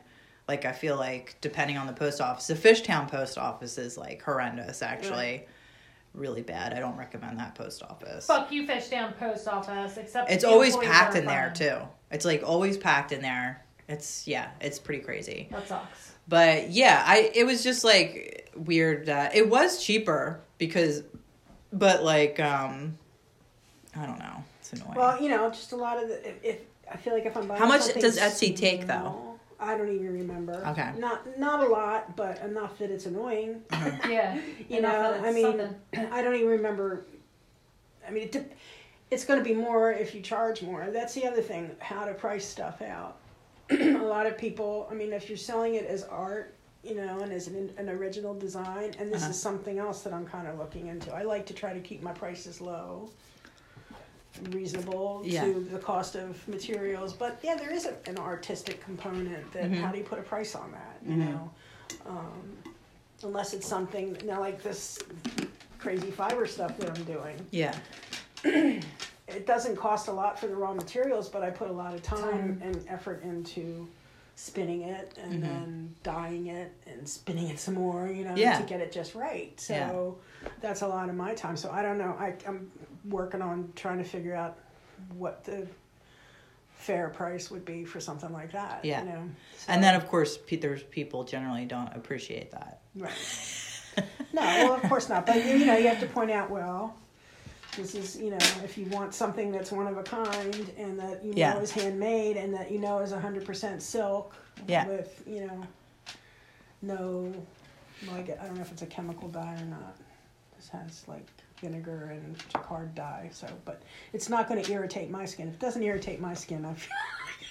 [SPEAKER 1] Like I feel like depending on the post office, the Fishtown post office is like horrendous. Actually, really bad. I don't recommend that post office.
[SPEAKER 4] Fuck you, Fishtown Post Office. Except
[SPEAKER 1] it's
[SPEAKER 4] the
[SPEAKER 1] always
[SPEAKER 4] employees
[SPEAKER 1] packed
[SPEAKER 4] are
[SPEAKER 1] in there
[SPEAKER 4] fun.
[SPEAKER 1] too. It's like always packed in there. It's yeah, it's pretty crazy.
[SPEAKER 4] That sucks.
[SPEAKER 1] But yeah, I it was just like weird that it was cheaper because but like um I don't know. It's annoying.
[SPEAKER 3] Well, you know, just a lot of the. If, if I feel like if I'm buying
[SPEAKER 1] How much
[SPEAKER 3] something
[SPEAKER 1] does Etsy take, though?
[SPEAKER 3] small, I don't even remember.
[SPEAKER 1] Okay.
[SPEAKER 3] Not not a lot, but enough that it's annoying.
[SPEAKER 4] Yeah.
[SPEAKER 3] you
[SPEAKER 4] Enough
[SPEAKER 3] know
[SPEAKER 4] of
[SPEAKER 3] i
[SPEAKER 4] it's
[SPEAKER 3] mean
[SPEAKER 4] something.
[SPEAKER 3] i don't even remember i mean it dep it's going to be more if you charge more that's the other thing how to price stuff out a lot of people i mean if you're selling it as art you know and as an, an original design and this
[SPEAKER 1] Uh-huh.
[SPEAKER 3] is something else that i'm kind of looking into i like to try to keep my prices low reasonable
[SPEAKER 1] Yeah.
[SPEAKER 3] to the cost of materials but yeah there is a, an artistic component that
[SPEAKER 4] Mm-hmm.
[SPEAKER 3] how do you put a price on that you know um, unless it's something now like this crazy fiber stuff that I'm doing.
[SPEAKER 1] yeah.
[SPEAKER 3] It doesn't cost a lot for the raw materials, but I put a lot of time
[SPEAKER 4] Time.
[SPEAKER 3] and effort into spinning it and
[SPEAKER 1] Mm-hmm.
[SPEAKER 3] then dyeing it and spinning it some more, you know,
[SPEAKER 1] Yeah.
[SPEAKER 3] to get it just right. So that's a lot of my time. So I don't know. I, I'm working on trying to figure out what the fair price would be for something like that.
[SPEAKER 1] Yeah.
[SPEAKER 3] You know?
[SPEAKER 1] And then of course pe- there's people generally don't appreciate that.
[SPEAKER 3] Right. No, well, of course not. But you know, you have to point out, well, this is you know, if you want something that's one of a kind and that you
[SPEAKER 1] Yeah.
[SPEAKER 3] know is handmade and that you know is hundred percent silk,
[SPEAKER 1] Yeah.
[SPEAKER 3] with you know, no, like I don't know if it's a chemical dye or not. This has like vinegar and jacquard dye, so but it's not going to irritate my skin. If it doesn't irritate my skin, I feel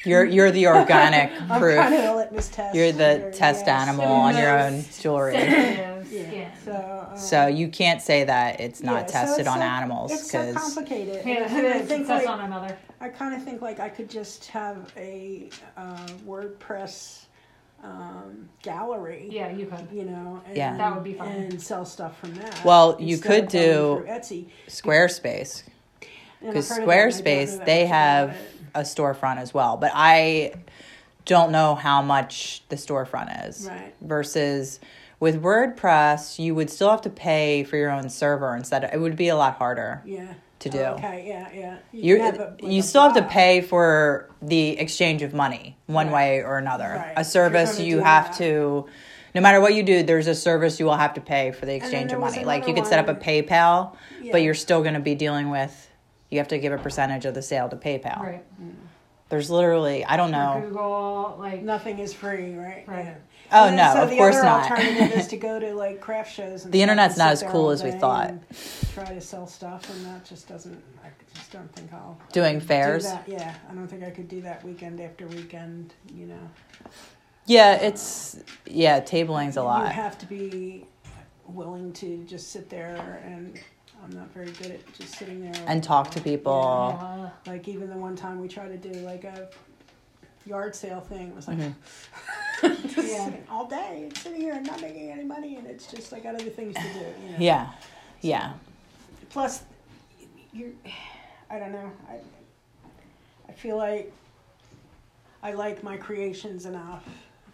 [SPEAKER 1] You're you're the organic
[SPEAKER 3] I'm
[SPEAKER 1] proof.
[SPEAKER 3] kind of the litmus test.
[SPEAKER 1] you're the
[SPEAKER 3] here,
[SPEAKER 1] test
[SPEAKER 3] yes.
[SPEAKER 1] animal on your own
[SPEAKER 4] Most
[SPEAKER 1] jewelry.
[SPEAKER 4] Sensitive
[SPEAKER 3] Yeah.
[SPEAKER 4] skin.
[SPEAKER 3] So, um,
[SPEAKER 1] So you can't say that it's not
[SPEAKER 3] Yeah, so
[SPEAKER 1] tested
[SPEAKER 3] it's
[SPEAKER 1] on
[SPEAKER 3] so-
[SPEAKER 1] animals
[SPEAKER 3] It's so
[SPEAKER 1] 'cause-
[SPEAKER 3] complicated.
[SPEAKER 4] Yeah,
[SPEAKER 3] And I
[SPEAKER 4] it is.
[SPEAKER 3] think
[SPEAKER 4] That's
[SPEAKER 3] like,
[SPEAKER 4] on another.
[SPEAKER 3] I kind of think like I could just have a uh, WordPress um, gallery.
[SPEAKER 4] Yeah, you could.
[SPEAKER 3] You know, and,
[SPEAKER 1] Yeah.
[SPEAKER 4] That would be fun.
[SPEAKER 3] And sell stuff from that.
[SPEAKER 1] Well, you
[SPEAKER 3] instead of
[SPEAKER 1] could do-
[SPEAKER 3] going through Etsy
[SPEAKER 1] Squarespace
[SPEAKER 3] And
[SPEAKER 1] because
[SPEAKER 3] I've heard of that, and I don't know
[SPEAKER 1] Squarespace
[SPEAKER 3] that
[SPEAKER 1] they
[SPEAKER 3] much about
[SPEAKER 1] have
[SPEAKER 3] it.
[SPEAKER 1] a storefront as well, but I don't know how much the storefront is.
[SPEAKER 3] Right.
[SPEAKER 1] Versus with WordPress, you would still have to pay for your own server instead. Of, it would be a lot harder.
[SPEAKER 3] yeah
[SPEAKER 1] to do.
[SPEAKER 3] Oh, okay, yeah, yeah.
[SPEAKER 1] You
[SPEAKER 3] can have a- like
[SPEAKER 1] you
[SPEAKER 3] a
[SPEAKER 1] still have to
[SPEAKER 3] blog.
[SPEAKER 1] pay for the exchange of money one way or another.
[SPEAKER 3] Right.
[SPEAKER 1] A
[SPEAKER 3] If
[SPEAKER 1] service
[SPEAKER 3] you're gonna
[SPEAKER 1] you
[SPEAKER 3] do
[SPEAKER 1] have
[SPEAKER 3] that.
[SPEAKER 1] to. No matter what you do, there's a service you will have to pay for the
[SPEAKER 3] then
[SPEAKER 1] exchange
[SPEAKER 3] there
[SPEAKER 1] of
[SPEAKER 3] was
[SPEAKER 1] money. Like you
[SPEAKER 3] another
[SPEAKER 1] could set up a
[SPEAKER 3] one-
[SPEAKER 1] PayPal,
[SPEAKER 3] Yeah.
[SPEAKER 1] but you're still going to be dealing with. You have to give a percentage of the sale to PayPal.
[SPEAKER 4] Right.
[SPEAKER 1] There's literally I don't know.
[SPEAKER 4] Google, like
[SPEAKER 3] Nothing is free, right?
[SPEAKER 4] Right.
[SPEAKER 3] Yeah.
[SPEAKER 1] Oh,
[SPEAKER 3] And
[SPEAKER 1] no,
[SPEAKER 3] so
[SPEAKER 1] of
[SPEAKER 3] the
[SPEAKER 1] course
[SPEAKER 3] other
[SPEAKER 1] not.
[SPEAKER 3] alternative is to go to like craft shows. And
[SPEAKER 1] The
[SPEAKER 3] stuff
[SPEAKER 1] internet's
[SPEAKER 3] and
[SPEAKER 1] not
[SPEAKER 3] sit
[SPEAKER 1] as
[SPEAKER 3] there
[SPEAKER 1] cool
[SPEAKER 3] all
[SPEAKER 1] as we
[SPEAKER 3] day
[SPEAKER 1] thought.
[SPEAKER 3] and Try to sell stuff, and that just doesn't. I just don't think I'll
[SPEAKER 1] Doing
[SPEAKER 3] do
[SPEAKER 1] fairs?
[SPEAKER 3] that. Yeah, I don't think I could do that weekend after weekend. You know,
[SPEAKER 1] Yeah, it's yeah, tabling's a
[SPEAKER 3] You
[SPEAKER 1] lot.
[SPEAKER 3] have to be willing to just sit there, and I'm not very good at just sitting there
[SPEAKER 1] And talk to people.
[SPEAKER 4] uh,
[SPEAKER 3] Like even the one time we tried to do like a yard sale thing, it was like just
[SPEAKER 4] Yeah.
[SPEAKER 3] sitting all day and sitting here and not making any money, and it's just I got other things to do. You know?
[SPEAKER 1] Yeah. Yeah.
[SPEAKER 3] Plus, you're, I don't know. I, I feel like I like my creations enough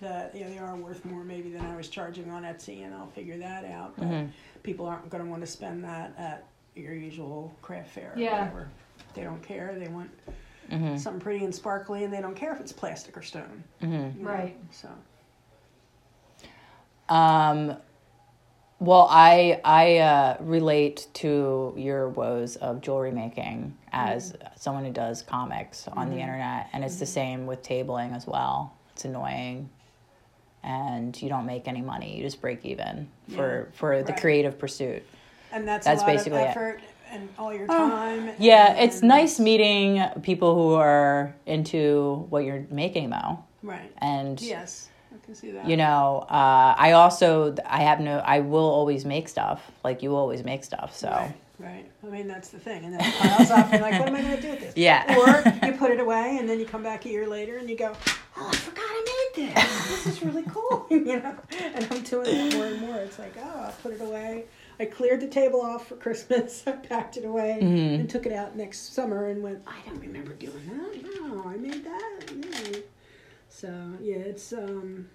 [SPEAKER 3] that you know, they are worth more maybe than I was charging on Etsy, and I'll figure that out. But
[SPEAKER 1] Mm-hmm.
[SPEAKER 3] people aren't going to want to spend that at your usual craft fair. Or
[SPEAKER 4] Yeah.
[SPEAKER 3] whatever. They don't care. They want
[SPEAKER 1] Mm-hmm.
[SPEAKER 3] something pretty and sparkly, and they don't care if it's plastic or stone.
[SPEAKER 1] Mm-hmm.
[SPEAKER 3] you know,
[SPEAKER 4] Right.
[SPEAKER 3] So
[SPEAKER 1] Um well, I I uh, relate to your woes of jewelry making as someone who does comics on the internet, and it's the same with tabling as well. It's annoying, and you don't make any money; you just break even for for the
[SPEAKER 3] Right.
[SPEAKER 1] creative pursuit.
[SPEAKER 3] and that's
[SPEAKER 1] That's
[SPEAKER 3] a lot
[SPEAKER 1] basically
[SPEAKER 3] of
[SPEAKER 1] it.
[SPEAKER 3] effort and all your
[SPEAKER 4] Oh.
[SPEAKER 3] time.
[SPEAKER 1] Yeah, it's
[SPEAKER 3] and-
[SPEAKER 1] nice meeting people who are into what you're making though.
[SPEAKER 3] Right.
[SPEAKER 1] And
[SPEAKER 3] Yes, I can see that.
[SPEAKER 1] you know, uh, I also I have no I will always make stuff. Like you always make stuff. So
[SPEAKER 3] Right, right. I mean, that's the thing. And then it piles up. And you're like, what am I going to do with this?
[SPEAKER 1] Yeah.
[SPEAKER 3] Or you put it away and then you come back a year later and you go, oh, I forgot I made this. This is really cool. you know? And I'm doing that more and more. It's like, oh, I put it away. I cleared the table off for Christmas. I packed it away
[SPEAKER 1] Mm-hmm.
[SPEAKER 3] and took it out next summer and went, I don't remember doing that. No, I made that. Yeah. So, yeah, it's. um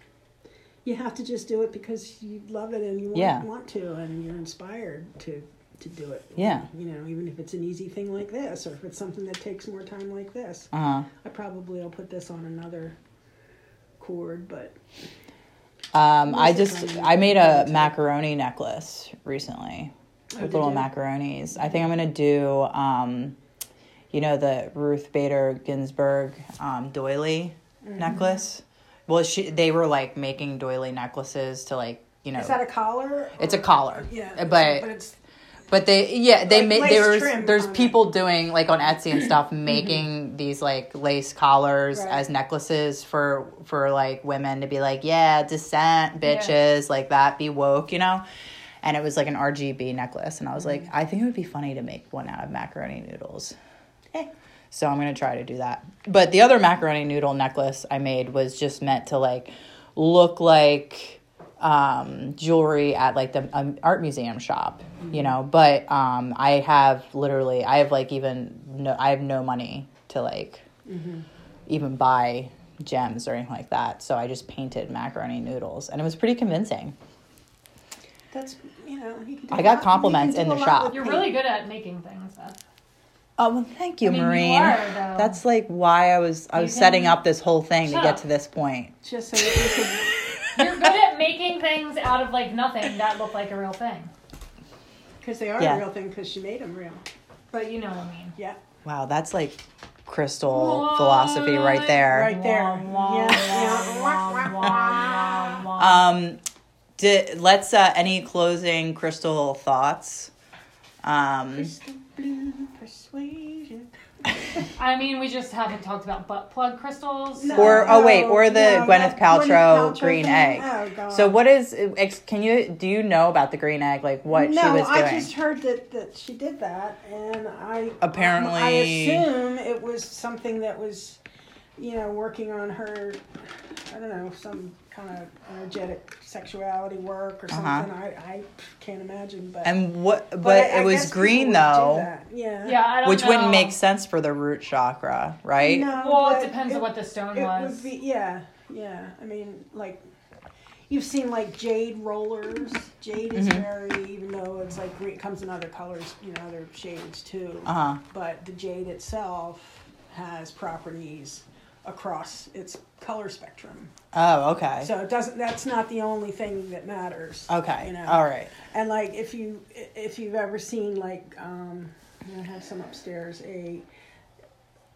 [SPEAKER 3] you have to just do it because you love it and you want,
[SPEAKER 1] Yeah.
[SPEAKER 3] want to and you're inspired to to do it
[SPEAKER 1] Yeah.
[SPEAKER 3] you know even if it's an easy thing like this or if it's something that takes more time like this
[SPEAKER 1] uh
[SPEAKER 3] i probably will put this on another chord but
[SPEAKER 1] um I
[SPEAKER 3] Music
[SPEAKER 1] just
[SPEAKER 3] on
[SPEAKER 1] I made a
[SPEAKER 3] YouTube.
[SPEAKER 1] macaroni necklace recently with little
[SPEAKER 3] Oh, you?
[SPEAKER 1] macaronis. I think I'm gonna do um you know the Ruth Bader Ginsburg um doily
[SPEAKER 3] Mm-hmm.
[SPEAKER 1] necklace. Well she they were like making doily necklaces to like you know
[SPEAKER 3] is that a collar
[SPEAKER 1] it's a
[SPEAKER 3] or-
[SPEAKER 1] collar.
[SPEAKER 3] yeah
[SPEAKER 1] But
[SPEAKER 3] but it's
[SPEAKER 1] But they, yeah, they
[SPEAKER 3] Like
[SPEAKER 1] made
[SPEAKER 3] lace
[SPEAKER 1] there was
[SPEAKER 3] trim
[SPEAKER 1] there's
[SPEAKER 3] on it.
[SPEAKER 1] people doing like on Etsy and stuff making these like lace collars
[SPEAKER 3] Right.
[SPEAKER 1] as necklaces for for like women to be like, yeah, dissent, bitches, like that, be woke, you know. And it was like an RGB necklace, and I was
[SPEAKER 3] Mm-hmm.
[SPEAKER 1] like, I think it would be funny to make one out of macaroni noodles. So I'm gonna try to do that. But the other macaroni noodle necklace I made was just meant to like look like um, jewelry at like the um, art museum shop, you
[SPEAKER 4] Mm-hmm.
[SPEAKER 1] know. But um, I have literally, I have like even no, I have no money to like
[SPEAKER 4] Mm-hmm.
[SPEAKER 1] even buy gems or anything like that. So I just painted macaroni noodles, and it was pretty convincing.
[SPEAKER 3] that's you know you can do
[SPEAKER 1] I
[SPEAKER 3] a
[SPEAKER 1] got
[SPEAKER 3] lot- you
[SPEAKER 1] compliments
[SPEAKER 3] can
[SPEAKER 1] in
[SPEAKER 3] do
[SPEAKER 1] the
[SPEAKER 3] a lot
[SPEAKER 1] shop.
[SPEAKER 3] with
[SPEAKER 4] you're
[SPEAKER 3] paint.
[SPEAKER 4] really good at making things. Beth.
[SPEAKER 1] Oh well, thank you,
[SPEAKER 4] I mean, you
[SPEAKER 1] Maureen.
[SPEAKER 4] are, though.
[SPEAKER 1] That's like why I was I
[SPEAKER 4] You
[SPEAKER 1] was setting
[SPEAKER 4] can-
[SPEAKER 1] up this whole thing to
[SPEAKER 4] Shut
[SPEAKER 1] get
[SPEAKER 4] up.
[SPEAKER 1] to this point.
[SPEAKER 3] just so that you could
[SPEAKER 4] You're good at making things out of like nothing that look like a real thing.
[SPEAKER 3] because they are
[SPEAKER 1] Yeah.
[SPEAKER 3] a real thing because she made them real
[SPEAKER 4] But you know what I mean.
[SPEAKER 3] yeah
[SPEAKER 1] Wow, that's like crystal philosophy right there.
[SPEAKER 3] right there
[SPEAKER 4] Wah,
[SPEAKER 3] yeah, yeah.
[SPEAKER 4] wah, wah, wah, wah.
[SPEAKER 1] Um, di let's uh, any closing crystal thoughts. Um,
[SPEAKER 3] Crystal blue persuasion.
[SPEAKER 4] I mean, we just haven't talked about butt plug crystals.
[SPEAKER 3] No,
[SPEAKER 1] Or- oh, wait,
[SPEAKER 3] no,
[SPEAKER 1] or the
[SPEAKER 3] no,
[SPEAKER 1] Gwyneth
[SPEAKER 3] that
[SPEAKER 1] Paltrow green
[SPEAKER 3] thing.
[SPEAKER 1] egg.
[SPEAKER 3] Oh, God.
[SPEAKER 1] so what is? ex- Can you do you know about the green egg? Like what
[SPEAKER 3] no,
[SPEAKER 1] she was doing?
[SPEAKER 3] I just heard that, that she did that, and I
[SPEAKER 1] Apparently-
[SPEAKER 3] I assume it was something that was, you know, working on her. I don't know some kind of energetic sexuality work or something.
[SPEAKER 1] Uh-huh.
[SPEAKER 3] I, I can't imagine, but
[SPEAKER 1] and what? But,
[SPEAKER 3] I- I
[SPEAKER 1] it was
[SPEAKER 3] guess people
[SPEAKER 1] green
[SPEAKER 3] would do
[SPEAKER 1] though,
[SPEAKER 3] that. Yeah,
[SPEAKER 4] Yeah, I don't
[SPEAKER 1] which
[SPEAKER 4] know.
[SPEAKER 1] wouldn't make sense for the root chakra, right?
[SPEAKER 3] No,
[SPEAKER 4] Well,
[SPEAKER 3] but
[SPEAKER 4] it depends on what the stone
[SPEAKER 3] It
[SPEAKER 4] was.
[SPEAKER 3] would be yeah, yeah. I mean, like you've seen like jade rollers. Jade is very even though it's like green, it comes in other colors, you know, other shades too.
[SPEAKER 1] Uh huh.
[SPEAKER 3] But the jade itself has properties across its color spectrum.
[SPEAKER 1] Oh, okay. Oh.
[SPEAKER 3] So it doesn't. That's not the only thing that matters.
[SPEAKER 1] okay.
[SPEAKER 3] You know?
[SPEAKER 1] All right.
[SPEAKER 3] And like if you if you've ever seen like um I have some upstairs a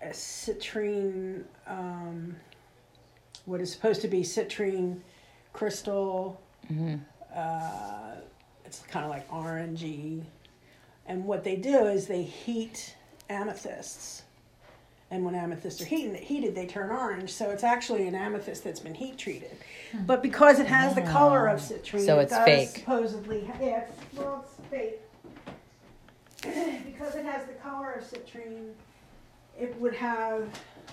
[SPEAKER 3] a citrine, um, what is supposed to be citrine crystal.
[SPEAKER 1] Mm-hmm.
[SPEAKER 3] Uh, it's kind of like orangey. And what they do is they heat amethysts. And when amethysts are heated, heated, they turn orange. So it's actually an amethyst that's been heat treated. But because it has the color of citrine,
[SPEAKER 1] So
[SPEAKER 3] it
[SPEAKER 1] it's
[SPEAKER 3] does
[SPEAKER 1] fake.
[SPEAKER 3] Supposedly, ha- yeah, it's, well, it's fake. because it has the color of citrine, it would have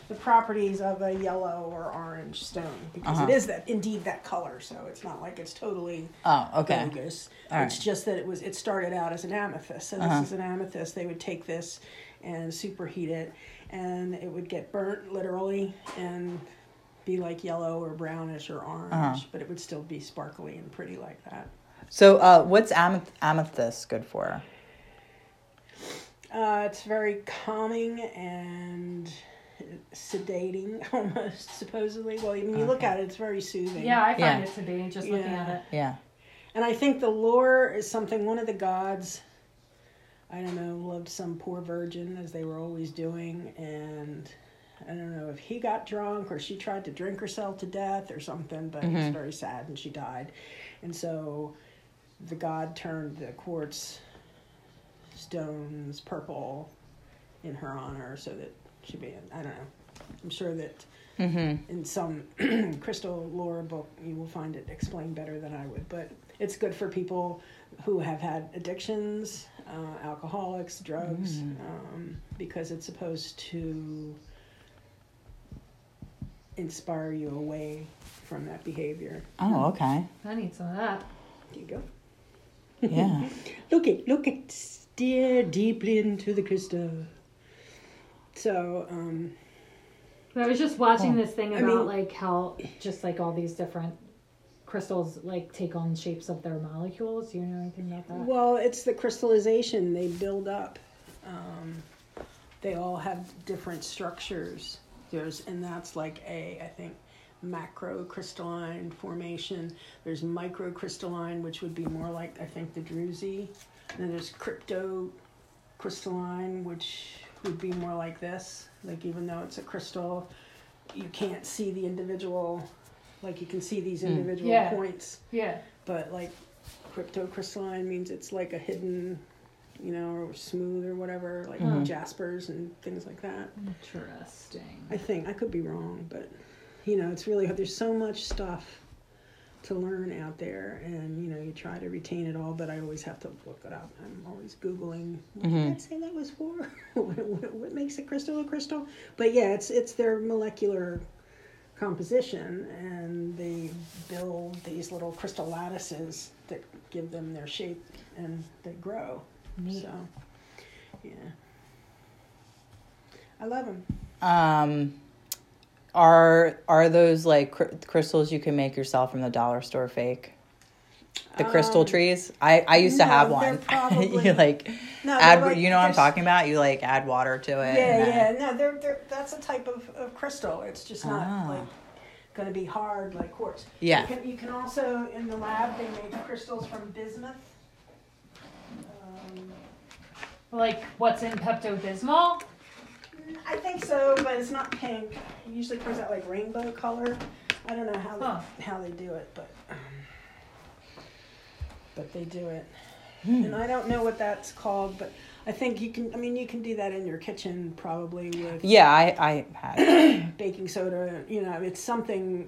[SPEAKER 3] the properties of a yellow or orange stone because it
[SPEAKER 1] Uh-huh.
[SPEAKER 3] is that indeed that color. So it's not like it's totally
[SPEAKER 1] Oh, okay.
[SPEAKER 3] bogus.
[SPEAKER 1] All
[SPEAKER 3] It's
[SPEAKER 1] right.
[SPEAKER 3] just that it was it started out as an amethyst. So
[SPEAKER 1] Uh-huh.
[SPEAKER 3] this is an amethyst. They would take this and superheat it, and it would get burnt literally and be like yellow or brownish or
[SPEAKER 1] Uh-huh.
[SPEAKER 3] orange, but it would still be sparkly and pretty like that.
[SPEAKER 1] So, uh, what's ameth- amethyst good for?
[SPEAKER 3] Uh, it's very calming and sedating almost supposedly well when you look at it it's very soothing
[SPEAKER 4] Yeah, I find
[SPEAKER 1] Yeah.
[SPEAKER 4] it to be just looking
[SPEAKER 3] Yeah.
[SPEAKER 4] at it.
[SPEAKER 1] Yeah.
[SPEAKER 3] And I think the lore is something one of the gods, I don't know, loved some poor virgin as they were always doing. And I don't know if he got drunk or she tried to drink herself to death or something, but it was very sad and she died. And so the god turned the quartz stones purple in her honor so that she'd be, I don't know. I'm sure that
[SPEAKER 1] Mm-hmm.
[SPEAKER 3] in some crystal lore book you will find it explained better than i would but it's good for people who have had addictions uh, alcoholics drugs um, because it's supposed to inspire you away from that behavior
[SPEAKER 1] Oh, okay.
[SPEAKER 4] I need some of that.
[SPEAKER 3] there you go
[SPEAKER 1] Yeah.
[SPEAKER 3] look it look it stare deeply into the crystal so um,
[SPEAKER 4] But I was just watching this thing
[SPEAKER 3] I
[SPEAKER 4] about
[SPEAKER 3] mean-
[SPEAKER 4] like how just like all these different crystals like take on shapes of their molecules. Do you know anything about that?
[SPEAKER 3] Well, it's the crystallization. They build up. Um, they all have different structures. There's and that's like a I think macrocrystalline formation. There's microcrystalline, which would be more like I think the druzy. And then there's cryptocrystalline, which would be more like this. Like even though it's a crystal, you can't see the individual. Like you can see these individual
[SPEAKER 4] Hmm. Yeah.
[SPEAKER 3] points
[SPEAKER 4] Yeah.
[SPEAKER 3] but like cryptocrystalline means it's like a hidden you know or smooth or whatever like jaspers and things like that
[SPEAKER 4] Interesting.
[SPEAKER 3] i think i could be wrong but you know it's really there's so much stuff to learn out there and you know you try to retain it all but i always have to look it up i'm always googling what
[SPEAKER 1] Mm-hmm. Mm.
[SPEAKER 3] did that say that was for what, what, what makes a crystal a crystal but yeah it's it's their molecular composition and they build these little crystal lattices that give them their shape and they grow
[SPEAKER 4] Neat.
[SPEAKER 3] so yeah i love them
[SPEAKER 1] Um, are are those like cr- crystals you can make yourself from the dollar store fake? The crystal
[SPEAKER 3] Um,
[SPEAKER 1] trees. I I used to
[SPEAKER 3] no,
[SPEAKER 1] have
[SPEAKER 3] they're
[SPEAKER 1] one.
[SPEAKER 3] probably-
[SPEAKER 1] you like
[SPEAKER 3] no,
[SPEAKER 1] add.
[SPEAKER 3] they're like-
[SPEAKER 1] you know what I'm
[SPEAKER 3] there's-
[SPEAKER 1] talking about. You like add water to it. and then-
[SPEAKER 3] Yeah, yeah. No, they're, they're, that's a type of, of crystal. It's just not
[SPEAKER 1] Ah.
[SPEAKER 3] like going to be hard like quartz.
[SPEAKER 1] Yeah.
[SPEAKER 3] You can, you can also, in the lab, they make crystals from bismuth. Um,
[SPEAKER 4] Like what's in Pepto Bismol?
[SPEAKER 3] I think so, but it's not pink. It usually comes out like rainbow color. I don't know how,
[SPEAKER 4] Huh.
[SPEAKER 3] how they do it, but um, but they do it. And I don't know what that's called, but I think you can. I mean, you can do that in your kitchen probably with
[SPEAKER 1] Yeah, I I had.
[SPEAKER 3] baking soda, you know, it's something,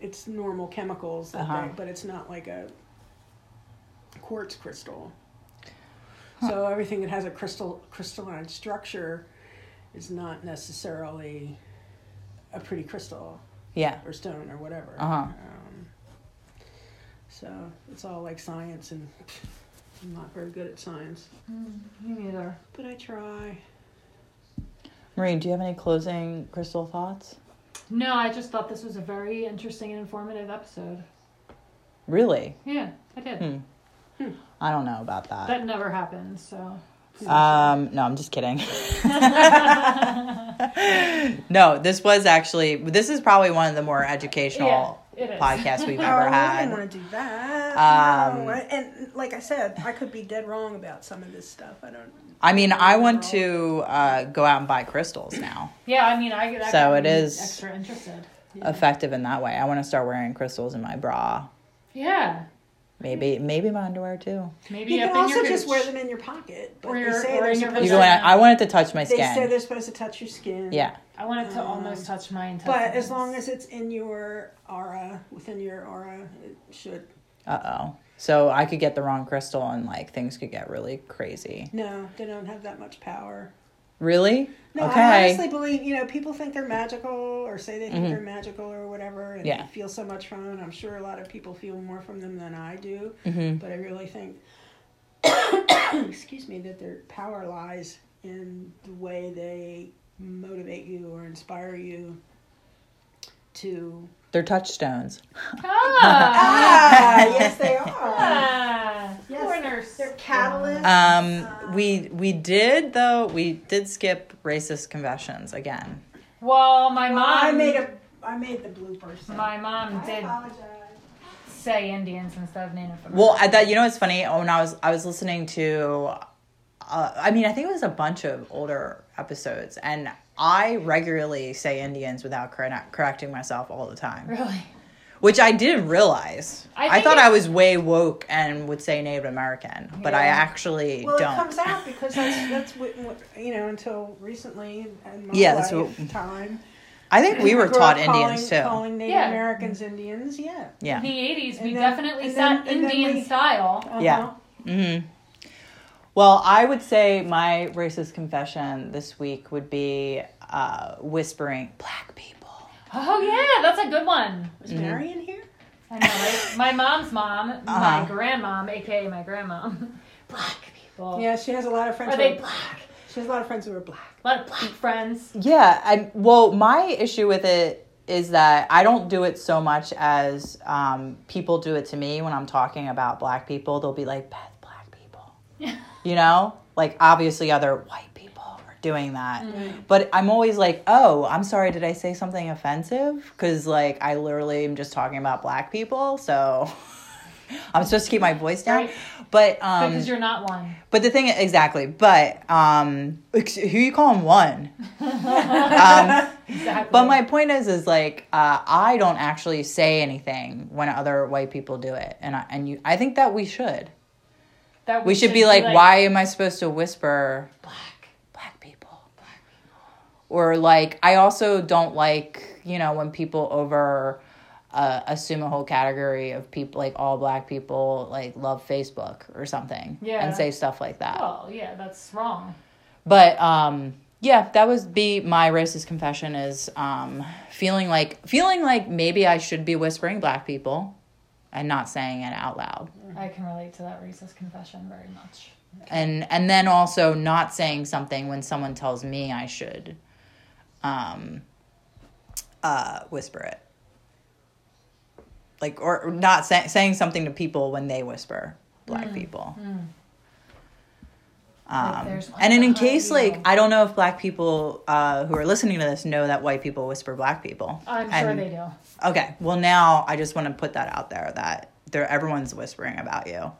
[SPEAKER 3] it's normal chemicals, that
[SPEAKER 1] Uh-huh.
[SPEAKER 3] they- but it's not like a quartz crystal. So everything that has a crystal crystalline structure is not necessarily a pretty crystal
[SPEAKER 1] Yeah.
[SPEAKER 3] or stone or whatever.
[SPEAKER 1] Uh-huh.
[SPEAKER 3] Um, so it's all like science, and I'm not very good at science,
[SPEAKER 4] Me neither.
[SPEAKER 3] but I try.
[SPEAKER 1] Maureen, do you have any closing crystal thoughts?
[SPEAKER 4] No, I just thought this was a very interesting and informative episode.
[SPEAKER 1] Really?
[SPEAKER 4] Yeah, I did.
[SPEAKER 1] Hmm. I don't know about that.
[SPEAKER 4] That never happens, so
[SPEAKER 1] Um, no, I'm just kidding. no, this was actually this is probably one of the more educational
[SPEAKER 4] Yeah, it is.
[SPEAKER 1] podcasts we've
[SPEAKER 3] Oh,
[SPEAKER 1] ever
[SPEAKER 3] I didn't
[SPEAKER 1] had.
[SPEAKER 3] want to do that.
[SPEAKER 1] Um,
[SPEAKER 3] no. I- and like I said, I could be dead wrong about some of this stuff. I don't.
[SPEAKER 1] I mean, I want to uh, go out and buy crystals now.
[SPEAKER 4] Yeah, I mean, I that
[SPEAKER 1] So
[SPEAKER 4] got
[SPEAKER 1] it
[SPEAKER 4] me
[SPEAKER 1] is-
[SPEAKER 4] extra interested.
[SPEAKER 1] Effective in that way. I want to start wearing crystals in my bra.
[SPEAKER 4] Yeah,
[SPEAKER 1] Maybe maybe my underwear too.
[SPEAKER 4] maybe
[SPEAKER 3] You
[SPEAKER 4] up
[SPEAKER 3] can
[SPEAKER 4] in
[SPEAKER 3] also
[SPEAKER 4] your
[SPEAKER 3] just
[SPEAKER 4] gooch.
[SPEAKER 3] wear them in your pocket, but
[SPEAKER 4] Or
[SPEAKER 3] they
[SPEAKER 4] your-
[SPEAKER 3] say
[SPEAKER 4] or
[SPEAKER 3] they're
[SPEAKER 4] in your
[SPEAKER 1] You
[SPEAKER 3] supposed.
[SPEAKER 1] go
[SPEAKER 4] Yeah.
[SPEAKER 1] in- I want it to touch my
[SPEAKER 3] They say
[SPEAKER 1] skin.
[SPEAKER 3] they're supposed to touch your skin.
[SPEAKER 1] Yeah.
[SPEAKER 4] I want it to almost touch mine.
[SPEAKER 3] But as long as it's in your aura, within your aura, it should.
[SPEAKER 1] Uh oh. So I could get the wrong crystal and like things could get really crazy.
[SPEAKER 3] No, they don't have that much power.
[SPEAKER 1] Really?
[SPEAKER 3] No, I honestly believe you know people think they're magical or say they think they're magical or whatever, and
[SPEAKER 1] Mm-hmm. Yeah.
[SPEAKER 3] they feel so much from it. I'm sure a lot of people feel more from them than I do,
[SPEAKER 1] Mm-hmm.
[SPEAKER 3] but I really think, excuse me, that their power lies in the way they motivate you or inspire you to.
[SPEAKER 1] They're touchstones.
[SPEAKER 4] ah,
[SPEAKER 3] Ah, yes, they are. Yes.
[SPEAKER 4] corners.
[SPEAKER 3] They're catalysts.
[SPEAKER 1] Um, we we did though. We did skip racist confessions again.
[SPEAKER 4] Well, my
[SPEAKER 3] Well,
[SPEAKER 4] mom.
[SPEAKER 3] I made a I made the bloopers. so
[SPEAKER 4] My mom
[SPEAKER 3] I
[SPEAKER 4] did
[SPEAKER 3] apologize.
[SPEAKER 4] say Indians instead of Native Americans.
[SPEAKER 1] Well, I thought you know what's funny. Oh, When I was I was listening to, uh, I mean, I think it was a bunch of older episodes, and I regularly say Indians without corre- correcting myself all the time,
[SPEAKER 4] really.
[SPEAKER 1] which I didn't realize.
[SPEAKER 4] I
[SPEAKER 1] I,
[SPEAKER 4] think
[SPEAKER 1] thought
[SPEAKER 4] it-
[SPEAKER 1] I was way woke and would say Native American, but I
[SPEAKER 4] Yeah.
[SPEAKER 1] actually
[SPEAKER 3] Well,
[SPEAKER 1] don't.
[SPEAKER 3] it comes out because that's that's what, what- you know until recently in my
[SPEAKER 1] Yeah, that's
[SPEAKER 3] life
[SPEAKER 1] what-
[SPEAKER 3] time.
[SPEAKER 1] I think we
[SPEAKER 3] I
[SPEAKER 1] were
[SPEAKER 3] grew
[SPEAKER 1] taught
[SPEAKER 3] up calling-
[SPEAKER 1] Indians too.
[SPEAKER 3] Calling Native
[SPEAKER 4] Yeah.
[SPEAKER 3] Americans Indians, yeah.
[SPEAKER 1] Yeah.
[SPEAKER 4] The 80s, we
[SPEAKER 3] And then-
[SPEAKER 4] definitely
[SPEAKER 3] and
[SPEAKER 4] sat
[SPEAKER 3] then- and then
[SPEAKER 4] Indian
[SPEAKER 3] we-
[SPEAKER 4] style.
[SPEAKER 3] Uh-huh.
[SPEAKER 1] Yeah. Mm-hmm. Well, I would say my racist confession this week would be uh, whispering black people.
[SPEAKER 4] Oh, yeah, that's a good one.
[SPEAKER 3] Was
[SPEAKER 1] Mm-hmm.
[SPEAKER 3] Mary in here?
[SPEAKER 4] I know, right? my mom's mom,
[SPEAKER 1] Uh-huh.
[SPEAKER 4] my grandmom, aka my grandma, black people.
[SPEAKER 3] Yeah, she has a lot of friends.
[SPEAKER 4] Are
[SPEAKER 3] who
[SPEAKER 4] they black?
[SPEAKER 3] She has a lot of friends who are black.
[SPEAKER 4] A lot of black friends.
[SPEAKER 1] Yeah, I well, my issue with it is that I don't do it so much as um, people do it to me when I'm talking about black people. They'll be like, "Beth, black people," you know, like obviously other white people are doing that. But I'm always like, "Oh, I'm sorry, did I say something offensive?" Because like I literally am just talking about black people, so. I'm supposed to keep my voice down,
[SPEAKER 4] Right.
[SPEAKER 1] but um,
[SPEAKER 4] Because you're not one.
[SPEAKER 1] but the thing exactly, but um, ex- who you calling one? um,
[SPEAKER 4] Exactly.
[SPEAKER 1] but my point is, is like uh, I don't actually say anything when other white people do it, and I, and you, I think that we should.
[SPEAKER 4] That
[SPEAKER 1] We should be like, why am I supposed to whisper
[SPEAKER 4] Black.
[SPEAKER 1] black people? Or like, I also don't like you know when people over. Uh, assume a whole category of people like all black people like love Facebook or something
[SPEAKER 4] Yeah.
[SPEAKER 1] and say stuff like that.
[SPEAKER 4] Well, "Oh, yeah, that's wrong.
[SPEAKER 1] But um yeah, that would be my racist confession is um feeling like feeling like maybe I should be whispering black people and not saying it out loud.
[SPEAKER 4] I can relate to that racist confession very much.
[SPEAKER 1] And and then also not saying something when someone tells me I should um uh whisper it. Like or or not say, saying something to people when they whisper black people.
[SPEAKER 4] Hmm. Like,
[SPEAKER 1] Um,
[SPEAKER 4] there's one
[SPEAKER 1] and then in
[SPEAKER 4] behind
[SPEAKER 1] case,
[SPEAKER 4] you.
[SPEAKER 1] like, I don't know if black people uh, who are listening to this know that white people whisper black people.
[SPEAKER 4] I'm sure
[SPEAKER 1] And-
[SPEAKER 4] they do.
[SPEAKER 1] Okay, well, now I just want to put that out there that there, everyone's whispering about you.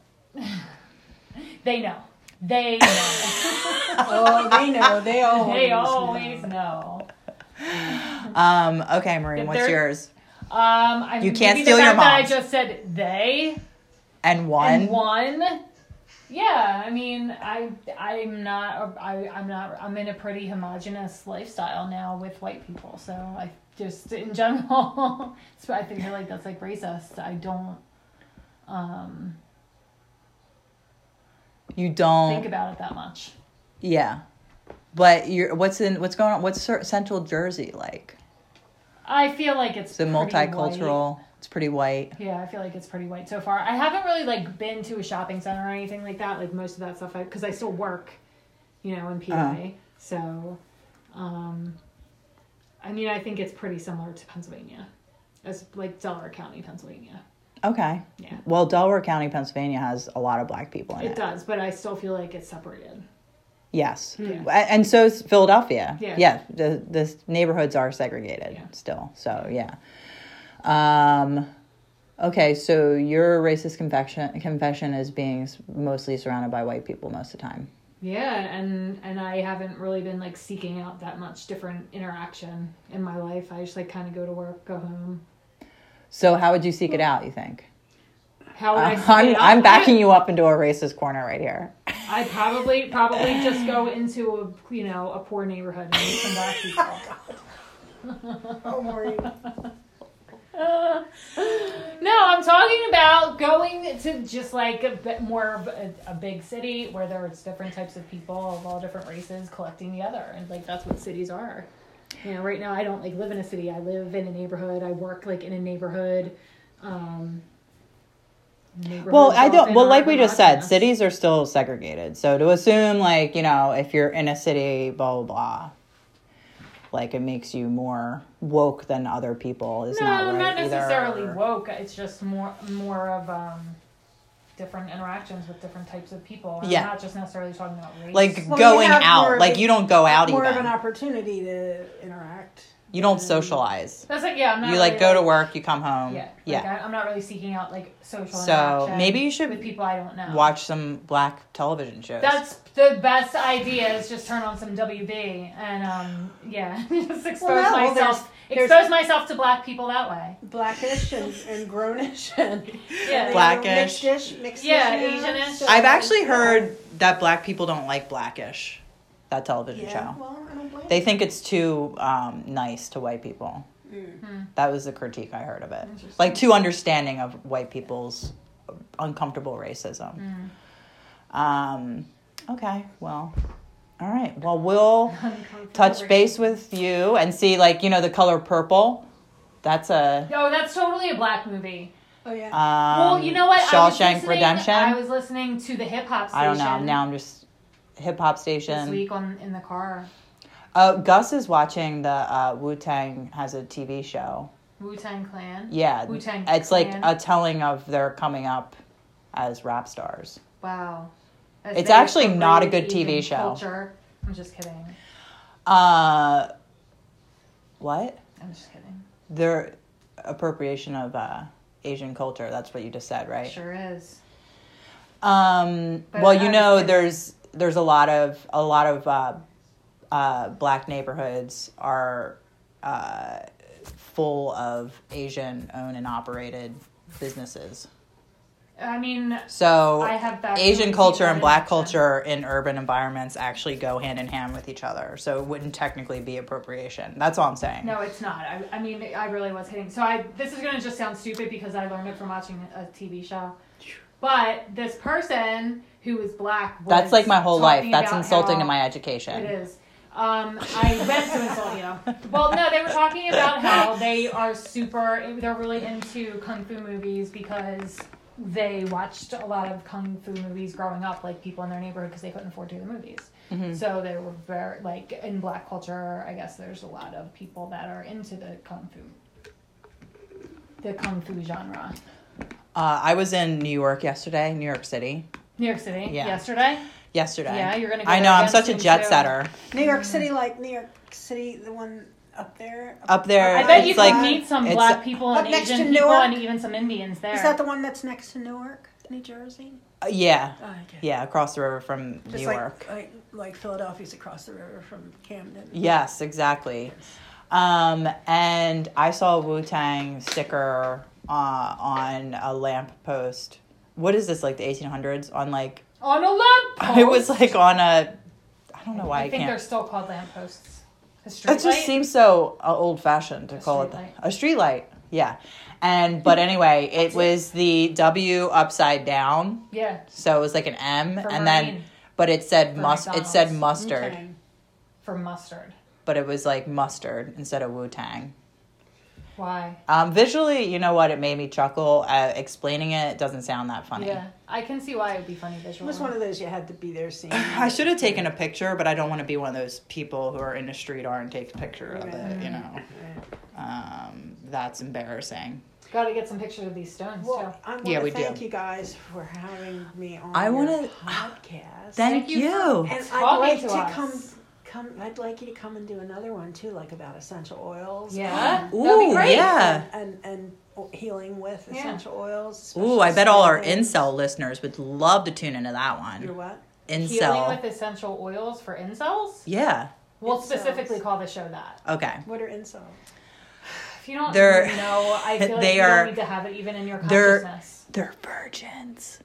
[SPEAKER 4] They know. They know.
[SPEAKER 3] Oh, they know. They all.
[SPEAKER 4] they always know.
[SPEAKER 1] Um, okay, Maureen,
[SPEAKER 4] If
[SPEAKER 1] what's
[SPEAKER 4] there-
[SPEAKER 1] yours?
[SPEAKER 4] Um, I,
[SPEAKER 1] You can't
[SPEAKER 4] maybe
[SPEAKER 1] steal
[SPEAKER 4] the
[SPEAKER 1] your
[SPEAKER 4] fact that I
[SPEAKER 1] mom's.
[SPEAKER 4] just said they
[SPEAKER 1] And one?
[SPEAKER 4] and one. Yeah, I mean, I I'm not I I'm not I'm in a pretty homogenous lifestyle now with white people, so I just in general, so I think like that's like racist. I don't um
[SPEAKER 1] You don't.
[SPEAKER 4] think about it that much.
[SPEAKER 1] yeah. But you're, what's in what's going on? What's cer- Central Jersey like?
[SPEAKER 4] I feel like it's
[SPEAKER 1] It's a
[SPEAKER 4] pretty white.
[SPEAKER 1] multicultural. It's pretty white.
[SPEAKER 4] Yeah, I feel like it's pretty white so far. I haven't really like been to a shopping center or anything like that. Like most of that stuff, because I, still work, you know, in PA.
[SPEAKER 1] Uh-huh.
[SPEAKER 4] So, um, I mean, I think it's pretty similar to Pennsylvania. It's like Delaware County, Pennsylvania.
[SPEAKER 1] Okay.
[SPEAKER 4] Yeah,
[SPEAKER 1] Well, Delaware County, Pennsylvania has a lot of black people in
[SPEAKER 4] it
[SPEAKER 1] it.
[SPEAKER 4] does, but I still feel like it's separated.
[SPEAKER 1] Yes.
[SPEAKER 4] Yeah.
[SPEAKER 1] A- And so is Philadelphia.
[SPEAKER 4] Hmm. Yeah.
[SPEAKER 1] the the neighborhoods are segregated
[SPEAKER 4] Yeah.
[SPEAKER 1] still. So yeah. Um okay, so your racist confession confession is being s- mostly surrounded by white people most of the time.
[SPEAKER 4] Yeah, and and I haven't really been like seeking out that much different interaction in my life. I just like kind of go to work, go home.
[SPEAKER 1] So how would you seek it out? You think?
[SPEAKER 4] How would Oh, I?
[SPEAKER 1] I'm,
[SPEAKER 4] seek
[SPEAKER 1] Uh, I'm,
[SPEAKER 4] it out?
[SPEAKER 1] I'm backing you up into a racist corner right here.
[SPEAKER 4] I probably probably just go into a you know a poor neighborhood and meet some black people.
[SPEAKER 3] Don't worry.
[SPEAKER 4] No, I'm talking about going to just like a bit more of a, a big city where there's different types of people of all different races collecting together, and like that's what cities are. You know, right now I don't like live in a city. I live in a neighborhood. I work like in a neighborhood. Um,
[SPEAKER 1] Well,
[SPEAKER 4] neighborhoods
[SPEAKER 1] I don't.
[SPEAKER 4] often
[SPEAKER 1] Well,
[SPEAKER 4] are
[SPEAKER 1] like we just said,
[SPEAKER 4] monogamous.
[SPEAKER 1] cities are still segregated. So to assume, like you know, if you're in a city, blah blah blah, like it makes you more woke than other people is
[SPEAKER 4] No,
[SPEAKER 1] not right
[SPEAKER 4] not
[SPEAKER 1] either.
[SPEAKER 4] necessarily woke. It's just more more of um, different interactions with different types of people. And
[SPEAKER 1] Yeah.
[SPEAKER 4] I'm not just necessarily talking about race.
[SPEAKER 1] Like
[SPEAKER 3] Well, you
[SPEAKER 1] going
[SPEAKER 3] have more
[SPEAKER 1] out,
[SPEAKER 3] of
[SPEAKER 1] like
[SPEAKER 3] a-
[SPEAKER 1] you don't go out
[SPEAKER 3] More
[SPEAKER 1] even.
[SPEAKER 3] of an opportunity to interact.
[SPEAKER 1] you don't socialize.
[SPEAKER 4] that's like yeah, I'm not.
[SPEAKER 1] You like
[SPEAKER 4] really,
[SPEAKER 1] go to work, you come home.
[SPEAKER 4] Yeah,
[SPEAKER 1] yeah.
[SPEAKER 4] Like, I, I'm not really seeking out like social.
[SPEAKER 1] So,
[SPEAKER 4] interaction
[SPEAKER 1] maybe you should
[SPEAKER 4] with people I don't know.
[SPEAKER 1] Watch some black television shows.
[SPEAKER 4] That's the best idea. Is just turn on some WB and um, yeah, just expose
[SPEAKER 3] no, well,
[SPEAKER 4] myself.
[SPEAKER 3] there's- there's-
[SPEAKER 4] expose myself to black people that way.
[SPEAKER 3] Blackish and, and grownish and
[SPEAKER 4] Yeah.
[SPEAKER 1] Blackish.
[SPEAKER 3] mixedish, mixedish.
[SPEAKER 4] Yeah,
[SPEAKER 3] now,
[SPEAKER 4] Asian-ish.
[SPEAKER 3] so-
[SPEAKER 1] I've actually heard that black people don't like blackish, that television
[SPEAKER 3] Yeah,
[SPEAKER 1] show.
[SPEAKER 3] well, I don't blame
[SPEAKER 1] They think it's too um, nice to white people.
[SPEAKER 4] Hmm.
[SPEAKER 1] That was the critique I heard of it. Like too understanding of white people's uncomfortable racism.
[SPEAKER 4] Hmm.
[SPEAKER 1] Um, okay, well, all right. Well, we'll touch base with you and see, like, you know, the color purple. That's a.
[SPEAKER 4] No, oh, that's totally a black movie.
[SPEAKER 3] Oh yeah.
[SPEAKER 1] Um,
[SPEAKER 4] well, you know what? I was
[SPEAKER 1] Shawshank
[SPEAKER 4] listening-
[SPEAKER 1] Redemption.
[SPEAKER 4] I was listening to the hip hop.
[SPEAKER 1] I don't know.
[SPEAKER 4] station
[SPEAKER 1] Now I'm just hip hop
[SPEAKER 4] this
[SPEAKER 1] station.
[SPEAKER 4] week on in the car.
[SPEAKER 1] Uh, Gus is watching the uh, Wu Tang has a TV show.
[SPEAKER 4] Wu Tang Clan.
[SPEAKER 1] Yeah,
[SPEAKER 4] Wu-Tang
[SPEAKER 1] It's like
[SPEAKER 4] Clan.
[SPEAKER 1] a telling of their coming up as rap stars.
[SPEAKER 4] Wow. As
[SPEAKER 1] It's
[SPEAKER 4] they
[SPEAKER 1] actually not a
[SPEAKER 4] appropriate
[SPEAKER 1] good TV
[SPEAKER 4] Asian
[SPEAKER 1] show.
[SPEAKER 4] Culture. I'm just kidding.
[SPEAKER 1] Uh, what?
[SPEAKER 4] I'm just kidding.
[SPEAKER 1] Their appropriation of uh, Asian culture. That's what you just said, right?
[SPEAKER 4] Sure is.
[SPEAKER 1] Um,
[SPEAKER 4] But
[SPEAKER 1] well,
[SPEAKER 4] I
[SPEAKER 1] you know,
[SPEAKER 4] understand.
[SPEAKER 1] there's there's a lot of a lot of uh, uh, black neighborhoods are uh, full of Asian owned and operated businesses.
[SPEAKER 4] I mean,
[SPEAKER 1] So
[SPEAKER 4] I have that
[SPEAKER 1] Asian
[SPEAKER 4] really
[SPEAKER 1] culture
[SPEAKER 4] deep
[SPEAKER 1] and black
[SPEAKER 4] connection.
[SPEAKER 1] culture in urban environments actually go hand in hand with each other. So it wouldn't technically be appropriation. That's all I'm saying.
[SPEAKER 4] no, it's not. I, I mean, I really was hitting. So I. This is gonna just sound stupid because I learned it from watching a TV show. But this person who is black. Was
[SPEAKER 1] That's like my whole life.
[SPEAKER 4] talking
[SPEAKER 1] That's
[SPEAKER 4] about
[SPEAKER 1] insulting
[SPEAKER 4] how-
[SPEAKER 1] to my education.
[SPEAKER 4] It is. Um, I meant to insult you. Well, no, they were talking about how they are super. They're really into kung fu movies because they watched a lot of kung fu movies growing up, like people in their neighborhood because they couldn't afford to go to the movies.
[SPEAKER 1] Mm-hmm.
[SPEAKER 4] So they were very like in black culture. I guess there's a lot of people that are into the kung fu, the kung fu genre.
[SPEAKER 1] Uh, I was in New York yesterday, New York City.
[SPEAKER 4] New York City
[SPEAKER 1] Yeah.
[SPEAKER 4] yesterday.
[SPEAKER 1] Yesterday.
[SPEAKER 4] Yeah, you're gonna go
[SPEAKER 1] I
[SPEAKER 4] there
[SPEAKER 1] know. I'm
[SPEAKER 4] again
[SPEAKER 1] such a
[SPEAKER 4] soon,
[SPEAKER 1] jet
[SPEAKER 4] too.
[SPEAKER 1] setter.
[SPEAKER 3] New York City, like New York City, the one up there.
[SPEAKER 1] Up there.
[SPEAKER 4] I bet you
[SPEAKER 1] it's
[SPEAKER 4] could
[SPEAKER 1] like-
[SPEAKER 4] meet some
[SPEAKER 1] it's-
[SPEAKER 4] black people and
[SPEAKER 3] Up next
[SPEAKER 4] Asian
[SPEAKER 3] to
[SPEAKER 4] people
[SPEAKER 3] Newark.
[SPEAKER 4] and even some Indians there.
[SPEAKER 3] Is that the one that's next to Newark, New Jersey?
[SPEAKER 1] Uh, yeah,
[SPEAKER 3] Oh, okay.
[SPEAKER 1] yeah, across the river from
[SPEAKER 3] Just
[SPEAKER 1] New
[SPEAKER 3] like,
[SPEAKER 1] York.
[SPEAKER 3] like like Philadelphia's across the river from Camden.
[SPEAKER 1] Yes, exactly. Um, and I saw a Wu Tang sticker uh, on a lamppost. What is this, like the 1800s? On like,
[SPEAKER 4] On a lamppost.
[SPEAKER 1] it was like on a, I don't know why I,
[SPEAKER 4] I think they're
[SPEAKER 1] can't.
[SPEAKER 4] still called lampposts. A
[SPEAKER 1] It
[SPEAKER 4] streetlight?
[SPEAKER 1] just seems so uh, old fashioned to
[SPEAKER 4] A
[SPEAKER 1] call it
[SPEAKER 4] streetlight.
[SPEAKER 1] that. a street light. Yeah. And, but anyway, it was the W upside down.
[SPEAKER 4] yeah,
[SPEAKER 1] So it was like an M.
[SPEAKER 4] For
[SPEAKER 1] and then,
[SPEAKER 4] Marine.
[SPEAKER 1] but it said,
[SPEAKER 4] For
[SPEAKER 1] must, it said
[SPEAKER 4] McDonald's.
[SPEAKER 1] mustard.
[SPEAKER 3] Okay.
[SPEAKER 4] for mustard.
[SPEAKER 1] But it was like mustard instead of Wu Tang.
[SPEAKER 4] Why?
[SPEAKER 1] Um, visually, you know what? It made me chuckle. Uh, explaining it doesn't sound that funny.
[SPEAKER 4] Yeah, I can see why it would be funny visually.
[SPEAKER 3] It was one of those you had to be there seeing.
[SPEAKER 1] I should have taken a picture, but I don't want to be one of those people who are in the street art and take a picture of it. You know, um, that's embarrassing.
[SPEAKER 4] Got to get some pictures of these stones
[SPEAKER 3] Well,
[SPEAKER 4] too.
[SPEAKER 3] I want
[SPEAKER 1] Yeah,
[SPEAKER 3] to
[SPEAKER 1] we
[SPEAKER 3] thank
[SPEAKER 1] do.
[SPEAKER 3] you guys for having me on
[SPEAKER 1] I
[SPEAKER 3] your
[SPEAKER 1] wanna-
[SPEAKER 3] podcast.
[SPEAKER 1] Thank,
[SPEAKER 4] you
[SPEAKER 1] you.
[SPEAKER 4] for-
[SPEAKER 3] and I'd
[SPEAKER 4] talking
[SPEAKER 3] like
[SPEAKER 4] to
[SPEAKER 3] to,
[SPEAKER 4] us.
[SPEAKER 3] come come I'd like you to come and do another one too, like about essential oils. Um,
[SPEAKER 4] Yeah,
[SPEAKER 1] Ooh,
[SPEAKER 4] that'd be great.
[SPEAKER 1] yeah.
[SPEAKER 3] And and, and healing with
[SPEAKER 4] Yeah.
[SPEAKER 3] essential oils.
[SPEAKER 1] Ooh, I bet all our
[SPEAKER 3] special things.
[SPEAKER 1] incel listeners would love to tune into that
[SPEAKER 3] Your
[SPEAKER 1] one.
[SPEAKER 3] what?
[SPEAKER 4] Healing
[SPEAKER 1] incel.
[SPEAKER 4] with essential oils for incels.
[SPEAKER 1] yeah.
[SPEAKER 4] We'll
[SPEAKER 3] Incels.
[SPEAKER 4] specifically call the show that.
[SPEAKER 1] Okay.
[SPEAKER 3] What are incels?
[SPEAKER 4] If you don't
[SPEAKER 1] They're-
[SPEAKER 4] know, I feel like
[SPEAKER 1] they
[SPEAKER 4] you
[SPEAKER 1] are-
[SPEAKER 4] don't need to have it even in your
[SPEAKER 1] they're-
[SPEAKER 4] consciousness.
[SPEAKER 1] They're virgins.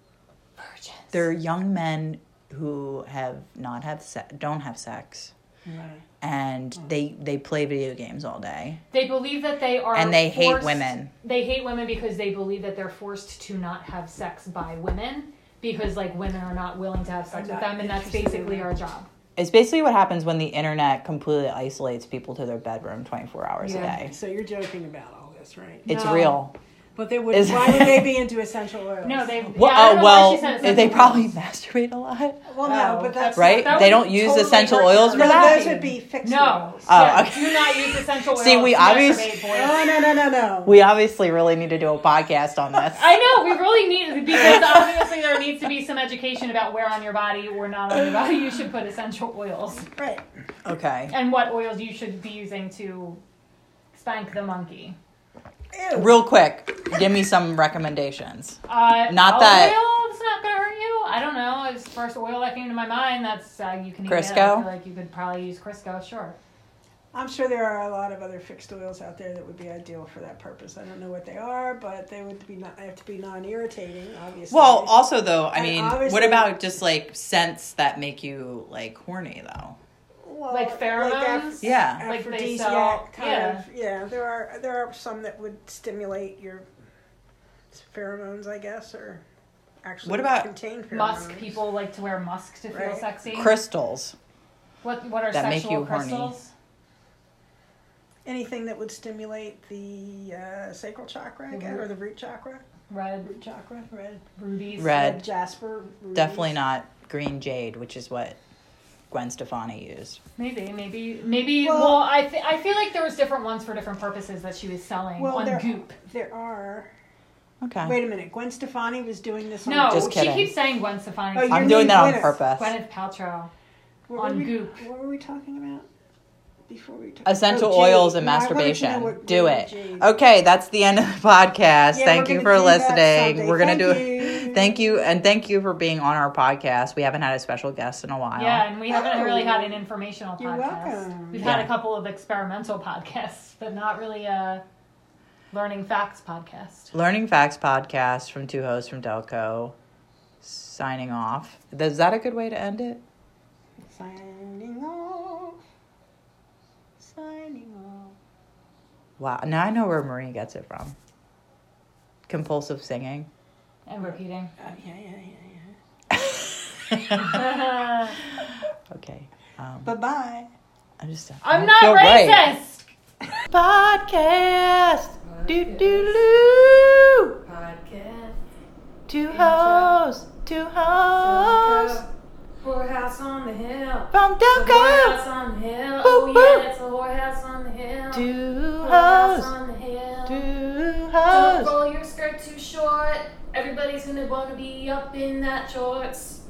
[SPEAKER 4] Virgins.
[SPEAKER 1] They're young men who have not have se- don't have sex and
[SPEAKER 4] Mm.
[SPEAKER 1] they they play video games all day.
[SPEAKER 4] They believe that they are
[SPEAKER 1] And they hate
[SPEAKER 4] forced-
[SPEAKER 1] women.
[SPEAKER 4] They hate women because they believe that they're forced to not have sex by women because like women are not willing to have sex
[SPEAKER 3] Are not
[SPEAKER 4] with them and that's
[SPEAKER 3] interested in
[SPEAKER 4] basically
[SPEAKER 3] them.
[SPEAKER 4] our job.
[SPEAKER 1] It's basically what happens when the internet completely isolates people to their bedroom 24 hours
[SPEAKER 4] Yeah.
[SPEAKER 1] a day.
[SPEAKER 3] So you're joking about all this, right?
[SPEAKER 1] It's
[SPEAKER 4] No.
[SPEAKER 1] real.
[SPEAKER 3] But they would.
[SPEAKER 1] Is-
[SPEAKER 3] Why would they be into essential oils?
[SPEAKER 4] No, they
[SPEAKER 1] Well,
[SPEAKER 4] yeah, I don't
[SPEAKER 1] oh,
[SPEAKER 4] know why she
[SPEAKER 1] well
[SPEAKER 4] said
[SPEAKER 1] they
[SPEAKER 4] essential
[SPEAKER 1] probably
[SPEAKER 4] oils.
[SPEAKER 1] masturbate a lot.
[SPEAKER 3] Well, no,
[SPEAKER 4] Oh,
[SPEAKER 3] but that's
[SPEAKER 1] Right?
[SPEAKER 4] that
[SPEAKER 1] They
[SPEAKER 4] would
[SPEAKER 1] don't use
[SPEAKER 4] totally
[SPEAKER 1] essential
[SPEAKER 4] hurt
[SPEAKER 1] oils for
[SPEAKER 4] them.
[SPEAKER 3] No,
[SPEAKER 1] that?
[SPEAKER 3] those would be fixed
[SPEAKER 4] No.
[SPEAKER 3] oils.
[SPEAKER 1] Oh,
[SPEAKER 4] yeah,
[SPEAKER 1] okay.
[SPEAKER 4] Do not use essential oils.
[SPEAKER 1] See, we
[SPEAKER 4] to
[SPEAKER 1] obvious-
[SPEAKER 4] masturbate, boys.
[SPEAKER 3] No, Oh, no, no, no, no.
[SPEAKER 1] We obviously really need to do a podcast on this.
[SPEAKER 4] I know we really need because obviously there needs to be some education about where on your body or not on your body you should put essential oils
[SPEAKER 3] right.
[SPEAKER 1] Okay.
[SPEAKER 4] and what oils you should be using to spank the monkey.
[SPEAKER 3] Ew.
[SPEAKER 1] Real quick, give me some recommendations.
[SPEAKER 4] Uh,
[SPEAKER 1] Not
[SPEAKER 4] olive
[SPEAKER 1] that-
[SPEAKER 4] oil. It's not gonna hurt you. I don't know. It's the first oil that came to my mind. That's uh, you can. even-
[SPEAKER 1] Crisco?
[SPEAKER 4] I feel like you could probably use Crisco. Sure.
[SPEAKER 3] I'm sure there are a lot of other fixed oils out there that would be ideal for that purpose. I don't know what they are, but they would be not, have to be non-irritating, obviously.
[SPEAKER 1] Well, also though, I
[SPEAKER 3] And
[SPEAKER 1] mean, what
[SPEAKER 3] obviously-
[SPEAKER 1] about just like scents that make you like horny though?
[SPEAKER 3] Well,
[SPEAKER 4] like pheromones?
[SPEAKER 1] Yeah.
[SPEAKER 4] Like they
[SPEAKER 3] aphrodisiac
[SPEAKER 4] sell-
[SPEAKER 3] kind
[SPEAKER 4] yeah.
[SPEAKER 3] of. Yeah, there are there are some that would stimulate your pheromones, I guess, or actually
[SPEAKER 1] What about
[SPEAKER 3] contain pheromones.
[SPEAKER 4] Musk people like to wear musk to feel
[SPEAKER 3] Right.
[SPEAKER 4] sexy.
[SPEAKER 1] Crystals.
[SPEAKER 4] what what are
[SPEAKER 1] that make
[SPEAKER 4] sexual
[SPEAKER 1] you horny.
[SPEAKER 4] crystals?
[SPEAKER 3] Anything that would stimulate the uh, sacral chakra, I
[SPEAKER 4] The
[SPEAKER 1] Mm-hmm.
[SPEAKER 3] guess,
[SPEAKER 4] root-
[SPEAKER 3] or the root chakra,
[SPEAKER 4] Red
[SPEAKER 3] root chakra, red,
[SPEAKER 4] rubies.
[SPEAKER 1] Red.
[SPEAKER 3] jasper. rubies.
[SPEAKER 1] Definitely not green jade, which is what Gwen Stefani used.
[SPEAKER 4] Maybe maybe maybe. Well,
[SPEAKER 3] Well-
[SPEAKER 4] I th- I feel like there was different ones for different purposes that she was selling
[SPEAKER 3] Well,
[SPEAKER 4] on
[SPEAKER 3] there-
[SPEAKER 4] Goop.
[SPEAKER 3] There are.
[SPEAKER 1] Okay.
[SPEAKER 3] Wait a minute, Gwen Stefani was doing this. on
[SPEAKER 4] No,
[SPEAKER 1] Just
[SPEAKER 4] she
[SPEAKER 1] kidding.
[SPEAKER 4] keeps saying Gwen Stefani.
[SPEAKER 3] Oh,
[SPEAKER 4] It's
[SPEAKER 3] you're
[SPEAKER 1] I'm doing
[SPEAKER 3] Nate
[SPEAKER 1] that on
[SPEAKER 3] Gwyneth.
[SPEAKER 1] purpose.
[SPEAKER 4] Gwyneth Paltrow.
[SPEAKER 3] What
[SPEAKER 4] on
[SPEAKER 3] were we,
[SPEAKER 4] Goop.
[SPEAKER 3] What were we talking about before we? Talk-
[SPEAKER 1] Essential
[SPEAKER 3] Oh, Jade.
[SPEAKER 1] oils and
[SPEAKER 3] No, I wanted to know
[SPEAKER 1] masturbation.
[SPEAKER 3] what
[SPEAKER 1] Do
[SPEAKER 3] Jade-
[SPEAKER 1] it.
[SPEAKER 3] Jade.
[SPEAKER 1] Okay, that's the end of the podcast.
[SPEAKER 3] Yeah,
[SPEAKER 1] thank
[SPEAKER 3] we're
[SPEAKER 1] you for
[SPEAKER 3] gonna do that
[SPEAKER 1] listening.
[SPEAKER 3] someday.
[SPEAKER 1] We're gonna
[SPEAKER 3] Thank
[SPEAKER 1] do
[SPEAKER 3] you.
[SPEAKER 1] Thank you and thank you for being on our podcast. We haven't had a special guest in a while.
[SPEAKER 4] Yeah, and we haven't
[SPEAKER 3] Oh.
[SPEAKER 4] really had an informational podcast.
[SPEAKER 3] You're welcome.
[SPEAKER 4] We've
[SPEAKER 1] Yeah.
[SPEAKER 4] had a couple of experimental podcasts, but not really a learning facts podcast.
[SPEAKER 1] Learning Facts podcast from two hosts from Delco signing off. Is that a good way to end it?
[SPEAKER 3] Signing off. Signing off.
[SPEAKER 1] Wow. Now I know where Marie gets it from. Compulsive singing.
[SPEAKER 4] And repeating.
[SPEAKER 3] Uh, yeah, yeah, yeah, yeah.
[SPEAKER 4] I'm
[SPEAKER 1] Okay. Um,
[SPEAKER 3] Bye bye.
[SPEAKER 1] I'm just. I
[SPEAKER 4] not
[SPEAKER 1] feel right.
[SPEAKER 4] racist.
[SPEAKER 1] Podcast. Do do do.
[SPEAKER 2] Podcast.
[SPEAKER 1] Two hosts. Two hosts.
[SPEAKER 2] Whorehouse on the hill.
[SPEAKER 1] From
[SPEAKER 2] The whorehouse
[SPEAKER 1] Delco.
[SPEAKER 2] on the hill.
[SPEAKER 1] Boop,
[SPEAKER 2] Oh
[SPEAKER 1] boop.
[SPEAKER 2] yeah, that's a whorehouse on the hill.
[SPEAKER 1] Two
[SPEAKER 2] Whorehouse
[SPEAKER 1] hosts.
[SPEAKER 2] on the hill.
[SPEAKER 1] Two
[SPEAKER 2] Don't
[SPEAKER 1] hosts.
[SPEAKER 2] roll your skirt too short. Everybody's gonna wanna be up in that shorts.